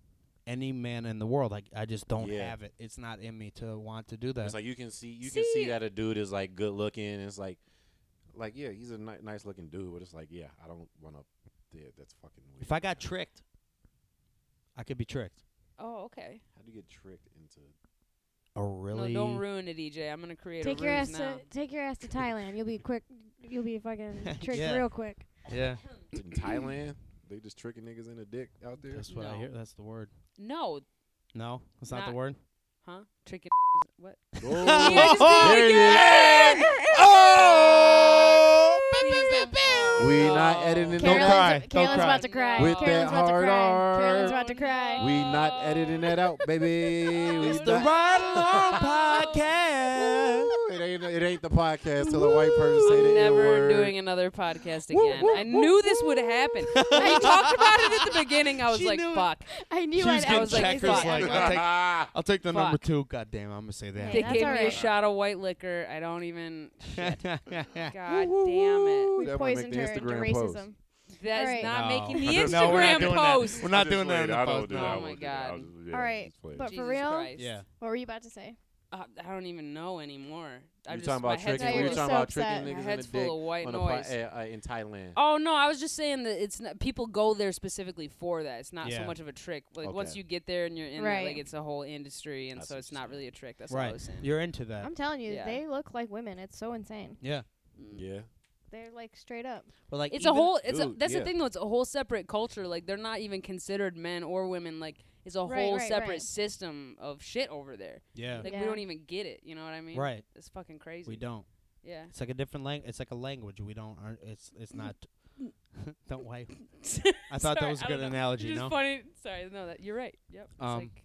Speaker 4: Any man in the world, like I just don't
Speaker 5: Yeah.
Speaker 4: have it. It's not in me to want to do that.
Speaker 5: It's like you can see you can see
Speaker 1: See-
Speaker 5: that a dude is like good looking. And it's like, like yeah, he's a ni- nice looking dude, but it's like yeah, I don't want to. Yeah, that's fucking weird.
Speaker 4: if I got tricked, I could be tricked.
Speaker 1: Oh, okay.
Speaker 5: how do you get tricked into?
Speaker 4: A Oh, really?
Speaker 1: No, don't ruin it, EJ. I'm gonna create
Speaker 6: Take
Speaker 1: a
Speaker 6: your ass
Speaker 1: ruse now.
Speaker 6: to take your ass to Thailand. You'll be quick. You'll be fucking tricked
Speaker 4: Yeah.
Speaker 6: real quick.
Speaker 4: yeah,
Speaker 5: In Thailand, they just tricking niggas in the dick out there.
Speaker 4: that's what I
Speaker 1: No.
Speaker 4: hear. That's the word.
Speaker 1: No,
Speaker 4: No, that's not, the
Speaker 1: Not-
Speaker 4: word.
Speaker 1: huh? Tricky. What?
Speaker 5: Oh, there it is.
Speaker 1: just did it
Speaker 5: Oh, we
Speaker 1: No.
Speaker 5: not editing
Speaker 4: Don't Carolyn- cry,
Speaker 5: that.
Speaker 6: Carolyn's,
Speaker 4: don't cry.
Speaker 6: Carolyn's about to cry.
Speaker 5: With
Speaker 6: Carolyn's
Speaker 5: that
Speaker 6: about to
Speaker 5: hard
Speaker 6: cry.
Speaker 5: R.
Speaker 6: Carolyn's about to cry.
Speaker 5: We not editing that out, baby. We
Speaker 1: It's the
Speaker 5: not- Ooh, It ain't, it ain't the podcast till a white person say
Speaker 1: I'm
Speaker 5: the
Speaker 1: never
Speaker 5: N-word.
Speaker 1: doing another podcast again. I knew this would happen. I talked about it at the beginning. I was
Speaker 4: She
Speaker 1: like,
Speaker 4: knew it.
Speaker 1: fuck.
Speaker 6: I knew
Speaker 7: She was
Speaker 6: I'd
Speaker 7: getting
Speaker 1: was like,
Speaker 6: accidentally
Speaker 7: checkers.
Speaker 1: fuck.
Speaker 7: Like,
Speaker 6: say
Speaker 7: I'll,
Speaker 6: that.
Speaker 7: take,
Speaker 5: Ah,
Speaker 7: I'll take the
Speaker 1: Fuck.
Speaker 7: number two. God damn, I'm gonna say that.
Speaker 1: They
Speaker 6: that's
Speaker 1: gave
Speaker 6: all
Speaker 1: me a
Speaker 6: right.
Speaker 1: shot of white liquor. I don't even. Shit. God damn
Speaker 5: Woo-hoo-hoo.
Speaker 1: it.
Speaker 6: We
Speaker 5: That might make
Speaker 6: poisoned
Speaker 5: the
Speaker 6: her into
Speaker 5: Instagram post.
Speaker 6: racism.
Speaker 1: That is
Speaker 6: All right.
Speaker 1: not
Speaker 7: No.
Speaker 1: making the
Speaker 7: No, we're not
Speaker 1: Instagram
Speaker 7: doing that.
Speaker 1: post.
Speaker 7: We're not doing that. in the
Speaker 5: I don't
Speaker 7: post,
Speaker 5: do
Speaker 1: no.
Speaker 5: that. I
Speaker 1: Oh my
Speaker 5: won't do that. I'll
Speaker 1: God.
Speaker 5: just- yeah,
Speaker 6: All right,
Speaker 5: just play it.
Speaker 6: but for
Speaker 1: Jesus
Speaker 6: real,
Speaker 1: Christ.
Speaker 4: Yeah.
Speaker 6: what were you about to say?
Speaker 1: Uh, I don't even know anymore. I
Speaker 5: You
Speaker 1: just,
Speaker 5: talking
Speaker 1: my
Speaker 5: about
Speaker 1: head's
Speaker 5: tricking?
Speaker 6: full
Speaker 5: You
Speaker 6: of-
Speaker 5: talking
Speaker 1: full
Speaker 6: so
Speaker 5: about
Speaker 6: upset.
Speaker 5: tricking
Speaker 1: of, my
Speaker 5: niggas in the
Speaker 1: head's full of
Speaker 5: dick
Speaker 1: white
Speaker 5: on a pi-
Speaker 1: noise.
Speaker 5: uh, uh, in Thailand?
Speaker 1: Oh no, I was just saying that it's not, people go there specifically for that. It's not so
Speaker 4: Yeah.
Speaker 1: much of a trick. Like once
Speaker 5: Okay.
Speaker 1: you get there and you're in
Speaker 6: Right.
Speaker 1: it, like it's a whole industry, and
Speaker 5: That's
Speaker 1: so
Speaker 5: what
Speaker 1: it's
Speaker 5: she
Speaker 1: not
Speaker 5: said.
Speaker 1: really a trick. That's all I
Speaker 4: right.
Speaker 1: was saying.
Speaker 4: You're into that.
Speaker 6: I'm telling you,
Speaker 1: Yeah.
Speaker 6: they look like women. It's so insane.
Speaker 4: yeah.
Speaker 5: Yeah.
Speaker 6: They're like straight up.
Speaker 4: But like
Speaker 1: it's a
Speaker 4: even-
Speaker 1: whole. It's a,
Speaker 5: Dude,
Speaker 1: that's
Speaker 5: yeah.
Speaker 1: the thing though. It's a whole separate culture. Like they're not even considered men or women. Like it's a
Speaker 6: Right,
Speaker 1: whole
Speaker 6: right,
Speaker 1: separate
Speaker 6: right.
Speaker 1: system of shit over there.
Speaker 4: Yeah.
Speaker 1: Like
Speaker 6: Yeah.
Speaker 1: we don't even get it. You know what I mean?
Speaker 4: Right.
Speaker 1: It's fucking crazy.
Speaker 4: We don't.
Speaker 1: Yeah.
Speaker 4: It's like a different language. It's like a language. We don't. Aren't, it's it's not. don't wipe. I thought that
Speaker 1: Mm. Sorry,
Speaker 4: was a
Speaker 1: I
Speaker 4: good
Speaker 1: don't know.
Speaker 4: analogy.
Speaker 1: It's
Speaker 4: No.
Speaker 1: just funny. Sorry, no, that you're right. Yep. It's
Speaker 4: Um,
Speaker 1: like,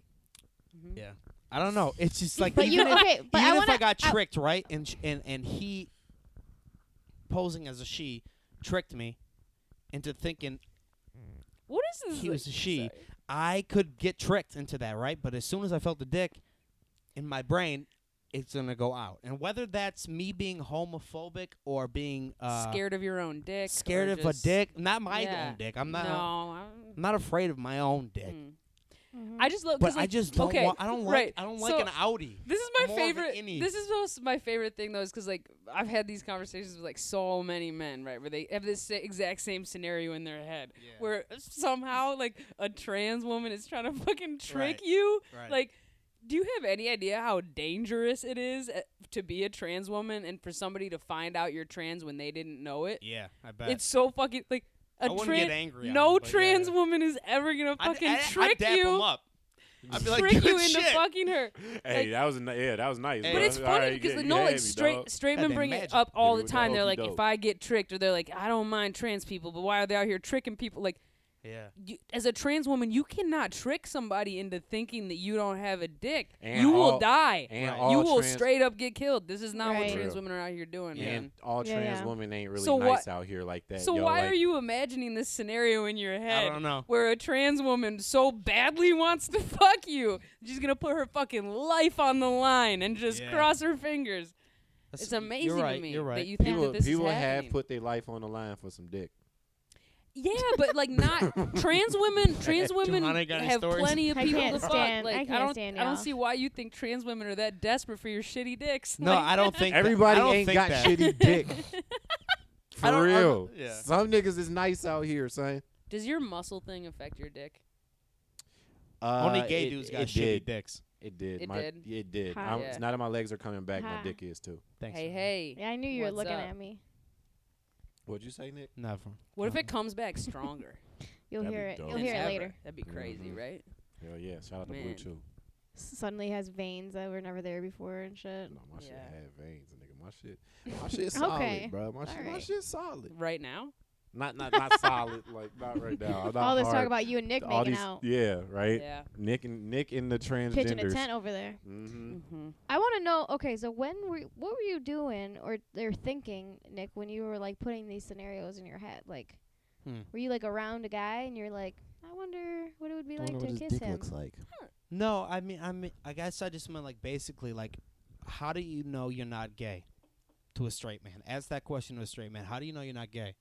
Speaker 1: mhm.
Speaker 4: yeah. I don't know. It's just like
Speaker 6: But you
Speaker 4: even if,
Speaker 6: okay? But
Speaker 4: even
Speaker 6: I
Speaker 4: if
Speaker 6: want
Speaker 4: I got tricked, right? And sh- and and he posing as a she tricked me into thinking
Speaker 1: What is this?
Speaker 4: he
Speaker 1: like-
Speaker 4: was a she.
Speaker 1: sorry.
Speaker 4: I could get tricked into that, right? But as soon as I felt the dick in my brain, it's gonna go out. And whether that's me being homophobic or being uh,
Speaker 1: scared of your own dick. or
Speaker 4: scared of a
Speaker 1: just-
Speaker 4: dick, not my
Speaker 1: Yeah.
Speaker 4: own dick. I'm not.
Speaker 1: No. I'm,
Speaker 4: I'm not afraid of my own dick.
Speaker 1: mm. I just love. 'cause,
Speaker 4: But I
Speaker 1: like,
Speaker 4: just don't.
Speaker 1: okay,
Speaker 4: want, I don't like.
Speaker 1: right,
Speaker 4: I don't like
Speaker 1: so
Speaker 4: an Audi.
Speaker 1: This is
Speaker 4: I'm
Speaker 1: my
Speaker 4: more of an
Speaker 1: favorite.
Speaker 4: innie.
Speaker 1: This is most my favorite thing though, is because like I've had these conversations with like so many men, right, where they have this sa- exact same scenario in their head, where somehow like a trans woman is trying to fucking trick
Speaker 4: Right,
Speaker 1: you,
Speaker 4: right.
Speaker 1: like. Do you have any idea how dangerous it is uh, to be a trans woman and for somebody to find out you're trans when they didn't know it?
Speaker 4: Yeah, I bet.
Speaker 1: It's so fucking like a
Speaker 4: I wouldn't
Speaker 1: tran-
Speaker 4: get angry at
Speaker 1: No
Speaker 4: him, but
Speaker 1: trans
Speaker 4: yeah.
Speaker 1: woman is ever gonna fucking trick
Speaker 4: I dap
Speaker 1: you,
Speaker 4: Him up. I'd be like,
Speaker 1: trick you
Speaker 4: "Good
Speaker 1: into
Speaker 4: shit."
Speaker 1: fucking her.
Speaker 8: Hey,
Speaker 1: Like-
Speaker 8: that was ni- yeah, that was nice.
Speaker 7: But
Speaker 1: But
Speaker 8: bro.
Speaker 1: it's
Speaker 8: All
Speaker 1: funny
Speaker 8: right,
Speaker 1: because
Speaker 8: yeah,
Speaker 1: like,
Speaker 8: you
Speaker 1: no,
Speaker 8: had
Speaker 1: like
Speaker 8: me,
Speaker 1: straight
Speaker 8: dog.
Speaker 1: straight
Speaker 4: Had
Speaker 1: men
Speaker 4: that
Speaker 1: bring it
Speaker 4: magic.
Speaker 1: up all
Speaker 8: Hit me
Speaker 1: the
Speaker 8: with
Speaker 1: time.
Speaker 8: that
Speaker 1: They're like,
Speaker 8: okey-doke.
Speaker 1: if I get tricked, or they're like, I don't mind trans people, but why are they out here tricking people? Like,
Speaker 4: Yeah.
Speaker 1: you, as a trans woman, you cannot trick somebody into thinking that you don't have a dick.
Speaker 5: And
Speaker 1: you will
Speaker 5: all-
Speaker 1: die.
Speaker 5: and
Speaker 4: Right.
Speaker 5: all
Speaker 1: you will
Speaker 5: trans-
Speaker 1: straight up get killed. This is not what
Speaker 6: Right.
Speaker 1: trans
Speaker 5: True.
Speaker 1: women are out here doing,
Speaker 4: Yeah.
Speaker 1: man.
Speaker 5: all
Speaker 6: Yeah,
Speaker 5: trans
Speaker 6: yeah.
Speaker 5: women ain't really
Speaker 1: So why-
Speaker 5: nice out here like that.
Speaker 1: So
Speaker 5: yo,
Speaker 1: why
Speaker 5: like,
Speaker 1: are you imagining this scenario in your head?
Speaker 4: don't know.
Speaker 1: Where a trans woman so badly wants to fuck you, she's gonna put her fucking life on the line and just
Speaker 4: Yeah.
Speaker 1: cross her fingers.
Speaker 4: That's-
Speaker 1: it's
Speaker 4: you're
Speaker 1: amazing
Speaker 4: right,
Speaker 1: to me
Speaker 4: You're
Speaker 1: that
Speaker 4: right.
Speaker 1: you think
Speaker 5: People,
Speaker 1: that this
Speaker 5: people
Speaker 1: is
Speaker 5: have
Speaker 1: happening.
Speaker 5: put their life on the line for some dick.
Speaker 1: yeah, but like not trans women. Trans women
Speaker 7: Johanna, got any
Speaker 1: have
Speaker 7: stories?
Speaker 1: plenty of
Speaker 6: I
Speaker 1: people
Speaker 6: can't
Speaker 1: to fuck.
Speaker 6: stand-
Speaker 1: like
Speaker 6: I can't
Speaker 1: don't,
Speaker 6: stand
Speaker 1: I don't
Speaker 6: y'all.
Speaker 1: see why you think trans women are that desperate for your shitty dicks.
Speaker 4: No,
Speaker 1: Like,
Speaker 4: I don't think that-
Speaker 5: Everybody
Speaker 4: I don't
Speaker 5: ain't
Speaker 4: think
Speaker 5: got
Speaker 4: that.
Speaker 5: shitty dick.
Speaker 4: I
Speaker 5: For
Speaker 4: don't- I
Speaker 5: real.
Speaker 4: don't- yeah.
Speaker 5: Some niggas is nice out here, son.
Speaker 1: does your muscle thing affect your dick?
Speaker 5: Uh,
Speaker 4: Only gay
Speaker 5: it-
Speaker 4: dudes got
Speaker 5: it
Speaker 4: shitty
Speaker 5: did.
Speaker 4: dicks.
Speaker 5: It did.
Speaker 1: It
Speaker 5: my,
Speaker 1: did.
Speaker 5: It did.
Speaker 6: Ha.
Speaker 5: I'm,
Speaker 1: Yeah.
Speaker 5: Now that my legs are coming back,
Speaker 6: Ha.
Speaker 5: my dick is too.
Speaker 4: Thanks.
Speaker 1: hey,
Speaker 4: Johanna.
Speaker 1: hey.
Speaker 6: Yeah, I knew you were
Speaker 1: What's
Speaker 6: looking
Speaker 1: up?
Speaker 6: at me.
Speaker 5: What'd you say, Nick?
Speaker 4: Never.
Speaker 1: What if it comes back stronger?
Speaker 6: You'll
Speaker 5: That'd
Speaker 6: hear
Speaker 5: be
Speaker 6: it.
Speaker 5: dope.
Speaker 6: You'll
Speaker 1: than
Speaker 6: hear it
Speaker 1: ever?
Speaker 6: later.
Speaker 1: That'd
Speaker 4: Mm-hmm.
Speaker 1: be crazy,
Speaker 5: Mhm.
Speaker 1: right?
Speaker 5: Hell yeah. Shout out to Blue
Speaker 1: Man.
Speaker 5: Chew.
Speaker 6: S- Suddenly has veins that were never there before and shit.
Speaker 5: No, my shit
Speaker 1: Yeah.
Speaker 5: had veins, nigga. My shit, my shit solid,
Speaker 6: Okay.
Speaker 5: bro. My shit, my
Speaker 6: Alright.
Speaker 5: shit solid.
Speaker 1: Right now?
Speaker 5: Not, not, not solid. Like not right now. Not
Speaker 6: All this talk
Speaker 5: hard.
Speaker 6: about you and Nick
Speaker 5: All
Speaker 6: making
Speaker 5: these,
Speaker 6: out,
Speaker 5: yeah, right.
Speaker 1: Yeah.
Speaker 5: Nick and Nick and the transgenders.
Speaker 6: pitching a tent over there.
Speaker 5: Mm-hmm.
Speaker 1: Mm-hmm.
Speaker 6: I want to know. Okay, so when were what were you doing or or thinking, Nick, when you were like putting these scenarios in your head? Like,
Speaker 4: Hmm.
Speaker 6: were you like around a guy and you're like, I wonder what it would be like to kiss him?
Speaker 5: like.
Speaker 4: No, I mean, I mean, I guess I just meant like basically like, how do you know you're not gay? To a straight man, ask that question to a straight man. How do you know you're not gay?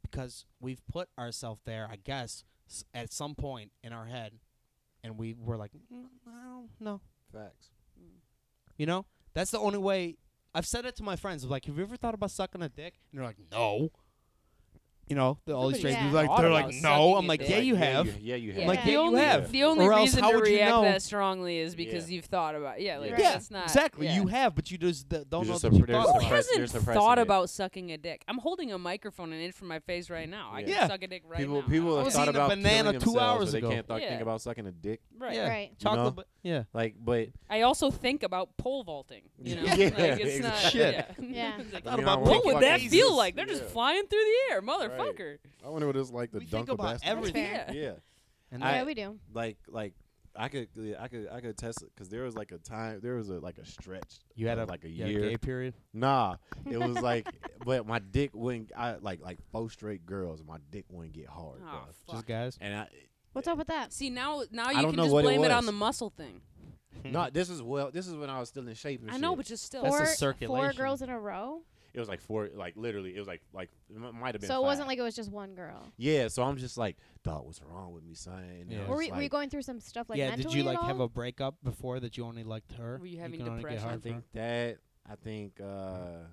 Speaker 4: Because we've put ourselves there, I guess, s- at some point in our head, and we were like, mm, I don't know.
Speaker 5: Facts.
Speaker 4: You know, that's the only way. I've said it to my friends. I'm like, have you ever thought about sucking a dick? And they're like, no. You know, the all these
Speaker 6: Somebody
Speaker 4: straight
Speaker 6: has
Speaker 4: dudes like,
Speaker 1: thought
Speaker 4: they're
Speaker 1: about
Speaker 4: like,
Speaker 1: sucking
Speaker 4: no. I'm
Speaker 1: a
Speaker 4: like,
Speaker 1: dick.
Speaker 4: yeah, you have.
Speaker 5: Yeah, you have.
Speaker 6: Like,
Speaker 1: Yeah.
Speaker 6: yeah,
Speaker 1: the
Speaker 6: you
Speaker 1: only
Speaker 5: have.
Speaker 1: the only
Speaker 4: Or else
Speaker 1: reason
Speaker 4: how
Speaker 1: to
Speaker 4: would you
Speaker 1: react
Speaker 4: know?
Speaker 1: that strongly is because
Speaker 5: Yeah.
Speaker 1: you've thought about yeah, like
Speaker 6: Yeah.
Speaker 1: yeah, that's not
Speaker 4: exactly.
Speaker 1: yeah.
Speaker 4: You have, but you just d- don't
Speaker 5: You're
Speaker 4: know
Speaker 5: just
Speaker 4: that
Speaker 5: a-
Speaker 4: you
Speaker 5: there's
Speaker 4: thought
Speaker 5: a
Speaker 4: about
Speaker 1: Who
Speaker 4: it.
Speaker 5: suppress- they're
Speaker 1: hasn't
Speaker 5: suppressing
Speaker 1: thought
Speaker 5: it.
Speaker 1: about sucking a dick? I'm holding a microphone an inch from my face right now. I can
Speaker 4: Yeah.
Speaker 1: suck a dick right
Speaker 5: people,
Speaker 1: now.
Speaker 5: people
Speaker 1: I
Speaker 5: have
Speaker 4: was
Speaker 5: thought
Speaker 4: eating a
Speaker 5: about
Speaker 4: banana
Speaker 5: killing
Speaker 4: two
Speaker 5: themselves,
Speaker 4: hours
Speaker 5: but They
Speaker 4: ago.
Speaker 5: can't th-
Speaker 1: Yeah.
Speaker 5: think about sucking a dick.
Speaker 1: right.
Speaker 4: Yeah.
Speaker 6: Right.
Speaker 4: Chocolate,
Speaker 5: know?
Speaker 4: but yeah.
Speaker 5: Like, but
Speaker 1: I also think about pole vaulting. You know,
Speaker 5: Yeah.
Speaker 1: like
Speaker 5: Yeah,
Speaker 1: it's not
Speaker 4: shit.
Speaker 1: Yeah.
Speaker 6: Yeah.
Speaker 1: It's like,
Speaker 5: I mean, I
Speaker 4: about
Speaker 5: wanna
Speaker 1: what would
Speaker 5: fuck
Speaker 1: that
Speaker 5: Jesus.
Speaker 1: feel like? They're just
Speaker 5: Yeah.
Speaker 1: flying through the air, motherfucker.
Speaker 5: I wonder what it's like to
Speaker 4: We think
Speaker 5: dunk a
Speaker 4: about
Speaker 5: basketball.
Speaker 4: everything.
Speaker 1: Yeah.
Speaker 5: Yeah.
Speaker 4: And
Speaker 5: I-
Speaker 6: yeah, we do.
Speaker 5: like like I could I could I could test it because there was like a time there was a like a stretch
Speaker 4: you had a
Speaker 5: of, like a
Speaker 4: you had
Speaker 5: year
Speaker 4: gay period.
Speaker 5: nah it was like but my dick wouldn't I like like four straight girls my dick wouldn't get hard
Speaker 1: Aw,
Speaker 5: bruh.
Speaker 1: fuck.
Speaker 4: Just guys.
Speaker 5: and I
Speaker 6: What's up with that?
Speaker 1: See now, now
Speaker 5: I
Speaker 1: you
Speaker 5: don't
Speaker 1: can
Speaker 5: know
Speaker 1: just
Speaker 5: what it
Speaker 1: blame it on
Speaker 5: was.
Speaker 1: the muscle thing.
Speaker 5: no this is well this is when I was still in shape and
Speaker 1: I know,
Speaker 5: shit.
Speaker 1: but just still.
Speaker 4: That's the
Speaker 6: four four
Speaker 4: circulation.
Speaker 6: girls in a row.
Speaker 5: it was like four like literally it was like like it m- might have been
Speaker 6: So it
Speaker 5: five.
Speaker 6: wasn't like it was just one girl.
Speaker 5: yeah so I'm just like dog what's wrong with me son and
Speaker 4: Yeah.
Speaker 5: I
Speaker 4: Or
Speaker 6: Were,
Speaker 5: was
Speaker 6: we, were you
Speaker 5: like,
Speaker 6: going through some stuff like
Speaker 4: yeah.
Speaker 6: mentally
Speaker 4: Did you
Speaker 6: at
Speaker 4: like
Speaker 6: all?
Speaker 4: have a breakup before that you only liked her?
Speaker 1: Were you
Speaker 4: You
Speaker 1: having
Speaker 4: can only get
Speaker 1: depression?
Speaker 5: I
Speaker 4: hard for
Speaker 5: think
Speaker 4: her.
Speaker 5: that I think uh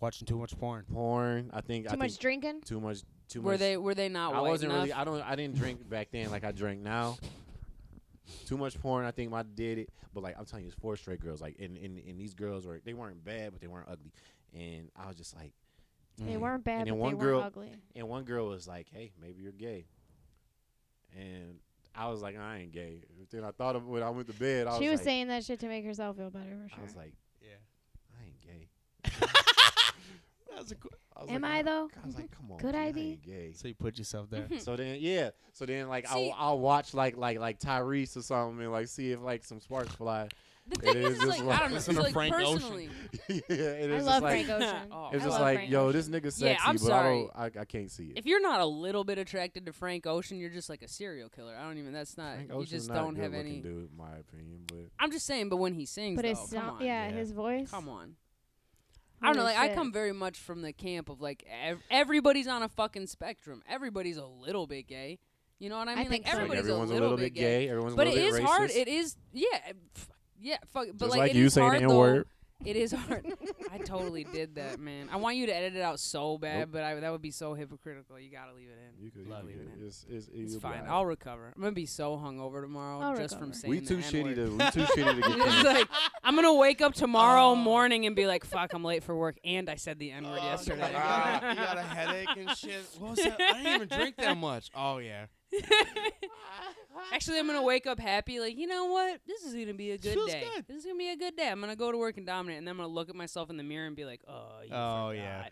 Speaker 4: Watching too much porn.
Speaker 5: porn I think
Speaker 6: too
Speaker 5: I
Speaker 6: much
Speaker 5: think
Speaker 6: drinking?
Speaker 5: too much too
Speaker 1: Were
Speaker 5: much
Speaker 1: they were they not?
Speaker 5: I
Speaker 1: white
Speaker 5: wasn't
Speaker 1: enough?
Speaker 5: really. I don't. I didn't drink back then like I drink now. Too much porn. I think I did it, but like I'm telling you, it's four straight girls. Like and and, and these girls were they weren't bad, but they weren't ugly. And I was just like,
Speaker 6: They
Speaker 4: Mm.
Speaker 6: weren't bad,
Speaker 5: Mm. And
Speaker 6: but
Speaker 5: then
Speaker 6: they
Speaker 5: one
Speaker 6: weren't
Speaker 5: girl-
Speaker 6: ugly.
Speaker 5: and one girl was like, hey, maybe you're gay. And I was like, I ain't gay. Then I thought of when I went to bed, I
Speaker 6: She
Speaker 5: was,
Speaker 6: was
Speaker 5: like,
Speaker 6: saying that shit to make herself feel better for
Speaker 5: I was
Speaker 6: sure.
Speaker 5: like,
Speaker 4: Yeah.
Speaker 5: I ain't gay.
Speaker 4: That was a cool.
Speaker 5: was
Speaker 6: Am
Speaker 5: like,
Speaker 6: I though?
Speaker 5: I was like, come on,
Speaker 6: Could
Speaker 5: man,
Speaker 6: I
Speaker 5: I
Speaker 6: be?"
Speaker 5: ain't gay.
Speaker 4: So you put yourself there.
Speaker 5: So then, yeah. So then, like,
Speaker 1: See-
Speaker 5: I'll, I'll watch like like like Tyrese or something, and like see if like some sparks fly.
Speaker 1: The
Speaker 5: It
Speaker 1: thing is,
Speaker 5: is
Speaker 1: is,
Speaker 5: just
Speaker 1: like,
Speaker 5: like-
Speaker 1: I don't know.
Speaker 7: Listen to
Speaker 1: Like
Speaker 7: Frank Ocean.
Speaker 1: personally,
Speaker 5: yeah, it
Speaker 6: I
Speaker 5: is just
Speaker 6: love
Speaker 5: like,
Speaker 6: Frank Ocean.
Speaker 1: Oh.
Speaker 5: It's
Speaker 6: I
Speaker 5: just
Speaker 6: love
Speaker 5: like,
Speaker 6: Frank
Speaker 5: yo,
Speaker 6: Ocean.
Speaker 5: this nigga sexy,
Speaker 1: Yeah, I'm
Speaker 5: but
Speaker 1: sorry.
Speaker 5: I, don't, I, I can't see it.
Speaker 1: if you're not a little bit attracted to Frank Ocean, you're just like a serial killer. I don't even. That's not.
Speaker 5: Frank
Speaker 1: you
Speaker 5: Ocean's
Speaker 1: just
Speaker 5: not
Speaker 1: don't
Speaker 5: a
Speaker 1: have
Speaker 5: good-looking
Speaker 1: any.
Speaker 5: Dude, in my opinion, but
Speaker 1: I'm just saying, but when he sings,
Speaker 6: But
Speaker 1: though,
Speaker 6: his
Speaker 1: come
Speaker 6: song,
Speaker 1: on,
Speaker 6: yeah,
Speaker 4: Yeah.
Speaker 6: his voice.
Speaker 1: come on. I don't know.
Speaker 6: Holy
Speaker 1: Like I
Speaker 6: shit.
Speaker 1: come very much from the camp of like ev- everybody's on a fucking spectrum. Everybody's a little bit gay. You know what I
Speaker 6: I
Speaker 1: mean?
Speaker 6: think
Speaker 1: like
Speaker 6: so. Like,
Speaker 1: everybody's
Speaker 5: everyone's
Speaker 1: a, little bit gay,
Speaker 5: Everyone's
Speaker 1: but
Speaker 5: a
Speaker 1: it
Speaker 5: little
Speaker 1: is
Speaker 5: bit racist.
Speaker 1: hard. It is yeah, pff, yeah. Fuck, but
Speaker 5: Just
Speaker 1: like,
Speaker 5: like
Speaker 1: it
Speaker 5: you
Speaker 1: is
Speaker 5: saying
Speaker 1: hard
Speaker 5: the
Speaker 1: though.
Speaker 5: N-word.
Speaker 1: It is hard. I totally did that, man. I want you to edit it out so bad,
Speaker 5: Nope.
Speaker 1: but I, that would be so hypocritical. You gotta leave it in.
Speaker 5: You could, you
Speaker 1: Love
Speaker 5: could
Speaker 1: you,
Speaker 5: get it.
Speaker 1: man.
Speaker 5: It's, it's,
Speaker 1: It's
Speaker 5: you'll be
Speaker 1: fine.
Speaker 5: all
Speaker 1: I'll
Speaker 5: right.
Speaker 1: recover. I'm gonna be so hungover tomorrow
Speaker 6: I'll
Speaker 1: just from
Speaker 6: recover.
Speaker 1: saying
Speaker 5: We
Speaker 1: the
Speaker 5: too shitty
Speaker 1: N-word.
Speaker 5: to. We too shitty to get.
Speaker 1: It's
Speaker 5: canceled.
Speaker 1: like I'm gonna wake up tomorrow
Speaker 7: Oh.
Speaker 1: morning and be like, "Fuck, I'm late for work," and I said the
Speaker 4: Oh,
Speaker 1: n-word
Speaker 7: yesterday.
Speaker 1: yesterday.
Speaker 7: you got a headache and shit. What was that? I didn't even drink that much. Oh yeah.
Speaker 1: Actually, I'm gonna wake up happy. Like, you know what? This is gonna be a good
Speaker 7: feels
Speaker 1: day.
Speaker 7: good.
Speaker 1: This is gonna be a good day. I'm gonna go to work and dominate, and then I'm gonna look at myself in the mirror and be like, "Oh, you
Speaker 7: Oh,
Speaker 1: forgot.
Speaker 7: yeah.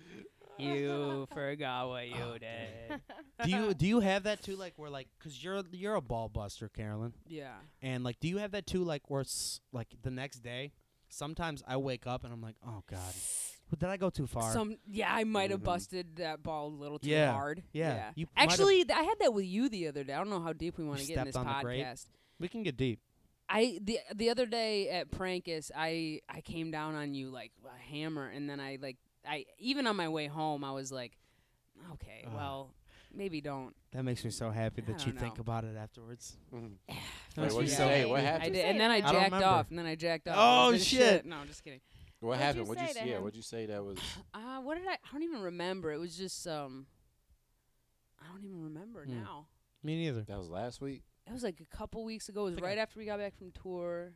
Speaker 1: you forgot what you did."
Speaker 4: do you do you have that too? Like where like, cause you're you're a ball buster, Carolyn,
Speaker 1: yeah.
Speaker 4: and like, do you have that too? Like where it's like the next day, sometimes I wake up and I'm like, oh god, well, did I go too far?
Speaker 1: Some yeah, I might have
Speaker 5: Mhm.
Speaker 1: busted that ball a little too
Speaker 4: Yeah,
Speaker 1: hard.
Speaker 4: yeah. You might have-
Speaker 1: Actually, th- I had that with you the other day. I don't know how deep we want to get in
Speaker 4: stepped
Speaker 1: this
Speaker 4: on the grape?
Speaker 1: podcast.
Speaker 4: we can get deep.
Speaker 1: I the the other day at Prankus, I I came down on you like a hammer, and then I like I even on my way home, I was like, okay,
Speaker 4: Ugh.
Speaker 1: well, maybe don't.
Speaker 4: That makes me so happy
Speaker 1: I
Speaker 4: that you
Speaker 1: don't
Speaker 4: think
Speaker 1: know.
Speaker 4: about it afterwards.
Speaker 5: Mhm.
Speaker 4: That
Speaker 5: Wait,
Speaker 4: makes
Speaker 5: what'd
Speaker 4: me
Speaker 5: you
Speaker 4: so
Speaker 5: say?
Speaker 4: happy.
Speaker 5: What
Speaker 6: Did
Speaker 1: I
Speaker 6: you
Speaker 5: happened?
Speaker 1: did,
Speaker 6: say
Speaker 1: and then I
Speaker 6: it?
Speaker 4: I don't
Speaker 1: jacked
Speaker 4: remember.
Speaker 1: off, and then I jacked off.
Speaker 4: Oh,
Speaker 1: I was in
Speaker 4: shit.
Speaker 1: No, I'm just kidding.
Speaker 5: What
Speaker 6: What'd you
Speaker 5: happened? What'd you
Speaker 6: say to
Speaker 5: say? Yeah.
Speaker 6: him?
Speaker 5: What'd you say that was?
Speaker 1: Uh, what did I? I don't even remember. It was just um, I don't even remember
Speaker 4: Hmm.
Speaker 1: now.
Speaker 4: Me neither.
Speaker 5: That was last week.
Speaker 1: It was like a couple weeks ago. It was
Speaker 4: Think I-
Speaker 1: right after we got back from tour.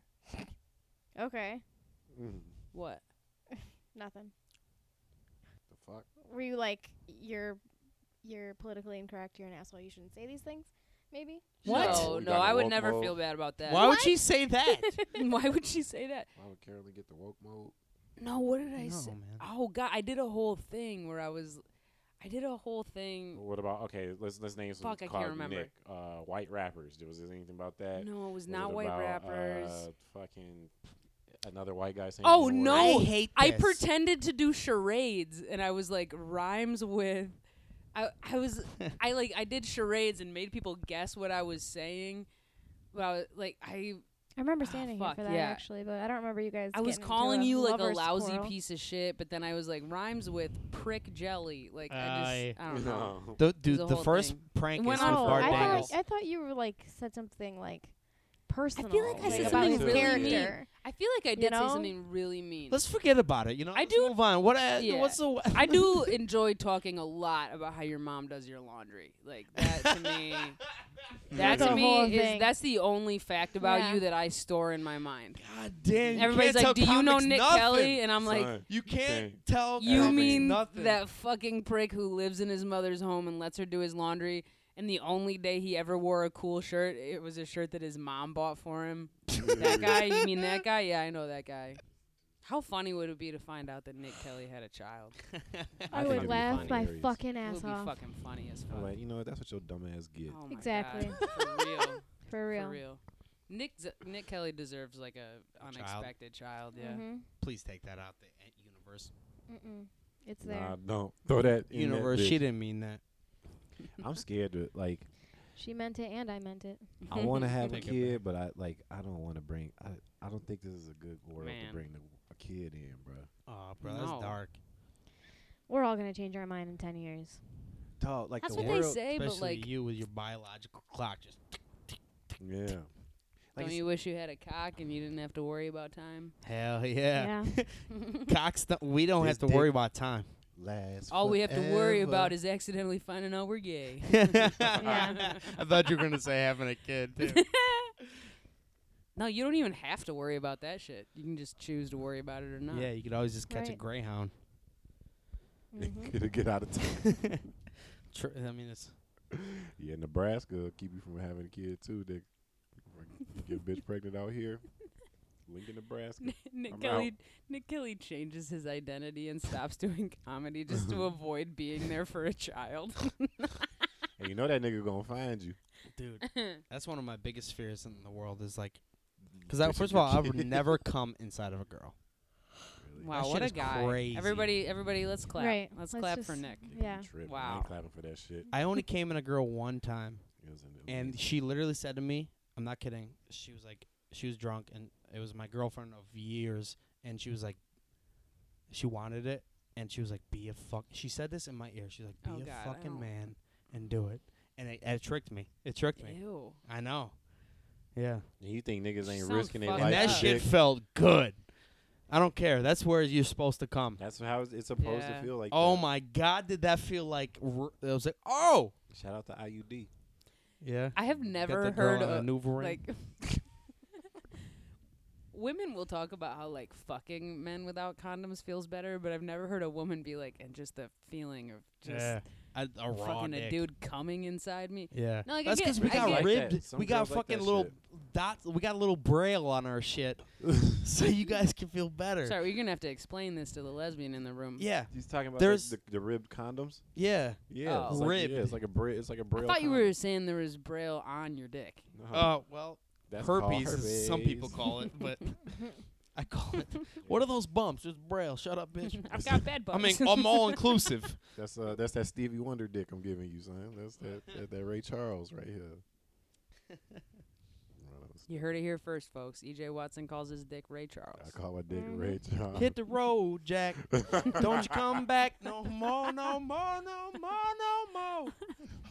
Speaker 6: Okay.
Speaker 5: Mm.
Speaker 1: What?
Speaker 6: Nothing.
Speaker 5: The fuck?
Speaker 6: Were you like you're you're politically incorrect, you're an asshole, you shouldn't say these things? Maybe?
Speaker 5: What?
Speaker 1: No,
Speaker 5: We
Speaker 1: no,
Speaker 5: got a
Speaker 1: I would
Speaker 5: woke
Speaker 1: never
Speaker 5: mode.
Speaker 1: feel bad about that.
Speaker 4: Why would she say that?
Speaker 1: Why would she say that?
Speaker 5: Why would Carolyn get the woke mode?
Speaker 1: No, what did I
Speaker 4: no,
Speaker 1: say?
Speaker 4: man.
Speaker 1: Oh god, I did a whole thing where I was, I did a whole thing.
Speaker 5: What about? Okay, let's let's name some.
Speaker 1: Fuck, I can't
Speaker 5: cog-
Speaker 1: remember.
Speaker 5: Nick, uh, white rappers. Was there anything about that?
Speaker 1: No, it was
Speaker 5: Was
Speaker 1: not
Speaker 5: it
Speaker 1: white
Speaker 5: about,
Speaker 1: rappers.
Speaker 5: Uh, fucking another white guy saying.
Speaker 1: Oh,
Speaker 5: the N-word?
Speaker 1: no.
Speaker 4: I
Speaker 1: I
Speaker 4: hate.
Speaker 1: I
Speaker 4: this.
Speaker 1: pretended to do charades, and I was like rhymes with. I I was I like I did charades and made people guess what I was saying. Well, like I
Speaker 6: I remember
Speaker 1: Ah,
Speaker 6: standing
Speaker 1: fuck,
Speaker 6: here for that
Speaker 1: yeah.
Speaker 6: actually, but I don't remember you guys.
Speaker 1: I was
Speaker 6: getting into
Speaker 1: calling
Speaker 6: a
Speaker 1: you like a
Speaker 6: lover's
Speaker 1: lousy
Speaker 6: quarrel.
Speaker 1: piece of shit, but then I was like rhymes with prick jelly. Like I
Speaker 4: Aye.
Speaker 1: just I don't know.
Speaker 5: No.
Speaker 4: The,
Speaker 1: was
Speaker 4: dude,
Speaker 1: a
Speaker 4: the
Speaker 1: whole
Speaker 4: first
Speaker 1: thing.
Speaker 4: prank
Speaker 1: It
Speaker 4: is
Speaker 1: went
Speaker 4: with
Speaker 1: on
Speaker 6: Oh,
Speaker 1: for
Speaker 4: Bart
Speaker 6: I
Speaker 1: days.
Speaker 6: thought,
Speaker 4: Daniels.
Speaker 6: I thought you were like said something like personal.
Speaker 1: like I
Speaker 6: like,
Speaker 1: said
Speaker 6: about
Speaker 1: something
Speaker 6: his
Speaker 1: really mean.
Speaker 6: character.
Speaker 1: I feel like I did
Speaker 6: You
Speaker 1: say
Speaker 6: know?
Speaker 1: something really mean.
Speaker 4: Let's forget about it. You know,
Speaker 1: I
Speaker 4: Let's
Speaker 1: do-
Speaker 4: move on. What? Uh,
Speaker 1: Yeah.
Speaker 4: What's the?
Speaker 1: I do enjoy talking a lot about how your mom does your laundry. Like that to me, that
Speaker 6: That's
Speaker 1: to
Speaker 6: a whole
Speaker 1: me is
Speaker 6: thing.
Speaker 1: that's the only fact about
Speaker 6: Yeah.
Speaker 1: you that I store in my mind.
Speaker 4: God damn. you
Speaker 1: Everybody's
Speaker 4: can't
Speaker 1: like, "Do
Speaker 4: tell
Speaker 1: you know
Speaker 4: comics
Speaker 1: Nick
Speaker 4: nothing.
Speaker 1: Kelly?" And I'm like,
Speaker 5: Son,
Speaker 4: You can't
Speaker 5: Dang.
Speaker 4: tell.
Speaker 1: "You
Speaker 5: Everything.
Speaker 4: comics
Speaker 1: mean
Speaker 4: nothing.
Speaker 1: that fucking prick who lives in his mother's home and lets her do his laundry?" And the only day he ever wore a cool shirt, it was a shirt that his mom bought for him. that guy, you mean that guy? Yeah, I know that guy. How funny would it be to find out that Nick Kelly had a child?
Speaker 5: I
Speaker 6: I,
Speaker 5: think it'd
Speaker 6: would
Speaker 5: be
Speaker 6: laugh
Speaker 5: funny,
Speaker 6: my
Speaker 5: Aries.
Speaker 1: It
Speaker 6: fucking ass
Speaker 1: would be
Speaker 6: off.
Speaker 1: fucking funny as fuck.
Speaker 5: I'm like, you know what? That's what your dumb ass get.
Speaker 1: Oh my God.
Speaker 6: Exactly.
Speaker 1: For real.
Speaker 6: For real.
Speaker 1: For real. Nick Z- Nick Kelly deserves like a
Speaker 4: child.
Speaker 1: unexpected child. Yeah.
Speaker 6: Mhm.
Speaker 4: Please take that out the universe.
Speaker 6: Mm-mm. It's there.
Speaker 5: Nah, don't throw that in that
Speaker 4: Universe. She
Speaker 5: bitch.
Speaker 4: didn't mean that.
Speaker 5: I'm scared to like.
Speaker 6: She meant it, and I meant it.
Speaker 1: Mm-hmm.
Speaker 5: I want to have a
Speaker 4: Take it
Speaker 5: kid, but I like. I don't want to bring. I I don't think this is a good world
Speaker 1: Man.
Speaker 5: to bring the, a kid in, bro.
Speaker 4: Oh, bro,
Speaker 1: bro, that's No.
Speaker 4: that's dark.
Speaker 1: dark.
Speaker 6: We're all gonna change our mind in ten years.
Speaker 5: Dog, like
Speaker 1: That's
Speaker 5: the
Speaker 1: what
Speaker 5: world.
Speaker 1: they say,
Speaker 4: Especially
Speaker 1: but like,
Speaker 4: you with your biological clock. Just
Speaker 5: Yeah. Like
Speaker 1: don't
Speaker 5: it's-
Speaker 1: you wish you had a cock and you didn't have to worry about time?
Speaker 4: hell yeah.
Speaker 6: Yeah.
Speaker 4: Cox, th- we don't
Speaker 5: This
Speaker 4: have to worry
Speaker 5: dick-
Speaker 4: about time.
Speaker 5: last.
Speaker 1: All we have to worry
Speaker 5: forever.
Speaker 1: about is accidentally finding out we're gay.
Speaker 6: Yeah.
Speaker 4: I thought you were gonna say having a kid. Too.
Speaker 1: no, you don't even have to worry about that shit. You can just choose to worry about it or not.
Speaker 4: yeah, you could always just catch a
Speaker 6: Right.
Speaker 4: greyhound.
Speaker 1: Mm-hmm.
Speaker 6: Mhm.
Speaker 5: It'll get out of town.
Speaker 4: Tr- I mean, it's
Speaker 5: Yeah, Nebraska will keep you from having a kid too, Dick. You get a bitch pregnant out here, Lincoln, Nebraska.
Speaker 1: Nick
Speaker 5: I'm
Speaker 1: Kelly
Speaker 5: out.
Speaker 1: Nick Kelly changes his identity and stops doing comedy just to avoid being there for a child.
Speaker 5: And you know that nigga gonna find you.
Speaker 4: dude. That's one of my biggest fears in the world is like, because first of all, I would never come inside of a girl.
Speaker 5: Really.
Speaker 1: wow,
Speaker 4: shit
Speaker 1: what a
Speaker 4: is
Speaker 1: guy.
Speaker 4: crazy.
Speaker 1: Everybody everybody let's clap.
Speaker 6: Right,
Speaker 1: Let's,
Speaker 6: let's
Speaker 1: clap for
Speaker 6: just-
Speaker 1: Nick.
Speaker 5: Nigga, you
Speaker 6: Yeah.
Speaker 5: tripping. I
Speaker 1: Wow.
Speaker 5: ain't clapping for that shit.
Speaker 4: I only came in a girl one time,
Speaker 5: It was in the-
Speaker 4: and she literally said to me, "I'm not kidding." She was like, she was drunk, and it was my girlfriend of years, and she was like, she wanted it, and she was like, "Be a fuck." She said this in my ear. She's like, "Be
Speaker 1: Oh,
Speaker 4: a
Speaker 1: God, I
Speaker 4: fucking
Speaker 1: don't-
Speaker 4: man and do it." and it, it tricked me. It tricked me.
Speaker 1: Ew.
Speaker 4: I know. Yeah.
Speaker 5: And you think niggas ain't
Speaker 1: Sound
Speaker 5: risking their
Speaker 1: fucked
Speaker 5: life?
Speaker 1: Like
Speaker 4: and that
Speaker 5: for
Speaker 1: that.
Speaker 4: shit
Speaker 5: dick?
Speaker 4: felt good. I don't care. That's where you're supposed to come.
Speaker 5: That's how it's supposed
Speaker 1: Yeah.
Speaker 5: to feel like.
Speaker 4: oh
Speaker 5: that.
Speaker 4: my god, did that feel like r- it was like oh
Speaker 5: Shout out to IUD.
Speaker 4: yeah.
Speaker 1: I have
Speaker 4: Got
Speaker 1: never
Speaker 4: that girl
Speaker 1: heard
Speaker 4: on
Speaker 1: of
Speaker 4: a new ring.
Speaker 1: like women will talk about how like fucking men without condoms feels better, but I've never heard a woman be like and just the feeling of just
Speaker 4: yeah. I, a raw
Speaker 1: fucking a
Speaker 4: dick.
Speaker 1: dude coming inside me.
Speaker 4: Yeah.
Speaker 1: No, like, I
Speaker 4: That's because
Speaker 1: get-
Speaker 4: we
Speaker 1: I
Speaker 4: got
Speaker 1: get-
Speaker 5: Like
Speaker 4: ribbed.
Speaker 5: that. Some
Speaker 4: we got
Speaker 5: girls like
Speaker 4: fucking
Speaker 5: that
Speaker 4: little
Speaker 5: shit.
Speaker 4: dots. We got a little braille on our shit, so you guys can feel better.
Speaker 1: Sorry, you're gonna have to explain this to the lesbian in the room.
Speaker 4: Yeah.
Speaker 5: He's talking about
Speaker 4: There's-
Speaker 5: the, the, the ribbed condoms.
Speaker 4: Yeah.
Speaker 5: Yeah,
Speaker 1: Oh.
Speaker 5: it's like,
Speaker 4: Ribbed.
Speaker 5: Yeah, it's like a bra- It's like a
Speaker 1: I
Speaker 5: braille.
Speaker 1: thought you
Speaker 5: condom.
Speaker 1: were saying there was braille on your dick.
Speaker 5: No,
Speaker 4: well,
Speaker 5: that's called
Speaker 4: Uh, herpes, as some people
Speaker 5: herpes.
Speaker 4: call it, but I call it. What are those bumps? Just braille. Shut up, bitch.
Speaker 1: I've got bed
Speaker 7: I
Speaker 1: bugs.
Speaker 7: mean, I'm all inclusive.
Speaker 5: That's uh, that's that Stevie Wonder dick I'm giving you, son. That's that that, that Ray Charles right here.
Speaker 1: you heard it here first, folks. EJ Watson calls his dick Ray Charles.
Speaker 5: I call my dick Ray Charles.
Speaker 4: Hit the road, Jack. Don't you come back no more, no more, no more, no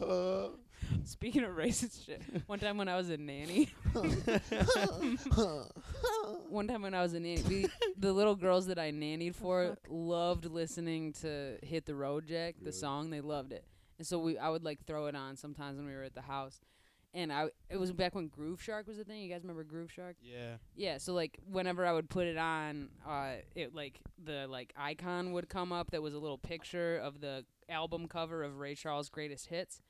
Speaker 4: more.
Speaker 5: Uh,
Speaker 1: Speaking of racist shit, one time when I was a nanny, one time when I was a nanny, we, the little girls that I nannied for loved listening to "Hit the Road Jack," the song. They loved it, and so we, I would like throw it on sometimes when we were at the house. And I, it was back when Groove Shark was a thing. You guys remember Groove Shark?
Speaker 4: Yeah.
Speaker 1: Yeah, so like whenever I would put it on, uh, it like the like icon would come up that was a little picture of the album cover of Ray Charles' greatest hits.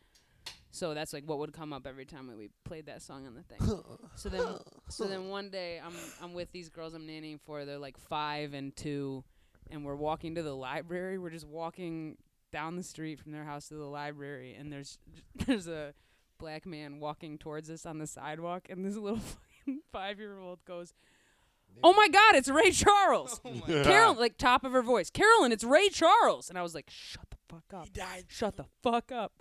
Speaker 1: So that's like what would come up every time that we played that song on the thing. so then, so then one day I'm I'm with these girls I'm nannying for. They're like five and two, and we're walking to the library. We're just walking down the street from their house to the library, and there's there's a black man walking towards us on the sidewalk, and this little fucking five year old goes, "Oh my God, it's Ray Charles!" Carolyn, like top of her voice, Carolyn, it's Ray Charles, and I was like, "Shut the fuck up!" Shut the fuck up.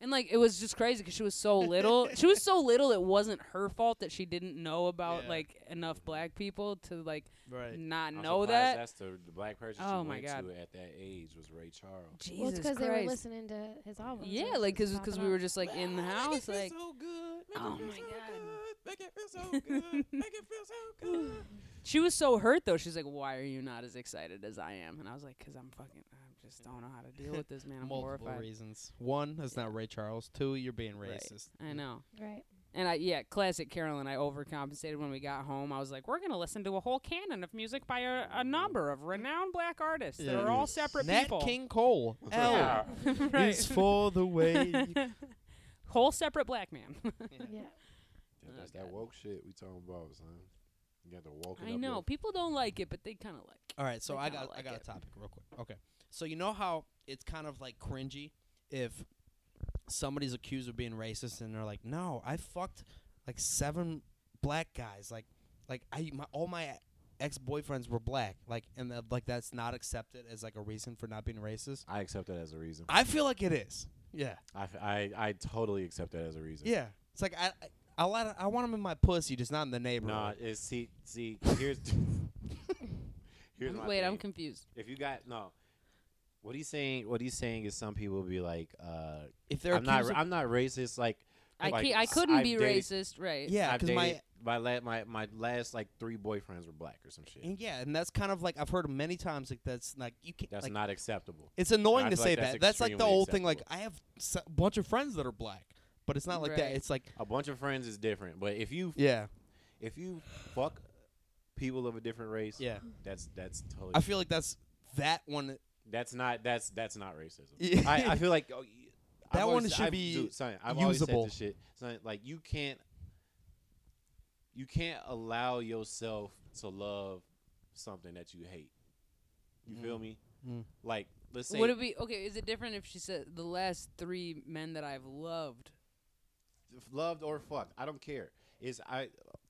Speaker 1: And like it was just crazy because she was so little. she was so little. It wasn't her fault that she didn't know about
Speaker 4: Yeah.
Speaker 1: like enough black people to like
Speaker 4: Right.
Speaker 1: not know that.
Speaker 5: That's the, the black person
Speaker 1: she Oh my went God.
Speaker 5: to at that age was Ray Charles.
Speaker 1: Jesus
Speaker 6: Well, it's because
Speaker 1: Christ.
Speaker 6: they were listening to his album.
Speaker 1: yeah, like because we were just like in the house, like oh my god. She was so hurt though. She's like, "Why are you not as excited as I am?" And I was like, "Cause I'm fucking. I just don't know how to deal with this, man. I'm
Speaker 4: Multiple
Speaker 1: horrified.
Speaker 4: reasons. One, that's not Ray Charles. Two, you're being
Speaker 1: Right.
Speaker 4: racist.
Speaker 1: I know."
Speaker 6: right.
Speaker 1: And I yeah, classic Carolyn. I overcompensated when we got home. I was like, "We're gonna listen to a whole canon of music by a, a number of renowned black artists that are all separate
Speaker 4: Nat
Speaker 1: people."
Speaker 4: King Cole. L
Speaker 1: Yeah. right.
Speaker 4: is for the way.
Speaker 1: whole separate black man.
Speaker 6: Yeah.
Speaker 1: Oh
Speaker 5: that's that woke shit we talking about, son. You got to woke it
Speaker 1: I
Speaker 5: up
Speaker 1: know
Speaker 5: your-
Speaker 1: people don't like it, but they kind of like. it.
Speaker 4: All right, so I
Speaker 1: kinda
Speaker 4: got I
Speaker 1: like
Speaker 4: got
Speaker 1: it.
Speaker 4: a topic real quick. Okay, so you know how it's kind of like cringy if somebody's accused of being racist and they're like, "No, I fucked like seven black guys. Like, like I my all my ex boyfriends were black. Like, and the, like that's not accepted as like a reason for not being racist.
Speaker 5: I accept that as a reason.
Speaker 4: I feel like it is. Yeah,
Speaker 5: I, f- I, I totally accept that as a reason.
Speaker 4: yeah. It's like I I, I, let- I want them in my pussy, just not in the
Speaker 5: Nah,
Speaker 4: neighborhood.
Speaker 5: it's, see, see, here's here's my
Speaker 1: Wait, I'm
Speaker 5: thing.
Speaker 1: confused.
Speaker 5: if you got no, what he's saying, what he's saying is some people be like, uh,
Speaker 4: if they're
Speaker 5: I'm not,
Speaker 4: accused of-
Speaker 5: I'm not racist. Like,
Speaker 1: I
Speaker 5: like,
Speaker 1: ca- I couldn't
Speaker 5: I've
Speaker 1: be
Speaker 5: dated-
Speaker 1: racist, right?
Speaker 4: yeah,
Speaker 5: I've
Speaker 4: because
Speaker 5: dated-
Speaker 4: my
Speaker 5: my la- my my last like three boyfriends were black or some shit.
Speaker 4: and yeah, and that's kind of like I've heard many times like that's like you can't
Speaker 5: That's
Speaker 4: like,
Speaker 5: not acceptable.
Speaker 4: It's annoying
Speaker 5: I
Speaker 4: to
Speaker 5: feel
Speaker 4: say
Speaker 5: like that's
Speaker 4: that. That's like the
Speaker 5: extremely
Speaker 4: old thing. Like I have s- a bunch of friends that are black, but it's not like that.
Speaker 1: Right.
Speaker 4: It's like
Speaker 5: A bunch of friends is different, but if you
Speaker 4: yeah,
Speaker 5: if you fuck people of a different race,
Speaker 4: Yeah.
Speaker 5: that's that's totally.
Speaker 4: I feel like that's that one.
Speaker 5: that's not that's that's not racism.
Speaker 4: Yeah.
Speaker 5: I, I feel like oh, y- I've
Speaker 4: That one
Speaker 5: always-
Speaker 4: should
Speaker 5: I've-
Speaker 4: be
Speaker 5: dude, son, I've always said
Speaker 4: usable.
Speaker 5: this shit. Son, like you can't you can't allow yourself to love something that you hate. You feel me?
Speaker 4: Mm.
Speaker 5: Like let's say
Speaker 1: Would it be okay? Is it different if she said the last three men that I've loved?
Speaker 5: f- loved or fucked. I don't care. Is I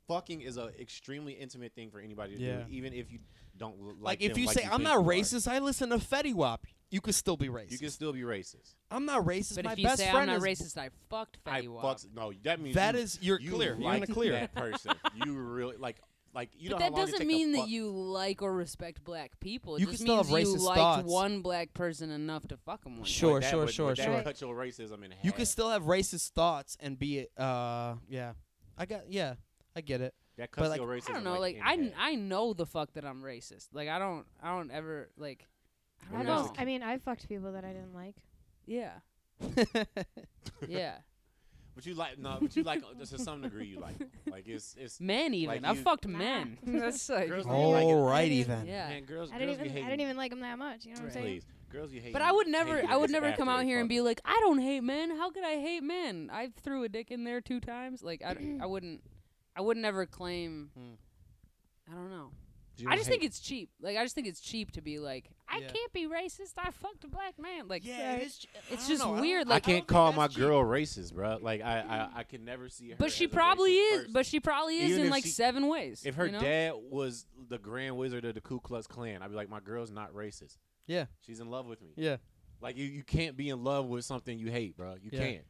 Speaker 5: fucking is a extremely intimate thing for anybody to
Speaker 4: Yeah.
Speaker 5: do, even if you don't l- like.
Speaker 4: Like, if
Speaker 5: them
Speaker 4: you
Speaker 5: like
Speaker 4: say I'm
Speaker 5: think
Speaker 4: not
Speaker 5: you are."
Speaker 4: racist, I listen to Fetty Wap. You could still be racist.
Speaker 5: you can still be racist.
Speaker 4: I'm not racist.
Speaker 1: But
Speaker 4: my
Speaker 1: if you
Speaker 4: best
Speaker 1: say I'm
Speaker 4: friend
Speaker 1: not
Speaker 4: is
Speaker 1: racist, I fucked
Speaker 5: I
Speaker 1: Fetty Wap.
Speaker 5: fucks, no, that means
Speaker 4: That
Speaker 5: you,
Speaker 4: is- you're
Speaker 5: you
Speaker 4: clear. You're in
Speaker 5: like
Speaker 4: the clear.
Speaker 5: That person, you really like. like you
Speaker 1: but
Speaker 5: know how
Speaker 1: that
Speaker 5: long it
Speaker 1: doesn't
Speaker 5: take to
Speaker 1: mean that
Speaker 5: fuck-
Speaker 1: you like or respect black people. It
Speaker 4: You
Speaker 1: just
Speaker 4: can still have
Speaker 1: means you
Speaker 4: racist
Speaker 1: like
Speaker 4: thoughts.
Speaker 1: one black person enough to fuck him. One
Speaker 4: Sure,
Speaker 5: Like, that
Speaker 4: sure,
Speaker 5: would- would
Speaker 4: sure,
Speaker 5: that
Speaker 4: sure.
Speaker 5: Cut your racism in half.
Speaker 4: You can still have racist thoughts and be uh yeah. I got yeah. I get it.
Speaker 5: that
Speaker 4: but,
Speaker 5: cuts
Speaker 4: like,
Speaker 5: your racism.
Speaker 1: I don't know. Like
Speaker 5: in
Speaker 1: I, kn-
Speaker 5: half.
Speaker 1: I know the fuck that I'm racist. Like I don't I don't ever like. I
Speaker 5: Maybe
Speaker 1: don't
Speaker 5: that's the
Speaker 1: know.
Speaker 5: key.
Speaker 6: I mean, I fucked people that I didn't like.
Speaker 1: Yeah. yeah.
Speaker 5: But you like no, but you like uh, to some degree you like 'em. like it's it's
Speaker 1: Men even.
Speaker 5: Like
Speaker 1: I've
Speaker 5: you-
Speaker 1: fucked
Speaker 6: Nah.
Speaker 1: men. That's like.
Speaker 5: Girls don't like it.
Speaker 4: Alrighty then.
Speaker 1: Yeah.
Speaker 5: man girls
Speaker 6: I didn't
Speaker 5: girls be
Speaker 6: even. I
Speaker 5: hating-
Speaker 6: didn't even like them that much. You know what I'm
Speaker 1: Right.
Speaker 6: saying?
Speaker 5: please girls you hate
Speaker 1: But I would
Speaker 5: hate
Speaker 1: never,
Speaker 5: you
Speaker 1: I would
Speaker 5: just
Speaker 1: never come
Speaker 5: after
Speaker 1: out
Speaker 5: they
Speaker 1: here and
Speaker 5: fuck.
Speaker 1: be like, I don't hate men. How could I hate men? I threw a dick in there two times. Like I, d- I wouldn't, I would never claim.
Speaker 4: Hmm.
Speaker 1: I don't know.
Speaker 5: Do you
Speaker 1: I
Speaker 5: not
Speaker 1: just
Speaker 5: hate-
Speaker 1: think it's cheap. Like I just think it's cheap to be like, I
Speaker 4: Yeah.
Speaker 1: can't be racist. I fucked a black man. Like
Speaker 4: Yeah, it
Speaker 1: uh,
Speaker 4: is ch- I
Speaker 1: it's
Speaker 4: don't
Speaker 1: just
Speaker 4: know, I don't-
Speaker 1: weird.
Speaker 5: I
Speaker 1: Like
Speaker 5: can't
Speaker 4: think
Speaker 5: call
Speaker 4: that's
Speaker 5: my
Speaker 4: cheap.
Speaker 5: girl racist, bro. Like I, I, I could never see her.
Speaker 1: But she
Speaker 5: as a
Speaker 1: probably
Speaker 5: racist
Speaker 1: is.
Speaker 5: person.
Speaker 1: But she probably is
Speaker 5: Even
Speaker 1: in
Speaker 5: if
Speaker 1: like
Speaker 5: she-
Speaker 1: seven ways.
Speaker 5: if her
Speaker 1: you know?
Speaker 5: dad was the Grand Wizard of the Ku Klux Klan, I'd be like, my girl's not racist.
Speaker 4: Yeah.
Speaker 5: she's in love with me.
Speaker 4: Yeah.
Speaker 5: Like you, you can't be in love with something you hate, bro. You
Speaker 4: Yeah.
Speaker 5: can't.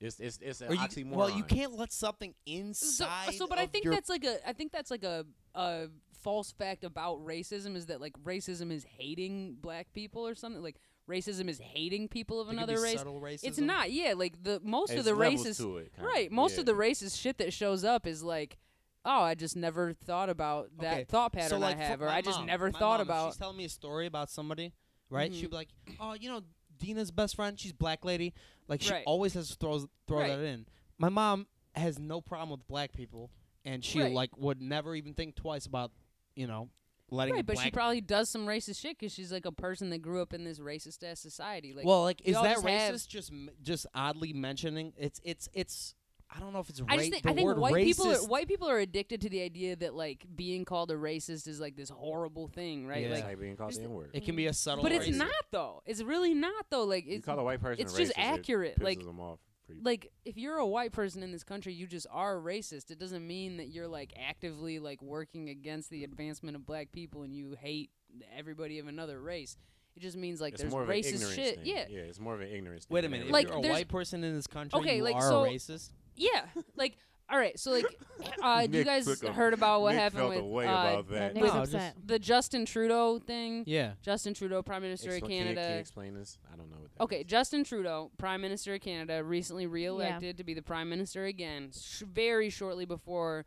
Speaker 5: It's it's it's an
Speaker 4: Or you,
Speaker 5: oxymoron.
Speaker 4: well, you can't let something inside.
Speaker 1: so, so but I
Speaker 4: of
Speaker 1: think
Speaker 4: your-
Speaker 1: that's like a I think that's like a a false fact about racism is that like racism is hating black people or something like racism is hating people of
Speaker 4: There could be
Speaker 1: another race.
Speaker 4: subtle
Speaker 1: It's
Speaker 4: racism.
Speaker 1: not. Yeah, like the most
Speaker 5: It's
Speaker 1: of the
Speaker 5: levels
Speaker 1: racist
Speaker 5: to it, kinda.
Speaker 1: right, most
Speaker 5: Yeah.
Speaker 1: of the racist shit that shows up is like Oh, I just never thought about that
Speaker 4: Okay,
Speaker 1: thought
Speaker 4: So,
Speaker 1: pattern
Speaker 4: like,
Speaker 1: I
Speaker 4: for
Speaker 1: have, or
Speaker 4: my
Speaker 1: I just
Speaker 4: mom-
Speaker 1: never
Speaker 4: my mom,
Speaker 1: thought
Speaker 4: if
Speaker 1: about.
Speaker 4: She's telling me a story about somebody, right?
Speaker 1: Mhm.
Speaker 4: She'd be like, "Oh, you know, Dina's best friend. She's black lady. Like she
Speaker 1: Right.
Speaker 4: always has to throw throw
Speaker 1: Right.
Speaker 4: that in." My mom has no problem with black people, and she
Speaker 1: Right.
Speaker 4: like would never even think twice about, you know, letting. a
Speaker 1: Right, but she
Speaker 4: black-
Speaker 1: probably does some racist shit because she's like a person that grew up in this racist ass society. Like,
Speaker 4: well, like,
Speaker 1: we
Speaker 4: is
Speaker 1: all
Speaker 4: that
Speaker 1: just have-
Speaker 4: racist? Just m- just oddly mentioning it's it's it's. I don't know if it's.
Speaker 1: I
Speaker 4: ra-
Speaker 1: just think
Speaker 4: the
Speaker 1: I think
Speaker 4: word
Speaker 1: white
Speaker 4: racist,
Speaker 1: people are, white people are addicted to the idea that like being called a racist is like this horrible thing, right?
Speaker 4: Yeah.
Speaker 5: It's
Speaker 1: Like,
Speaker 5: like being called
Speaker 1: just-
Speaker 5: the N word.
Speaker 4: It can be a subtle.
Speaker 1: but it's
Speaker 4: racist.
Speaker 1: not though. It's really not though. Like
Speaker 5: You
Speaker 1: it's
Speaker 5: call a white person.
Speaker 1: it's just
Speaker 5: racist, it
Speaker 1: accurate,
Speaker 5: pisses
Speaker 1: like-
Speaker 5: them off pretty
Speaker 1: like if you're a white person in this country, you just are racist. It doesn't mean that you're like actively like working against the advancement of black people and you hate everybody of another race. It just means like
Speaker 5: it's
Speaker 1: there's
Speaker 5: more of an
Speaker 1: racist
Speaker 5: ignorance
Speaker 1: shit.
Speaker 5: thing.
Speaker 1: Yeah.
Speaker 5: yeah, it's more of an ignorance.
Speaker 4: Wait a
Speaker 5: thing
Speaker 4: minute.
Speaker 5: than
Speaker 4: if
Speaker 1: Like,
Speaker 4: you're a
Speaker 1: there's-
Speaker 4: white person in this country,
Speaker 1: Okay,
Speaker 4: you
Speaker 1: like,
Speaker 4: are
Speaker 1: so-
Speaker 4: a racist.
Speaker 1: Yeah. Like all right, so like uh do you
Speaker 5: Nick
Speaker 1: guys
Speaker 5: took a-
Speaker 1: heard about what
Speaker 5: Nick
Speaker 1: happened
Speaker 5: felt
Speaker 1: with
Speaker 5: a way
Speaker 1: uh,
Speaker 5: about that.
Speaker 6: That
Speaker 4: No,
Speaker 6: nigga's
Speaker 4: just-
Speaker 6: upset.
Speaker 1: the Justin Trudeau thing?
Speaker 4: Yeah.
Speaker 1: Justin Trudeau, Prime Minister of
Speaker 5: Expla- can you-
Speaker 1: Canada.
Speaker 5: Can you explain this? I don't know what that
Speaker 1: Okay,
Speaker 5: is.
Speaker 1: Justin Trudeau, Prime Minister of Canada, recently reelected to be the Prime Minister again. Sh- very shortly before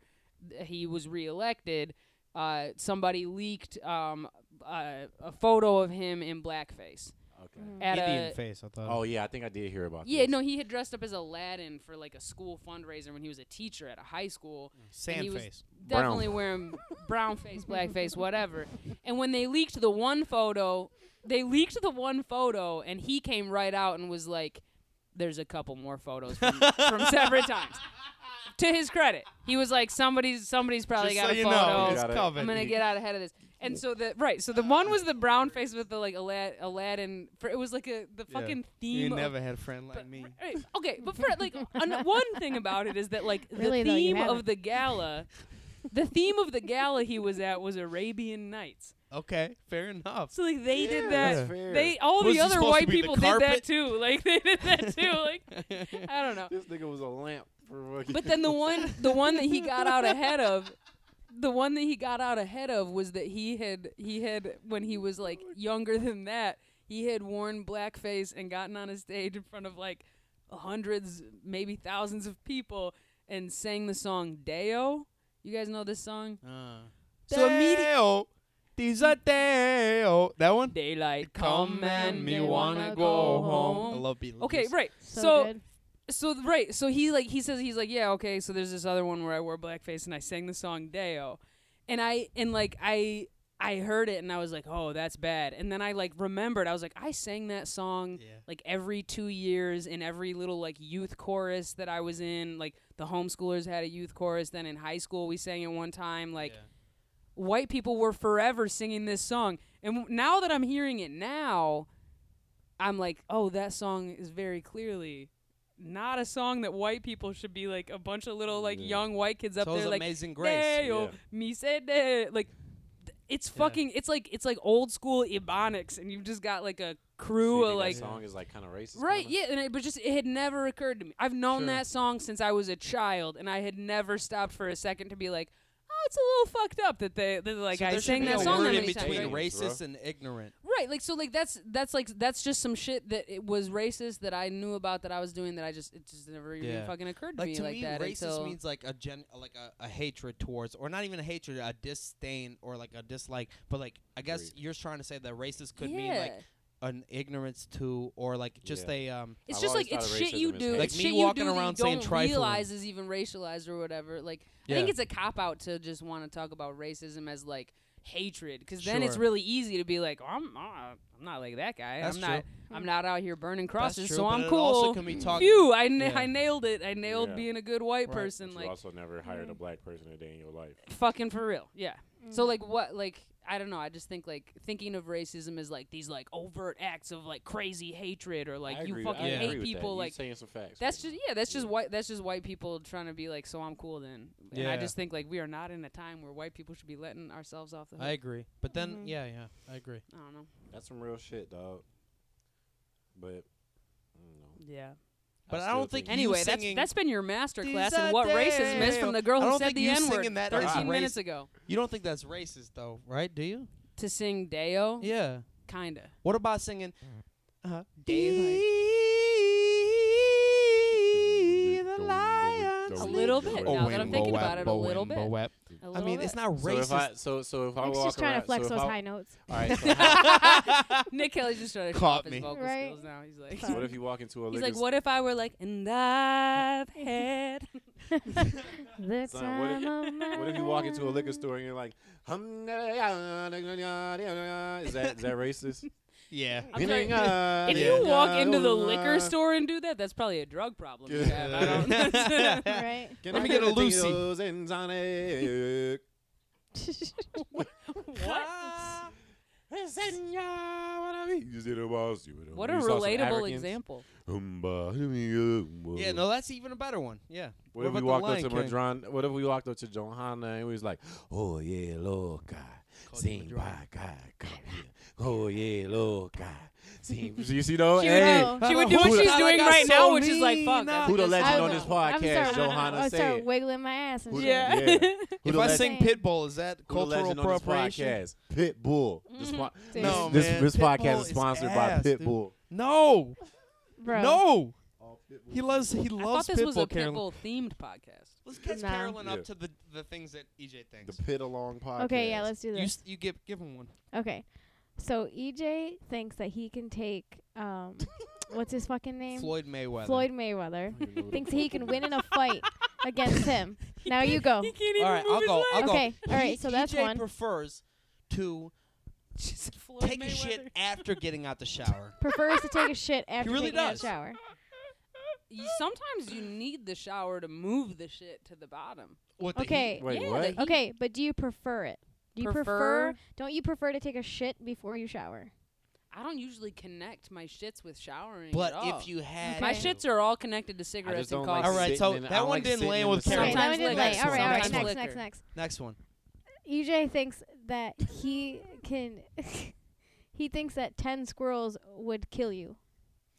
Speaker 1: th- he was reelected, uh, somebody leaked um, uh, a photo of him in blackface
Speaker 5: Okay.
Speaker 1: at
Speaker 4: Indian
Speaker 1: a.
Speaker 4: face. I thought.
Speaker 5: Oh yeah, I think I did hear about.
Speaker 1: mm. Yeah,
Speaker 5: this.
Speaker 1: no, he had dressed up as Aladdin for like a school fundraiser when he was a teacher at a high school. and he
Speaker 4: sand
Speaker 1: was
Speaker 4: face.
Speaker 5: Brown.
Speaker 1: Definitely wearing brown face, black face, whatever. And when they leaked the one photo, they leaked the one photo, and he came right out and was like, "There's a couple more photos from, from separate times." To his credit, he was like, "Somebody's somebody's probably
Speaker 7: Just
Speaker 1: got
Speaker 7: so
Speaker 1: a
Speaker 7: you
Speaker 1: photo."
Speaker 7: know, it's
Speaker 5: Got it.
Speaker 7: covered.
Speaker 1: I'm gonna get out ahead of this. And so the right, so the one was the brown face with the like Alad- Aladdin. For, it was like a the
Speaker 4: Yeah.
Speaker 1: fucking theme.
Speaker 4: You
Speaker 1: of-
Speaker 4: never had a friend like
Speaker 1: but-
Speaker 4: me.
Speaker 1: right, okay, but for like an, one thing about it is that like the
Speaker 6: Really, though, you
Speaker 1: theme of
Speaker 6: haven't.
Speaker 1: the gala, the theme of the gala he was at was Arabian Nights.
Speaker 4: Okay, fair enough.
Speaker 1: So like they did
Speaker 5: That's
Speaker 1: that.
Speaker 5: fair.
Speaker 1: They all
Speaker 7: Was
Speaker 1: the
Speaker 7: he
Speaker 1: other
Speaker 7: supposed to
Speaker 1: white
Speaker 7: be the
Speaker 1: people did that
Speaker 7: carpet?
Speaker 1: too. Like they did that too. Like I don't know.
Speaker 5: this nigga was a lamp for fucking.
Speaker 1: But then the one the one that he got out ahead of the one that he got out ahead of was that he had he had when he was like younger than that, he had worn blackface and gotten on a stage in front of like hundreds, maybe thousands of people and sang the song Deo. You guys know this song?
Speaker 4: Uh.
Speaker 1: So immediately
Speaker 7: Dale, these are Dale. That one.
Speaker 1: daylight come and me wanna go
Speaker 6: I
Speaker 1: home.
Speaker 4: love Beatles.
Speaker 1: Okay, right.
Speaker 6: So,
Speaker 1: So
Speaker 6: good.
Speaker 1: so th- right, so he like he says he's like, yeah, okay. So there's this other one where I wore blackface and I sang the song Deo, and I and like I I heard it and I was like, oh, that's bad. And then I like remembered I was like, I sang that song
Speaker 4: Yeah.
Speaker 1: like every two years in every little like youth chorus that I was in. Like the homeschoolers had a youth chorus. Then in high school we sang it one time. Like white people were forever singing this song. And w- now that I'm hearing it now, I'm like, oh, that song is very clearly not a song that white people should be like a bunch of little like
Speaker 5: Yeah.
Speaker 1: young white kids up
Speaker 4: so
Speaker 1: there
Speaker 4: is
Speaker 1: like
Speaker 4: Amazing Grace.
Speaker 1: "Hey, oh,
Speaker 5: yeah.
Speaker 1: me said that. like th- it's fucking it's like it's like old school ebonics and you've just got like a
Speaker 5: So
Speaker 1: crew
Speaker 5: you
Speaker 1: of
Speaker 5: think
Speaker 1: like
Speaker 5: that song is like kind of racist.
Speaker 1: Right,
Speaker 5: kinda?
Speaker 1: yeah, and it was just it had never occurred to me. I've known
Speaker 4: Sure.
Speaker 1: that song since I was a child, and I had never stopped for a second to be like, "Oh, it's a little fucked up that they that, like
Speaker 7: So
Speaker 1: I
Speaker 7: there should
Speaker 1: sang
Speaker 7: be
Speaker 1: that
Speaker 7: a
Speaker 1: song that
Speaker 7: word in
Speaker 1: many times.
Speaker 7: between
Speaker 1: right?
Speaker 5: race-
Speaker 4: racist and ignorant.
Speaker 1: Right, like so, like that's that's like that's just some shit that it was racist that I knew about that I was doing that I just it just never even
Speaker 4: Yeah.
Speaker 1: fucking occurred to
Speaker 4: Like
Speaker 1: me
Speaker 4: to
Speaker 1: like
Speaker 4: me,
Speaker 1: that
Speaker 4: racist
Speaker 1: until
Speaker 4: means like a gen, like a, a hatred towards, or not even a hatred, a disdain or like a dislike. But like, I guess
Speaker 5: Agreed.
Speaker 4: you're trying to say that racist could
Speaker 1: yeah.
Speaker 4: mean like an ignorance to, or like just
Speaker 5: Yeah.
Speaker 4: a um.
Speaker 1: It's
Speaker 5: I've
Speaker 1: just
Speaker 5: always
Speaker 1: like it's
Speaker 5: thought
Speaker 1: shit
Speaker 5: racism
Speaker 1: you
Speaker 5: is
Speaker 1: do.
Speaker 5: hate.
Speaker 4: Like
Speaker 1: it's
Speaker 4: me
Speaker 1: shit
Speaker 4: walking
Speaker 1: you do that
Speaker 4: around
Speaker 1: you
Speaker 4: saying
Speaker 1: don't
Speaker 4: trifling.
Speaker 1: realize is even racialized or whatever. Like I think
Speaker 4: Yeah.
Speaker 1: it's a cop out to just want to talk about racism as like hatred, because then it's
Speaker 4: Sure.
Speaker 1: really easy to be like, oh, I'm uh, I'm not like that guy.
Speaker 4: That's
Speaker 1: I'm not I'm not out here burning
Speaker 4: That's
Speaker 1: crosses,
Speaker 4: true,
Speaker 1: so
Speaker 4: but
Speaker 1: I'm
Speaker 4: it
Speaker 1: cool.
Speaker 4: Also can be talk-
Speaker 1: Phew, I, na-
Speaker 4: Yeah.
Speaker 1: I nailed it. I nailed
Speaker 5: Yeah.
Speaker 1: being a good white
Speaker 4: Right.
Speaker 1: person.
Speaker 5: But
Speaker 1: Like mm.
Speaker 5: you also never hired a black person a day in your life.
Speaker 1: fucking for real. Yeah. So
Speaker 6: Mm. Mm-hmm.
Speaker 1: like what like I don't know. I just think like thinking of racism as like these like overt acts of like crazy hatred or like
Speaker 5: I agree
Speaker 1: you
Speaker 5: with-
Speaker 1: fucking
Speaker 5: I
Speaker 4: Yeah.
Speaker 5: agree with
Speaker 1: hate
Speaker 5: that.
Speaker 1: people
Speaker 5: You
Speaker 1: like
Speaker 5: saying some facts.
Speaker 1: that's
Speaker 5: right
Speaker 1: just yeah, that's just
Speaker 5: Yeah.
Speaker 1: white that's just white people trying to be like so I'm cool then. And I
Speaker 4: Yeah.
Speaker 1: just think like we are not in a time where white people should be letting ourselves off the hook.
Speaker 4: I
Speaker 1: I,
Speaker 4: agree, but then
Speaker 1: Mm-hmm.
Speaker 6: Mhm.
Speaker 4: yeah, yeah, I agree.
Speaker 1: don't know.
Speaker 5: now. That's some real shit, dog. But I don't know.
Speaker 1: Yeah.
Speaker 4: But I
Speaker 5: still
Speaker 4: don't think
Speaker 5: it-
Speaker 1: Anyway,
Speaker 4: you
Speaker 1: that's
Speaker 4: singing-
Speaker 1: that's been your master
Speaker 4: These
Speaker 1: class
Speaker 4: are
Speaker 1: in what racism is
Speaker 4: damn-
Speaker 1: from the girl
Speaker 4: I
Speaker 1: who
Speaker 4: don't
Speaker 1: said
Speaker 4: think
Speaker 1: the
Speaker 4: you
Speaker 1: N
Speaker 4: singing
Speaker 1: word
Speaker 4: that is
Speaker 1: 13
Speaker 4: raci-
Speaker 1: minutes ago.
Speaker 4: You don't think that's racist though, right? Do you?
Speaker 1: To sing Deo?
Speaker 4: Yeah.
Speaker 1: Kinda.
Speaker 4: What about singing? Uh-huh.
Speaker 1: Daylight.
Speaker 4: Be the lion
Speaker 5: A
Speaker 1: A
Speaker 5: Sleep
Speaker 1: little
Speaker 5: good.
Speaker 1: bit.
Speaker 5: Oh,
Speaker 1: Now
Speaker 5: when
Speaker 1: that I'm thinking
Speaker 5: Boab,
Speaker 1: about it a little bit. A
Speaker 4: I
Speaker 1: little
Speaker 4: mean,
Speaker 1: bit.
Speaker 4: it's not
Speaker 5: So if I
Speaker 4: racist.
Speaker 5: so so if I
Speaker 6: Nick's
Speaker 5: walk
Speaker 6: just trying
Speaker 5: around,
Speaker 6: to flex
Speaker 5: so if
Speaker 6: those
Speaker 5: I,
Speaker 6: high notes.
Speaker 5: All right. So, how,
Speaker 1: Nick Kelly's just trying to show
Speaker 7: Caught
Speaker 1: off his
Speaker 7: me.
Speaker 1: vocal
Speaker 6: Right.
Speaker 1: skills now. He's like,
Speaker 5: so what if you walk into a
Speaker 1: he's
Speaker 5: liquor
Speaker 1: like, what if I were like, and I've had.
Speaker 6: The
Speaker 5: Son, what if-
Speaker 6: time of my
Speaker 5: What if you walk into a liquor
Speaker 6: life.
Speaker 5: store and you're like, "Hum, da, da, da, da, da, da, da," is that is that racist?
Speaker 7: Yeah.
Speaker 1: I'm sorry.
Speaker 4: Oh,
Speaker 1: If you walk into the liquor store and do that, that's probably a drug problem. you have. I don't-
Speaker 6: right?
Speaker 5: let me get a Lucy.
Speaker 1: what? What
Speaker 5: What
Speaker 1: a relatable example.
Speaker 4: yeah,
Speaker 5: Yeah,
Speaker 4: no, that's even a better one. Yeah.
Speaker 5: What if
Speaker 4: about
Speaker 5: we
Speaker 4: the
Speaker 5: walked up
Speaker 4: Lion
Speaker 5: to
Speaker 4: King?
Speaker 5: Madron? What if we walked up to Johanna and we was like, "Oh yeah, loca, sing by God, come here. Oh yeah, loca, sing." You see though?
Speaker 6: She would
Speaker 5: Hey,
Speaker 6: know.
Speaker 1: She would
Speaker 4: Who
Speaker 1: do what
Speaker 5: the-
Speaker 1: she's
Speaker 5: I
Speaker 1: doing
Speaker 4: got
Speaker 1: right
Speaker 4: so
Speaker 1: now, which is like,
Speaker 4: mean
Speaker 1: fuck.
Speaker 4: now.
Speaker 1: that's
Speaker 5: Who the
Speaker 1: just-
Speaker 5: legend
Speaker 6: I
Speaker 5: on
Speaker 6: will.
Speaker 5: this podcast,
Speaker 6: I'm sorry,
Speaker 5: Johanna
Speaker 6: I
Speaker 5: said.
Speaker 6: start wiggling my ass and
Speaker 5: Who
Speaker 6: shit.
Speaker 5: the-
Speaker 1: Yeah.
Speaker 5: Who
Speaker 7: If I
Speaker 5: the legend-
Speaker 7: sing
Speaker 6: Saying.
Speaker 7: Pitbull, is that
Speaker 5: Who the
Speaker 7: cultural
Speaker 5: legend on this
Speaker 7: appropriation?
Speaker 5: podcast? Pitbull. This,
Speaker 1: Mhm.
Speaker 5: po-
Speaker 6: Mm-hmm. Dude.
Speaker 5: this-
Speaker 7: No,
Speaker 5: this,
Speaker 7: man.
Speaker 5: this
Speaker 7: Pitbull
Speaker 5: podcast is
Speaker 7: is
Speaker 5: sponsored
Speaker 7: ass,
Speaker 5: by
Speaker 7: dude.
Speaker 5: Pitbull.
Speaker 7: No.
Speaker 6: Bro.
Speaker 7: No.
Speaker 5: All Oh, Pitbull.
Speaker 7: He loves he
Speaker 1: I thought
Speaker 7: loves
Speaker 1: this was a
Speaker 7: Pitbull, Carolyn.
Speaker 1: pitbull themed podcast.
Speaker 4: Let's catch
Speaker 6: Nah.
Speaker 4: Carolyn
Speaker 5: Yeah.
Speaker 4: up to the, the things that EJ
Speaker 5: the
Speaker 4: thinks.
Speaker 5: Pit Along podcast.
Speaker 6: Okay, yeah, let's do
Speaker 7: You,
Speaker 6: this.
Speaker 7: s- you give, give him one.
Speaker 6: Okay. So EJ thinks that he can take um what's his fucking name?
Speaker 4: Floyd Mayweather.
Speaker 6: Floyd Mayweather.
Speaker 5: don't even know who the
Speaker 6: Thinks
Speaker 5: fuck
Speaker 6: he can win in a fight against him. Now you go.
Speaker 1: He can't even
Speaker 4: All right,
Speaker 1: move
Speaker 4: I'll
Speaker 1: his
Speaker 4: go. I'll
Speaker 1: leg.
Speaker 4: go.
Speaker 6: Okay, all right,
Speaker 4: He-
Speaker 6: so that's
Speaker 4: EJ
Speaker 6: one.
Speaker 4: prefers to
Speaker 1: Just Floyd
Speaker 4: take a
Speaker 1: Mayweather.
Speaker 4: shit after getting out the shower.
Speaker 6: Prefers to take a shit after
Speaker 4: really
Speaker 6: taking out a
Speaker 4: does.
Speaker 6: shower.
Speaker 1: You- Sometimes you need the shower to move the shit to the bottom.
Speaker 7: What
Speaker 6: Okay.
Speaker 5: Wait,
Speaker 1: yeah,
Speaker 5: what?
Speaker 1: the heat-
Speaker 6: Okay, but do you prefer it? Do you prefer,
Speaker 1: Prefer?
Speaker 6: Don't you prefer to take a shit before you shower?
Speaker 1: I don't usually connect my shits with showering.
Speaker 4: But
Speaker 1: at all.
Speaker 4: if you had
Speaker 1: my
Speaker 6: Okay.
Speaker 4: to-
Speaker 1: shits are all connected to cigarettes
Speaker 5: don't
Speaker 1: and
Speaker 5: like
Speaker 1: coffee.
Speaker 4: All right,
Speaker 5: sitting
Speaker 4: so
Speaker 5: in- I
Speaker 4: that
Speaker 5: don't
Speaker 4: one
Speaker 5: like
Speaker 4: didn't
Speaker 5: sitting in
Speaker 4: land
Speaker 5: the
Speaker 4: with
Speaker 5: sun.
Speaker 6: Okay,
Speaker 1: Sometimes
Speaker 6: that one
Speaker 4: Carolyn.
Speaker 1: Sometimes
Speaker 6: didn't
Speaker 1: liquor.
Speaker 6: lay.
Speaker 4: Next
Speaker 6: All right,
Speaker 4: one.
Speaker 6: all right,
Speaker 1: Sometimes
Speaker 6: next,
Speaker 1: liquor.
Speaker 6: next, next.
Speaker 4: Next one.
Speaker 6: EJ thinks that he can. he thinks that ten squirrels would kill you.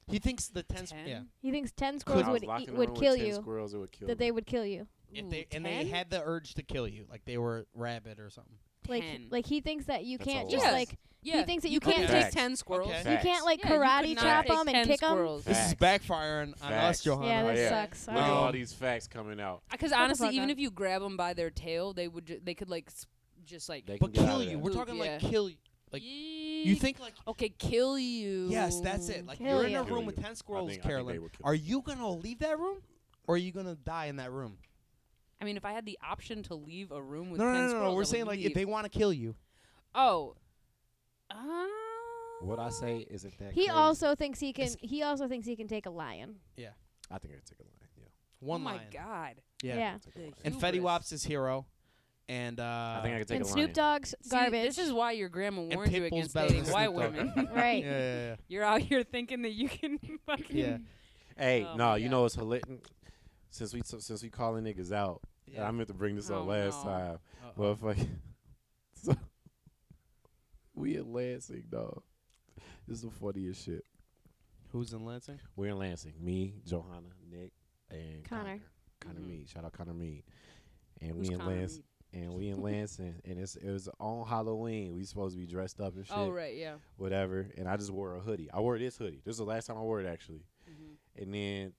Speaker 4: He thinks the ten.
Speaker 1: Ten?
Speaker 4: Yeah.
Speaker 6: He thinks ten
Speaker 5: When
Speaker 6: squirrels
Speaker 5: I was
Speaker 6: would
Speaker 5: locked in
Speaker 6: eat,
Speaker 5: a
Speaker 6: would
Speaker 5: room with
Speaker 6: kill
Speaker 5: 10
Speaker 6: you.
Speaker 5: Squirrels, it would kill
Speaker 6: That
Speaker 5: me.
Speaker 6: they would kill you.
Speaker 4: If
Speaker 1: Ooh,
Speaker 4: they and they
Speaker 1: 10?
Speaker 4: had the urge to kill you, like they were rabid or something.
Speaker 6: Like,
Speaker 1: 10.
Speaker 6: like he thinks that you
Speaker 5: That's a
Speaker 6: can't
Speaker 5: lot.
Speaker 6: just
Speaker 1: Yes.
Speaker 6: like
Speaker 1: yeah,
Speaker 6: he thinks that you,
Speaker 1: you
Speaker 6: can't
Speaker 1: couldn't
Speaker 5: Okay.
Speaker 1: take
Speaker 6: take
Speaker 5: Facts.
Speaker 1: ten squirrels.
Speaker 4: Okay.
Speaker 6: you
Speaker 5: Facts.
Speaker 6: can't like
Speaker 1: Yeah, you
Speaker 6: karate
Speaker 1: could not
Speaker 6: chop
Speaker 1: take
Speaker 6: them
Speaker 1: 10
Speaker 6: and kick them.
Speaker 1: squirrels.
Speaker 5: Facts.
Speaker 7: This is backfiring on us,
Speaker 5: Facts.
Speaker 7: Johanna.
Speaker 6: Yeah, this
Speaker 5: Yeah.
Speaker 6: sucks.
Speaker 5: Look at
Speaker 1: Wow.
Speaker 5: all
Speaker 6: Sorry.
Speaker 5: these facts coming out.
Speaker 1: Because
Speaker 6: Shut the
Speaker 1: honestly,
Speaker 6: fuck
Speaker 1: even
Speaker 6: up.
Speaker 1: if you grab them by their tail, they would ju- they could like s- just like
Speaker 5: They
Speaker 4: But
Speaker 5: can get out
Speaker 4: kill
Speaker 5: of
Speaker 4: you.
Speaker 5: that.
Speaker 4: We're
Speaker 1: Boop,
Speaker 4: talking like
Speaker 1: yeah.
Speaker 4: kill you. Like you
Speaker 1: Yeek.
Speaker 4: think like
Speaker 1: okay, kill you.
Speaker 4: yes, that's it. Like
Speaker 6: Kill
Speaker 4: you're in
Speaker 6: you.
Speaker 4: a
Speaker 5: Kill
Speaker 4: room with
Speaker 5: you.
Speaker 4: ten squirrels,
Speaker 5: think- I think they
Speaker 4: Carolyn.
Speaker 5: would kill
Speaker 4: Are you gonna leave that room, or are you gonna die in that room?
Speaker 1: I mean, if I had the option to leave a room with
Speaker 4: No, no,
Speaker 1: ten
Speaker 4: no, no,
Speaker 1: squirrels,
Speaker 4: no.
Speaker 1: I
Speaker 4: We're
Speaker 1: would
Speaker 4: saying like
Speaker 1: leave.
Speaker 4: if they want to kill you.
Speaker 1: Oh. Uh,
Speaker 5: What I say isn't that.
Speaker 6: He
Speaker 5: crazy.
Speaker 6: also thinks he can.
Speaker 4: It's-
Speaker 6: He also thinks he can take a lion.
Speaker 5: I think I take a line. Yeah.
Speaker 4: One
Speaker 1: oh
Speaker 4: line.
Speaker 1: my god.
Speaker 4: Yeah.
Speaker 5: I'd take a
Speaker 1: The
Speaker 5: line.
Speaker 4: And Fetty
Speaker 1: Hubris.
Speaker 4: Wap's his hero, and uh,
Speaker 5: I think I could take
Speaker 6: and
Speaker 5: a
Speaker 6: Snoop
Speaker 5: line.
Speaker 6: Dogg's
Speaker 1: See,
Speaker 6: garbage.
Speaker 1: this is why your grandma
Speaker 4: and
Speaker 1: warned you
Speaker 4: Pitbull's
Speaker 1: against
Speaker 4: better than
Speaker 1: dating white
Speaker 4: Snoop Dogg.
Speaker 1: women.
Speaker 6: right.
Speaker 4: yeah, yeah,
Speaker 1: You're out here thinking that you can fucking.
Speaker 4: yeah. yeah.
Speaker 5: Hey,
Speaker 1: Oh
Speaker 5: no,
Speaker 1: my
Speaker 5: you
Speaker 1: God.
Speaker 5: know it's hilarious. Since we since we calling niggas out, and I meant to bring this
Speaker 1: Oh,
Speaker 5: up last
Speaker 1: no.
Speaker 5: time.
Speaker 4: Uh-oh.
Speaker 5: Well, fuck. So we in Lansing, dog. This is the funniest shit.
Speaker 4: Who's in Lansing?
Speaker 5: We're in Lansing. Me, Johanna, Nick, and
Speaker 6: Connor.
Speaker 5: Connor, Connor
Speaker 1: Mhm.
Speaker 5: Mead. Shout out Connor Mead. And
Speaker 1: Who's
Speaker 5: we in
Speaker 1: Connor
Speaker 5: Lansing. and we in Lansing, and it's it was on Halloween. We supposed to be dressed up and shit,
Speaker 1: Oh right, yeah.
Speaker 5: whatever. And I just wore a hoodie. I wore this hoodie. This is the last time I wore it actually. And then,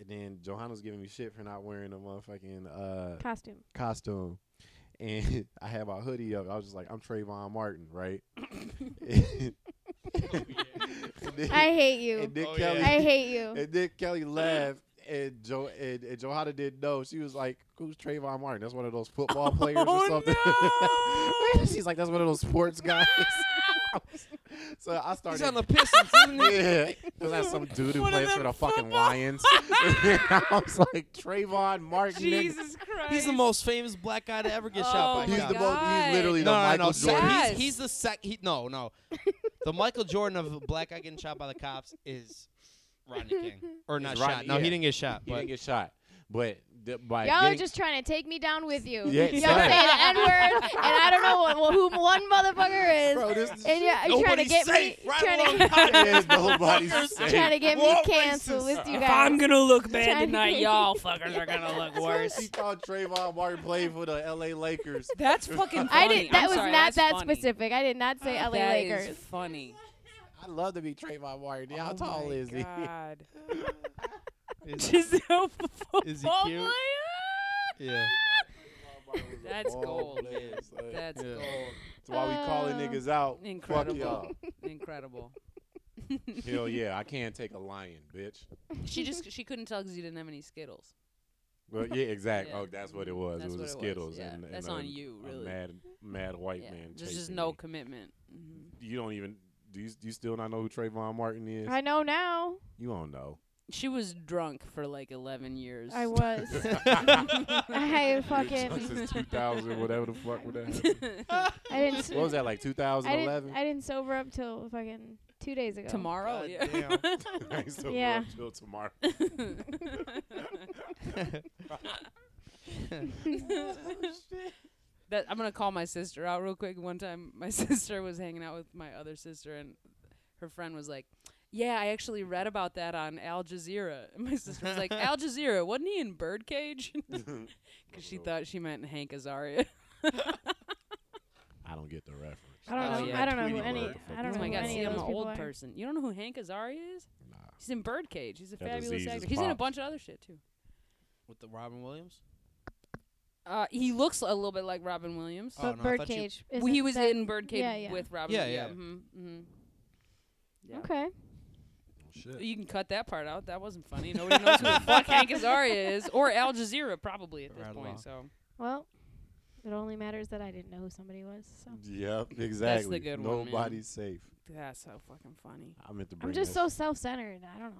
Speaker 5: and then Johanna's giving me shit for not wearing a motherfucking uh,
Speaker 6: Costume.
Speaker 5: costume. And I had my hoodie up. I was just like, I'm Trayvon Martin, right? And then-
Speaker 6: I hate you.
Speaker 5: and Nick
Speaker 7: Oh,
Speaker 5: Kelly,
Speaker 7: yeah.
Speaker 6: I hate you.
Speaker 5: and Nick Kelly laughed, and Jo and, and Johanna didn't know. She was like, "Who's Trayvon Martin? That's one of those football
Speaker 1: Oh,
Speaker 5: players or something." She's like, "That's one of those sports guys." so I started.
Speaker 7: He's on the Pistons. isn't he?
Speaker 5: yeah, was that some dude who
Speaker 1: One of
Speaker 5: plays for
Speaker 1: them
Speaker 5: the fucking
Speaker 1: football-
Speaker 5: Lions? I was like, Trayvon Martin. nigga."
Speaker 1: Jesus Christ.
Speaker 4: He's the most famous black guy to ever get
Speaker 1: Oh
Speaker 4: shot by a
Speaker 1: my
Speaker 5: He's
Speaker 4: cop.
Speaker 5: the most.
Speaker 1: God.
Speaker 5: He's literally
Speaker 4: no,
Speaker 5: the
Speaker 4: no,
Speaker 5: Michael
Speaker 4: no. so
Speaker 5: Jordan.
Speaker 1: Yes.
Speaker 4: He's, he's the sec. He, no, no. The Michael Jordan of a black guy getting shot by the cops is Rodney King, or not
Speaker 5: Rodney-
Speaker 4: shot. No,
Speaker 5: yeah.
Speaker 4: he didn't get shot.
Speaker 5: He
Speaker 4: but
Speaker 5: didn't get shot, but th- by
Speaker 6: Y'all are
Speaker 5: getting-
Speaker 6: just trying to take me down with you.
Speaker 5: Yeah,
Speaker 6: Y'all say the
Speaker 5: sorry.
Speaker 6: N word, and I don't know what, who one motherfucker is.
Speaker 5: Bro, this is-
Speaker 6: and yeah, you're trying to
Speaker 7: Nobody's
Speaker 6: get
Speaker 7: safe.
Speaker 6: me,
Speaker 7: Right
Speaker 6: trying,
Speaker 7: along
Speaker 6: to,
Speaker 5: Yeah, nobody's safe.
Speaker 6: trying to get
Speaker 7: We're
Speaker 6: me
Speaker 7: all
Speaker 6: canceled
Speaker 7: racist.
Speaker 6: with you guys.
Speaker 8: If I'm gonna look bad
Speaker 6: Trying to
Speaker 8: tonight,
Speaker 6: get-
Speaker 8: y'all fuckers are gonna look
Speaker 5: He
Speaker 8: worse.
Speaker 5: thought Trayvon Martin played for the L.A. Lakers.
Speaker 8: That's fucking. Funny.
Speaker 6: I did. That
Speaker 1: I'm
Speaker 6: was
Speaker 1: sorry,
Speaker 6: not
Speaker 1: that's
Speaker 6: that
Speaker 1: funny.
Speaker 6: specific. I did not say LA
Speaker 1: That is
Speaker 6: Lakers.
Speaker 1: funny.
Speaker 5: I'd love to be Trayvon Martin. How
Speaker 1: Oh
Speaker 5: tall is he?
Speaker 8: God.
Speaker 7: Is-
Speaker 8: Giselle
Speaker 7: Is he
Speaker 8: football
Speaker 7: cute?
Speaker 8: player?
Speaker 7: Yeah.
Speaker 1: That's gold.
Speaker 5: That's why
Speaker 1: That's
Speaker 7: Yeah.
Speaker 1: gold.
Speaker 5: we calling
Speaker 6: Uh,
Speaker 5: niggas out.
Speaker 1: incredible.
Speaker 5: Fuck y'all.
Speaker 1: Incredible.
Speaker 5: Hell yeah, I can't take a lion, bitch.
Speaker 1: She just she couldn't tell because you didn't have any Skittles.
Speaker 5: Well, yeah, exactly.
Speaker 1: Yeah.
Speaker 5: Oh, that's what it was.
Speaker 1: That's
Speaker 5: it
Speaker 1: what
Speaker 5: was the
Speaker 1: it was,
Speaker 5: Skittles.
Speaker 1: yeah.
Speaker 5: And, and
Speaker 1: That's
Speaker 5: a-
Speaker 1: on you,
Speaker 5: a
Speaker 1: really.
Speaker 5: mad, mad white
Speaker 1: Yeah.
Speaker 5: man.
Speaker 1: There's just
Speaker 5: chasing
Speaker 1: no
Speaker 5: me.
Speaker 1: commitment. Mhm.
Speaker 5: You don't even. Do you, do you still not know who Trayvon Martin is?
Speaker 6: I know now.
Speaker 5: you don't know.
Speaker 1: She was drunk for like 11 years.
Speaker 6: I was. I fucking.
Speaker 5: Since 2000, whatever the fuck would that happen.
Speaker 6: I didn't. s-
Speaker 5: What was that, like
Speaker 6: I didn't.
Speaker 5: 2011?
Speaker 6: I didn't sober up till fucking two days ago.
Speaker 1: Tomorrow,
Speaker 7: God
Speaker 1: yeah.
Speaker 7: damn.
Speaker 5: so we're
Speaker 6: Yeah.
Speaker 5: up till tomorrow.
Speaker 1: that I'm gonna call my sister out real quick. One time, my sister was hanging out with my other sister, and her friend was like, "Yeah, I actually read about that on Al Jazeera." And my sister was like, "Al Jazeera, wasn't he in Birdcage?" Because she thought she meant Hank Azaria.
Speaker 5: I don't get the reference.
Speaker 6: I don't
Speaker 1: Oh,
Speaker 6: know.
Speaker 1: yeah.
Speaker 6: I don't know
Speaker 5: Tweety
Speaker 6: who any.
Speaker 5: Bird, the fuck
Speaker 6: I don't
Speaker 1: oh
Speaker 6: know
Speaker 1: my
Speaker 6: who
Speaker 1: God, see,
Speaker 6: any of
Speaker 1: I'm an
Speaker 6: those people
Speaker 1: old
Speaker 6: are.
Speaker 1: person. You don't know who Hank Azaria is?
Speaker 5: Nah.
Speaker 1: He's in Birdcage. He's a
Speaker 5: That
Speaker 1: fabulous
Speaker 5: disease
Speaker 1: actor.
Speaker 5: is
Speaker 1: He's in a
Speaker 5: pop.
Speaker 1: bunch of other shit too.
Speaker 4: with the Robin Williams.
Speaker 1: Uh, he looks a little bit like Robin Williams.
Speaker 4: Oh,
Speaker 6: But
Speaker 4: no, I thought you-
Speaker 6: Birdcage.
Speaker 1: Well, he
Speaker 6: isn't
Speaker 1: was
Speaker 6: that-
Speaker 1: in Birdcage
Speaker 6: yeah, yeah.
Speaker 1: with Robin.
Speaker 4: Yeah, yeah.
Speaker 1: mhm, mhm. Yeah.
Speaker 6: Okay.
Speaker 1: You can cut that part out. That wasn't funny. Nobody knows who the fuck Hank Azaria is, or Al Jazeera probably at this
Speaker 4: Right along.
Speaker 1: point. So
Speaker 6: Well, it only matters that I didn't know who somebody was. So.
Speaker 5: Mm, Yep, exactly.
Speaker 1: good one, man.
Speaker 5: Nobody's safe.
Speaker 1: that's so fucking funny.
Speaker 5: I meant to bring
Speaker 6: I'm just
Speaker 5: that
Speaker 6: so self-centered. I don't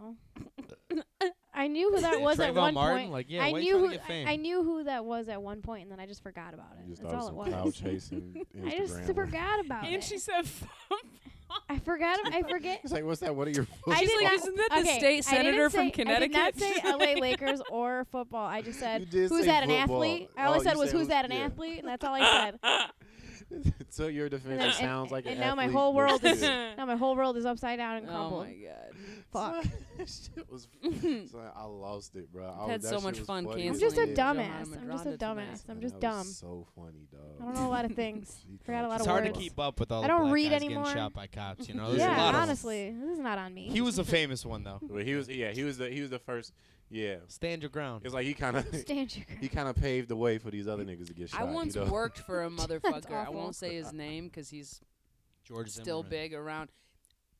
Speaker 6: know. I knew who that was at
Speaker 4: Trayvon
Speaker 6: one
Speaker 4: Martin,
Speaker 6: point.
Speaker 4: like yeah,
Speaker 6: I
Speaker 4: why you
Speaker 6: knew
Speaker 4: trying to
Speaker 6: who
Speaker 4: get fame?
Speaker 6: I, I knew who that was at one point, and then I just forgot about
Speaker 5: shit.
Speaker 6: it.
Speaker 5: You just
Speaker 6: That's
Speaker 5: thought it
Speaker 6: all
Speaker 5: was
Speaker 6: it
Speaker 5: some cloud
Speaker 6: was.
Speaker 5: chasing Instagram.
Speaker 6: I just
Speaker 5: one.
Speaker 6: forgot about
Speaker 1: And
Speaker 6: it.
Speaker 1: she said,
Speaker 6: I forgot. ab- I forget.
Speaker 5: It's like, what's that? What are your?
Speaker 6: I
Speaker 1: She's
Speaker 6: did
Speaker 1: like,
Speaker 6: not-
Speaker 1: "Isn't that the
Speaker 6: okay,
Speaker 1: state
Speaker 6: I didn't
Speaker 1: senator from
Speaker 6: say- I
Speaker 1: Connecticut?"
Speaker 6: did not say L.A. Lakers or football. I just
Speaker 5: You
Speaker 6: said
Speaker 5: did
Speaker 6: who's
Speaker 5: say
Speaker 6: that an
Speaker 5: football.
Speaker 6: athlete. I
Speaker 5: Oh,
Speaker 6: always
Speaker 5: you
Speaker 6: said was
Speaker 5: said
Speaker 6: who's
Speaker 5: was-
Speaker 6: that an
Speaker 5: yeah.
Speaker 6: athlete, and that's all I said.
Speaker 5: so your defense
Speaker 6: then-
Speaker 5: it sounds
Speaker 6: and-
Speaker 5: like. an
Speaker 6: and now my
Speaker 5: athlete,
Speaker 6: whole
Speaker 5: but
Speaker 6: world is-
Speaker 5: shit.
Speaker 6: now my whole world is upside down and
Speaker 1: "Oh
Speaker 6: crumpled.
Speaker 1: my god,
Speaker 6: Fuck.
Speaker 5: shit was. son, I lost it, bro. I was-
Speaker 1: had
Speaker 5: that
Speaker 1: so
Speaker 5: shit
Speaker 1: much
Speaker 5: was
Speaker 1: fun
Speaker 5: funny as
Speaker 6: I'm
Speaker 1: canceling
Speaker 6: just a
Speaker 5: shit.
Speaker 1: Johanna
Speaker 6: dumbass. I'm just a
Speaker 1: Madrada tonight.
Speaker 6: dumbass. I'm
Speaker 5: Man,
Speaker 6: just
Speaker 5: that was
Speaker 6: dumb.
Speaker 5: So funny, dog.
Speaker 6: I don't know a lot of things. Forgot a lot
Speaker 4: It's
Speaker 6: of
Speaker 4: hard
Speaker 6: words.
Speaker 4: to keep up with all
Speaker 6: I
Speaker 4: the
Speaker 6: don't
Speaker 4: black
Speaker 6: read
Speaker 4: guys
Speaker 6: anymore.
Speaker 4: getting shot by cops. You
Speaker 5: Oh,
Speaker 4: know, there's a
Speaker 6: Yeah,
Speaker 4: lot
Speaker 6: honestly, this is not on me.
Speaker 4: of. He was a famous one though.
Speaker 5: Well, he was. Yeah, he was the. He was the first. Yeah,
Speaker 4: Stand your ground.
Speaker 5: it's like he kind of.
Speaker 6: Stand your ground.
Speaker 5: He kind of paved the way for these other niggas to get shot.
Speaker 1: I
Speaker 5: you
Speaker 1: once
Speaker 5: know?
Speaker 1: worked for a motherfucker. I
Speaker 6: awful.
Speaker 1: won't say his name because he's
Speaker 4: George
Speaker 1: still
Speaker 4: Zimmerman.
Speaker 1: big around.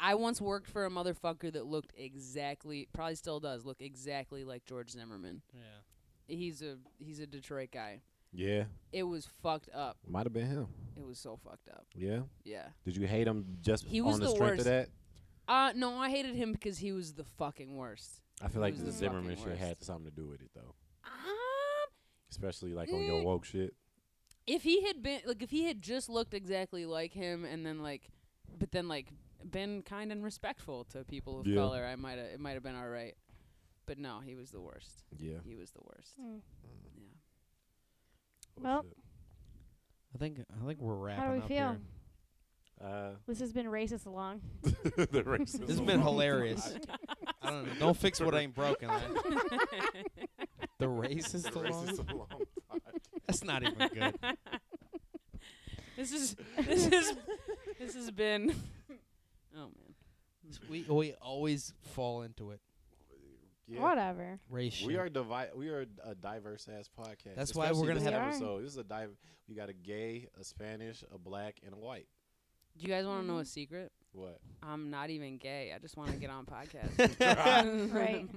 Speaker 1: I once worked for a motherfucker that looked exactly, probably still does, look exactly like George Zimmerman.
Speaker 4: Yeah.
Speaker 1: He's a he's a Detroit guy.
Speaker 5: Yeah,
Speaker 1: It was fucked up.
Speaker 5: might have been him.
Speaker 1: It was so fucked up.
Speaker 5: Yeah.
Speaker 1: Yeah.
Speaker 5: Did you hate him just
Speaker 1: He
Speaker 5: on
Speaker 1: was
Speaker 5: the
Speaker 1: the
Speaker 5: strength
Speaker 1: worst.
Speaker 5: of that?
Speaker 1: Uh no, I hated him because he was the fucking worst.
Speaker 5: I feel like
Speaker 1: was
Speaker 5: the
Speaker 1: the
Speaker 5: Zimmerman
Speaker 1: fucking
Speaker 5: shit had
Speaker 1: worst.
Speaker 5: something to do with it though,
Speaker 1: Um,
Speaker 5: especially like on your
Speaker 1: Mm.
Speaker 5: woke shit.
Speaker 1: if he had been like, if he had just looked exactly like him, and then like, but then like been kind and respectful to people of
Speaker 5: Yeah.
Speaker 1: color, I might have it might have been all right. But no, he was the worst.
Speaker 5: Yeah.
Speaker 1: He was the worst.
Speaker 6: Mm.
Speaker 1: Yeah.
Speaker 6: Well,
Speaker 4: I think I think we're wrapping
Speaker 6: we
Speaker 4: up here.
Speaker 6: feel?
Speaker 5: uh,
Speaker 6: This has been racist along.
Speaker 5: the racism.
Speaker 4: This has been hilarious. I don't know. Don't fix what ain't broken. Like. the racist
Speaker 5: The
Speaker 4: along.
Speaker 5: racism along podcast.
Speaker 4: That's not even good.
Speaker 1: This is this is this has been. Oh man.
Speaker 4: we we always fall into it.
Speaker 6: Whatever.
Speaker 4: Race.
Speaker 5: We
Speaker 4: shit.
Speaker 5: are divi- We are a diverse ass podcast.
Speaker 4: That's why we're
Speaker 5: especially
Speaker 4: gonna
Speaker 5: this
Speaker 6: have- We are.
Speaker 5: episode. This is a dive. We got a gay, a Spanish, a black, and a white.
Speaker 1: Do you guys want to
Speaker 6: Mm-hmm.
Speaker 1: know a secret?
Speaker 5: What?
Speaker 1: I'm not even gay. I just want to get on podcasts.
Speaker 6: Right.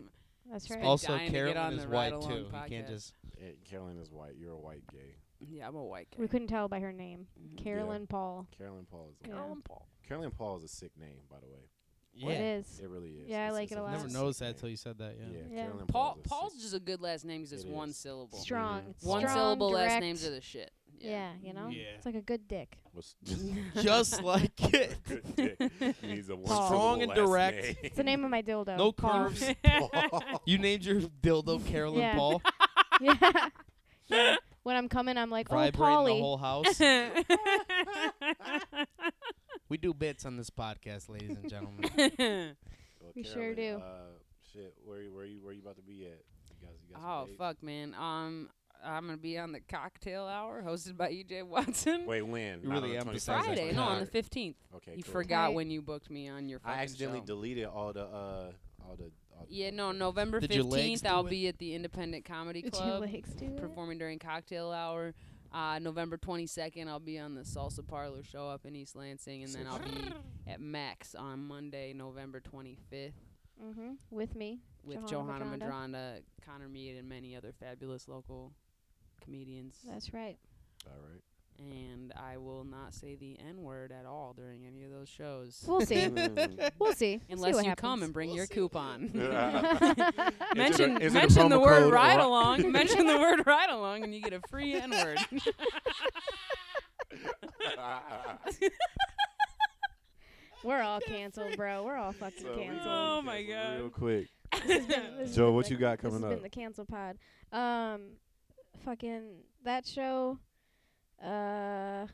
Speaker 6: That's right.
Speaker 1: Spell-
Speaker 4: also
Speaker 1: dying to get on
Speaker 4: Carolyn
Speaker 1: the
Speaker 4: is white
Speaker 1: Ride Along
Speaker 4: too. You
Speaker 1: podcast.
Speaker 4: can't just
Speaker 5: Eh, Carolyn is white. You're a white gay.
Speaker 1: yeah, I'm a white guy.
Speaker 6: We couldn't tell by her name.
Speaker 5: Mm-hmm.
Speaker 6: Carolyn Paul.
Speaker 5: Carolyn Paul is.
Speaker 6: Yeah.
Speaker 1: Colin Paul.
Speaker 5: Carolyn Paul is a sick name, by the way.
Speaker 6: It
Speaker 4: yeah.
Speaker 6: is.
Speaker 5: It really is.
Speaker 6: Yeah, I
Speaker 5: It's-
Speaker 6: like
Speaker 5: it's
Speaker 6: it
Speaker 5: a-
Speaker 6: a lot.
Speaker 5: it's
Speaker 4: Never
Speaker 5: a
Speaker 4: noticed
Speaker 5: sick
Speaker 4: that
Speaker 5: name.
Speaker 4: till you said that. Yeah.
Speaker 5: Yeah,
Speaker 6: Yeah.
Speaker 5: Carolyn
Speaker 1: Paul.
Speaker 5: Paul's a
Speaker 1: Paul's
Speaker 5: sick-
Speaker 1: just a good last name. 'cause it's
Speaker 5: It
Speaker 1: one
Speaker 5: is.
Speaker 1: syllable.
Speaker 6: Strong.
Speaker 5: Mhm.
Speaker 6: It's
Speaker 1: One
Speaker 6: strong,
Speaker 1: syllable last
Speaker 6: direct.
Speaker 1: names are the shit.
Speaker 6: Yeah, you know?
Speaker 4: Yeah.
Speaker 6: It's like a good dick.
Speaker 5: was
Speaker 4: Just like it.
Speaker 5: Good dick. Needs a
Speaker 6: Paul.
Speaker 4: Strong
Speaker 5: one-syllable
Speaker 4: and
Speaker 5: last
Speaker 4: direct.
Speaker 5: name.
Speaker 6: It's the name of my dildo.
Speaker 4: No
Speaker 6: Paul.
Speaker 4: curves. You named your dildo Carolyn
Speaker 6: Yeah.
Speaker 4: Paul,
Speaker 6: Oh, yeah. yeah. When I'm coming, I'm like, oh,
Speaker 4: vibrating the
Speaker 6: Polly.
Speaker 4: whole house.
Speaker 1: Yeah.
Speaker 4: we do bits on this podcast, ladies and gentlemen.
Speaker 5: Well,
Speaker 6: We sure
Speaker 5: Carolyn,
Speaker 6: do.
Speaker 5: Uh, shit, where you where you where you about to be at? You guys, you guys
Speaker 1: oh fuck, man. Um, I'm gonna be on the cocktail hour hosted by EJ Watson.
Speaker 5: Wait, when?
Speaker 4: You
Speaker 5: Not
Speaker 4: really
Speaker 5: on the
Speaker 4: emphasize
Speaker 5: 22nd?
Speaker 4: that
Speaker 1: Friday, no, on the fifteenth.
Speaker 5: Okay,
Speaker 1: You
Speaker 5: cool.
Speaker 1: forgot
Speaker 6: Tight.
Speaker 1: when you booked me on your.
Speaker 5: I
Speaker 1: fucking
Speaker 5: accidentally
Speaker 1: show.
Speaker 5: deleted all the uh all the. All the-
Speaker 1: Yeah,
Speaker 5: all
Speaker 1: no,
Speaker 5: the-
Speaker 1: November
Speaker 4: Did your legs
Speaker 1: fifteenth,
Speaker 4: do
Speaker 1: I'll
Speaker 4: it?
Speaker 1: be at the Independent Comedy
Speaker 6: Did
Speaker 1: Club
Speaker 6: your legs do that?
Speaker 1: performing during cocktail hour. Uh, November twenty second, I'll be on the Salsa Parlor show up in East Lansing, and then I'll be at Max on Monday, November twenty fifth,
Speaker 6: Mm-hmm. With me.
Speaker 1: with
Speaker 6: Johanna
Speaker 1: Johanna Madranda, Connor Mead, and many other fabulous local comedians.
Speaker 6: That's right.
Speaker 5: All right.
Speaker 1: and I will not say the N word at all during any of those shows.
Speaker 6: We'll see.
Speaker 5: Mm.
Speaker 6: We'll see. see
Speaker 1: Unless
Speaker 6: what
Speaker 1: you
Speaker 6: happens.
Speaker 1: come and bring your coupon.
Speaker 5: Is it a-
Speaker 1: mention
Speaker 5: is it a
Speaker 1: mention the
Speaker 5: promo
Speaker 1: word
Speaker 5: code
Speaker 1: ride
Speaker 5: or-
Speaker 1: along. mention the word ride along, and you get a free N word.
Speaker 6: We're all canceled, bro. We're all fucking
Speaker 5: So we
Speaker 6: canceled.
Speaker 5: gonna
Speaker 1: Oh
Speaker 5: be
Speaker 1: my
Speaker 5: canceled Real
Speaker 1: God.
Speaker 5: quick.
Speaker 6: This has been- this has
Speaker 5: Joe,
Speaker 6: been
Speaker 5: what
Speaker 6: the-
Speaker 5: you got coming
Speaker 6: this has
Speaker 5: up?
Speaker 6: been the cancel pod. Um, fucking that show. Uh,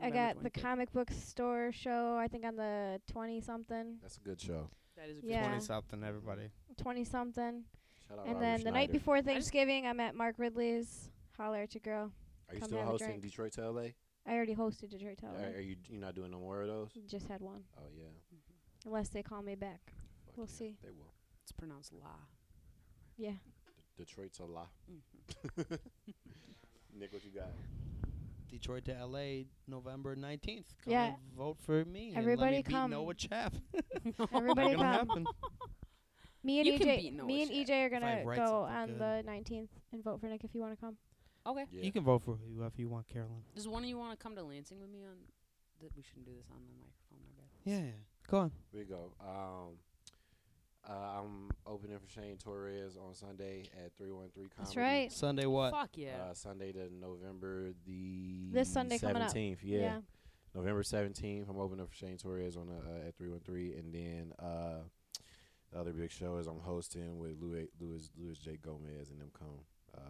Speaker 6: I got the comic book store show. I think on the twenty something,
Speaker 5: That's a good show.
Speaker 1: That is a
Speaker 6: Yeah.
Speaker 4: Twenty something, everybody.
Speaker 6: twenty something,
Speaker 5: Shout out
Speaker 6: and
Speaker 5: Robert
Speaker 6: then the night
Speaker 5: Schneider.
Speaker 6: before Thanksgiving, I'm at Mark Ridley's. Holler at your girl.
Speaker 5: Are you
Speaker 6: come
Speaker 5: still
Speaker 6: have a
Speaker 5: hosting
Speaker 6: drink.
Speaker 5: Detroit to LA?
Speaker 6: I already hosted Detroit Tell.
Speaker 5: Are, are you you not doing no more of those?
Speaker 6: Just had one,
Speaker 5: Oh yeah.
Speaker 6: unless they call me back.
Speaker 5: Fuck
Speaker 6: We'll
Speaker 5: yeah,
Speaker 6: see.
Speaker 5: They will.
Speaker 1: It's pronounced la.
Speaker 6: Yeah.
Speaker 5: D- Detroit's a lot.
Speaker 6: Mm-hmm.
Speaker 5: Nick, what you got?
Speaker 4: Detroit to LA, November 19th. Come
Speaker 6: Yeah.
Speaker 4: and vote for me. and
Speaker 6: Everybody
Speaker 4: let me
Speaker 6: come.
Speaker 4: Beat Noah Chap.
Speaker 6: Everybody
Speaker 4: gonna
Speaker 6: come.
Speaker 4: happen.
Speaker 6: Me and
Speaker 1: You can beat
Speaker 6: EJ,
Speaker 1: Noah
Speaker 6: me and
Speaker 1: Shaq.
Speaker 6: EJ are
Speaker 4: If I
Speaker 6: gonna
Speaker 4: write
Speaker 6: go
Speaker 4: something
Speaker 6: on
Speaker 4: good.
Speaker 6: the 19th and vote for Nick if you want to come.
Speaker 1: Okay.
Speaker 5: Yeah.
Speaker 4: You can vote for whoever you want, Carolyn.
Speaker 1: Does one of you want to come to Lansing with me on? Th- we shouldn't do this on the microphone. My bad.
Speaker 4: Yeah. Go on.
Speaker 5: We go. Um, uh, I'm opening for Shane Torres on Sunday at 313 Comedy.
Speaker 6: That's right.
Speaker 4: Sunday what?
Speaker 1: Fuck yeah.
Speaker 5: Uh, Sunday to November the
Speaker 6: This Sunday
Speaker 5: 17th.
Speaker 6: coming up.
Speaker 5: Yeah. November 17th. I'm opening for Shane Torres on uh, uh, at 313, and then uh, the other big show is I'm hosting with Louis Louis Louis J Gomez and them come. Uh,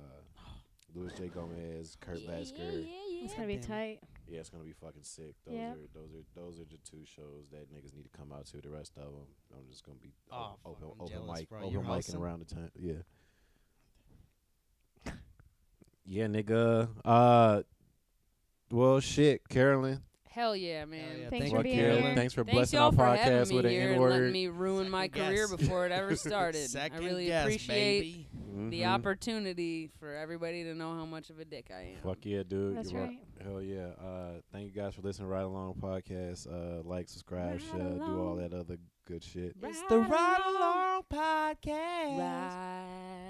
Speaker 5: Louis J Gomez, Kurt Basker.
Speaker 6: It's gonna be
Speaker 4: Goddamn it.
Speaker 6: tight.
Speaker 5: Yeah, it's gonna be fucking sick. Those
Speaker 6: Yeah.
Speaker 5: are those are those are the two shows that niggas need to come out to. The rest of them, I'm just gonna be
Speaker 4: Oh,
Speaker 5: o- open
Speaker 4: fuck, I'm
Speaker 5: open
Speaker 4: jealous,
Speaker 5: mic
Speaker 4: bro.
Speaker 5: open
Speaker 4: You're
Speaker 5: micing
Speaker 4: hosting?
Speaker 5: around the time. Yeah. yeah, nigga. Uh, well, shit, Carolyn.
Speaker 1: Hell yeah, man.
Speaker 4: yeah.
Speaker 6: Thanks
Speaker 4: Thank
Speaker 6: for
Speaker 5: well,
Speaker 4: you,
Speaker 6: being
Speaker 5: Carolyn,
Speaker 6: here.
Speaker 5: thanks for
Speaker 1: Thanks
Speaker 5: blessing
Speaker 1: y'all
Speaker 5: our
Speaker 1: for having
Speaker 5: podcast
Speaker 1: me
Speaker 5: with an
Speaker 1: here
Speaker 5: N
Speaker 1: and letting
Speaker 5: word.
Speaker 1: me ruin my
Speaker 4: Second
Speaker 1: career
Speaker 4: guess.
Speaker 1: before it ever started. I
Speaker 4: Second
Speaker 1: really
Speaker 4: guess,
Speaker 1: appreciate
Speaker 4: baby.
Speaker 1: the
Speaker 5: Mm-hmm.
Speaker 1: opportunity for everybody to know how much of a dick I am.
Speaker 5: Fuck yeah, dude.
Speaker 6: That's
Speaker 5: You're wel-
Speaker 6: right.
Speaker 5: Hell yeah. Uh, thank you guys for listening. Ride along podcast. Uh, like, subscribe, share, do all that other good shit.
Speaker 4: It's the Ride Along Podcast.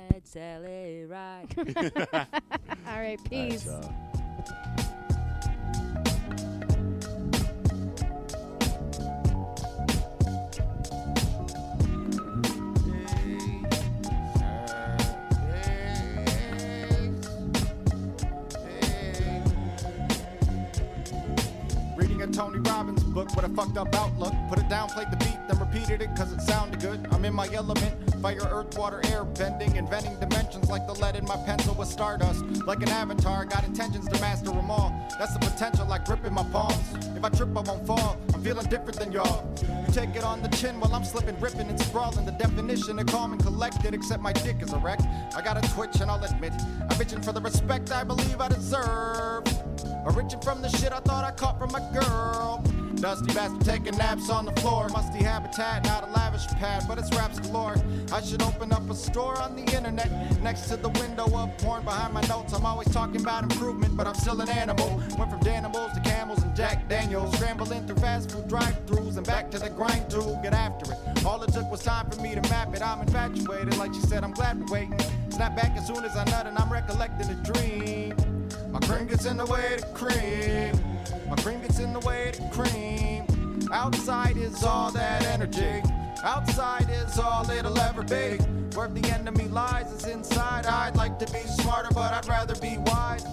Speaker 1: Ride, Sally, ride.
Speaker 6: All right,
Speaker 5: All right,
Speaker 6: peace.
Speaker 5: y'all.
Speaker 9: Reading a Tony Robbins. Simons books with a fucked up outlook. Put it down, played the beat, then repeated it cause it sounded good. I'm in my element. Fire, earth, water, air, bending, inventing dimensions like the lead in my pencil with stardust. Like an avatar, got intentions to master them all. That's the potential like gripping my palms. If I trip, I won't fall. I'm feeling different than y'all. You take it on the chin while I'm slipping, ripping, and sprawling. The definition of calm and collected, except my dick is erect. I got a twitch, and I'll admit, I'm bitching for the respect I believe I deserve. Origin from the shit I thought I caught from my girl. Dusty bastard taking naps on the floor. Musty habitat, not a lavish pad, but it's raps galore. I should open up a store on the internet. Next to the window of porn behind my notes. I'm always talking about improvement, but I'm still an animal. Went from Danimals to camels and Jack Daniels. Scrambling through fast food drive throughs and back to the grind to get after it. All it took was time for me to map it. I'm infatuated, like she said, I'm glad we're waiting. Snap back as soon as I nut and I'm recollecting a dream. My cream gets in the way to cream. My cream gets in the way to cream. Outside is all that energy. Outside is all it'll ever be. Where the enemy lies is inside. I'd like to be smarter, but I'd rather be wise.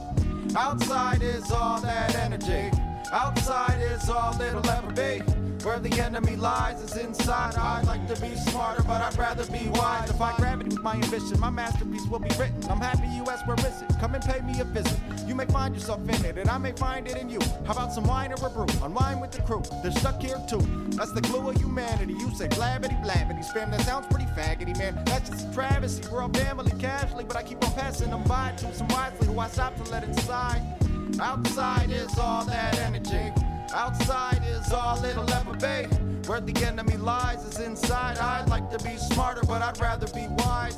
Speaker 9: Outside is all that energy. Outside is all it'll ever be. Where the enemy lies is inside. I'd like to be smarter, but I'd rather be wise. If I gravity with my ambition, my masterpiece will be written. I'm happy you asked where is it. Come and pay me a visit. You may find yourself in it, and I may find it in you. How about some wine or a brew? Unwind with the crew. They're stuck here too. That's the glue of humanity. You say blabbity blabbity spam. That sounds pretty faggoty, man. That's just a travesty. We're all family casually, but I keep on passing them by to some wisely who I stop to let inside. Outside is all that energy. Outside is all it'll ever be. Where the enemy lies is inside. I'd like to be smarter, but I'd rather be wise.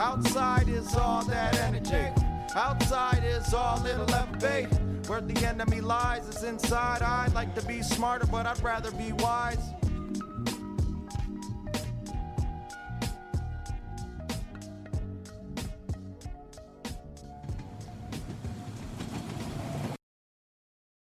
Speaker 9: Outside is all that energy. Outside is all it'll ever be. Where the enemy lies is inside. I'd like to be smarter, but I'd rather be wise.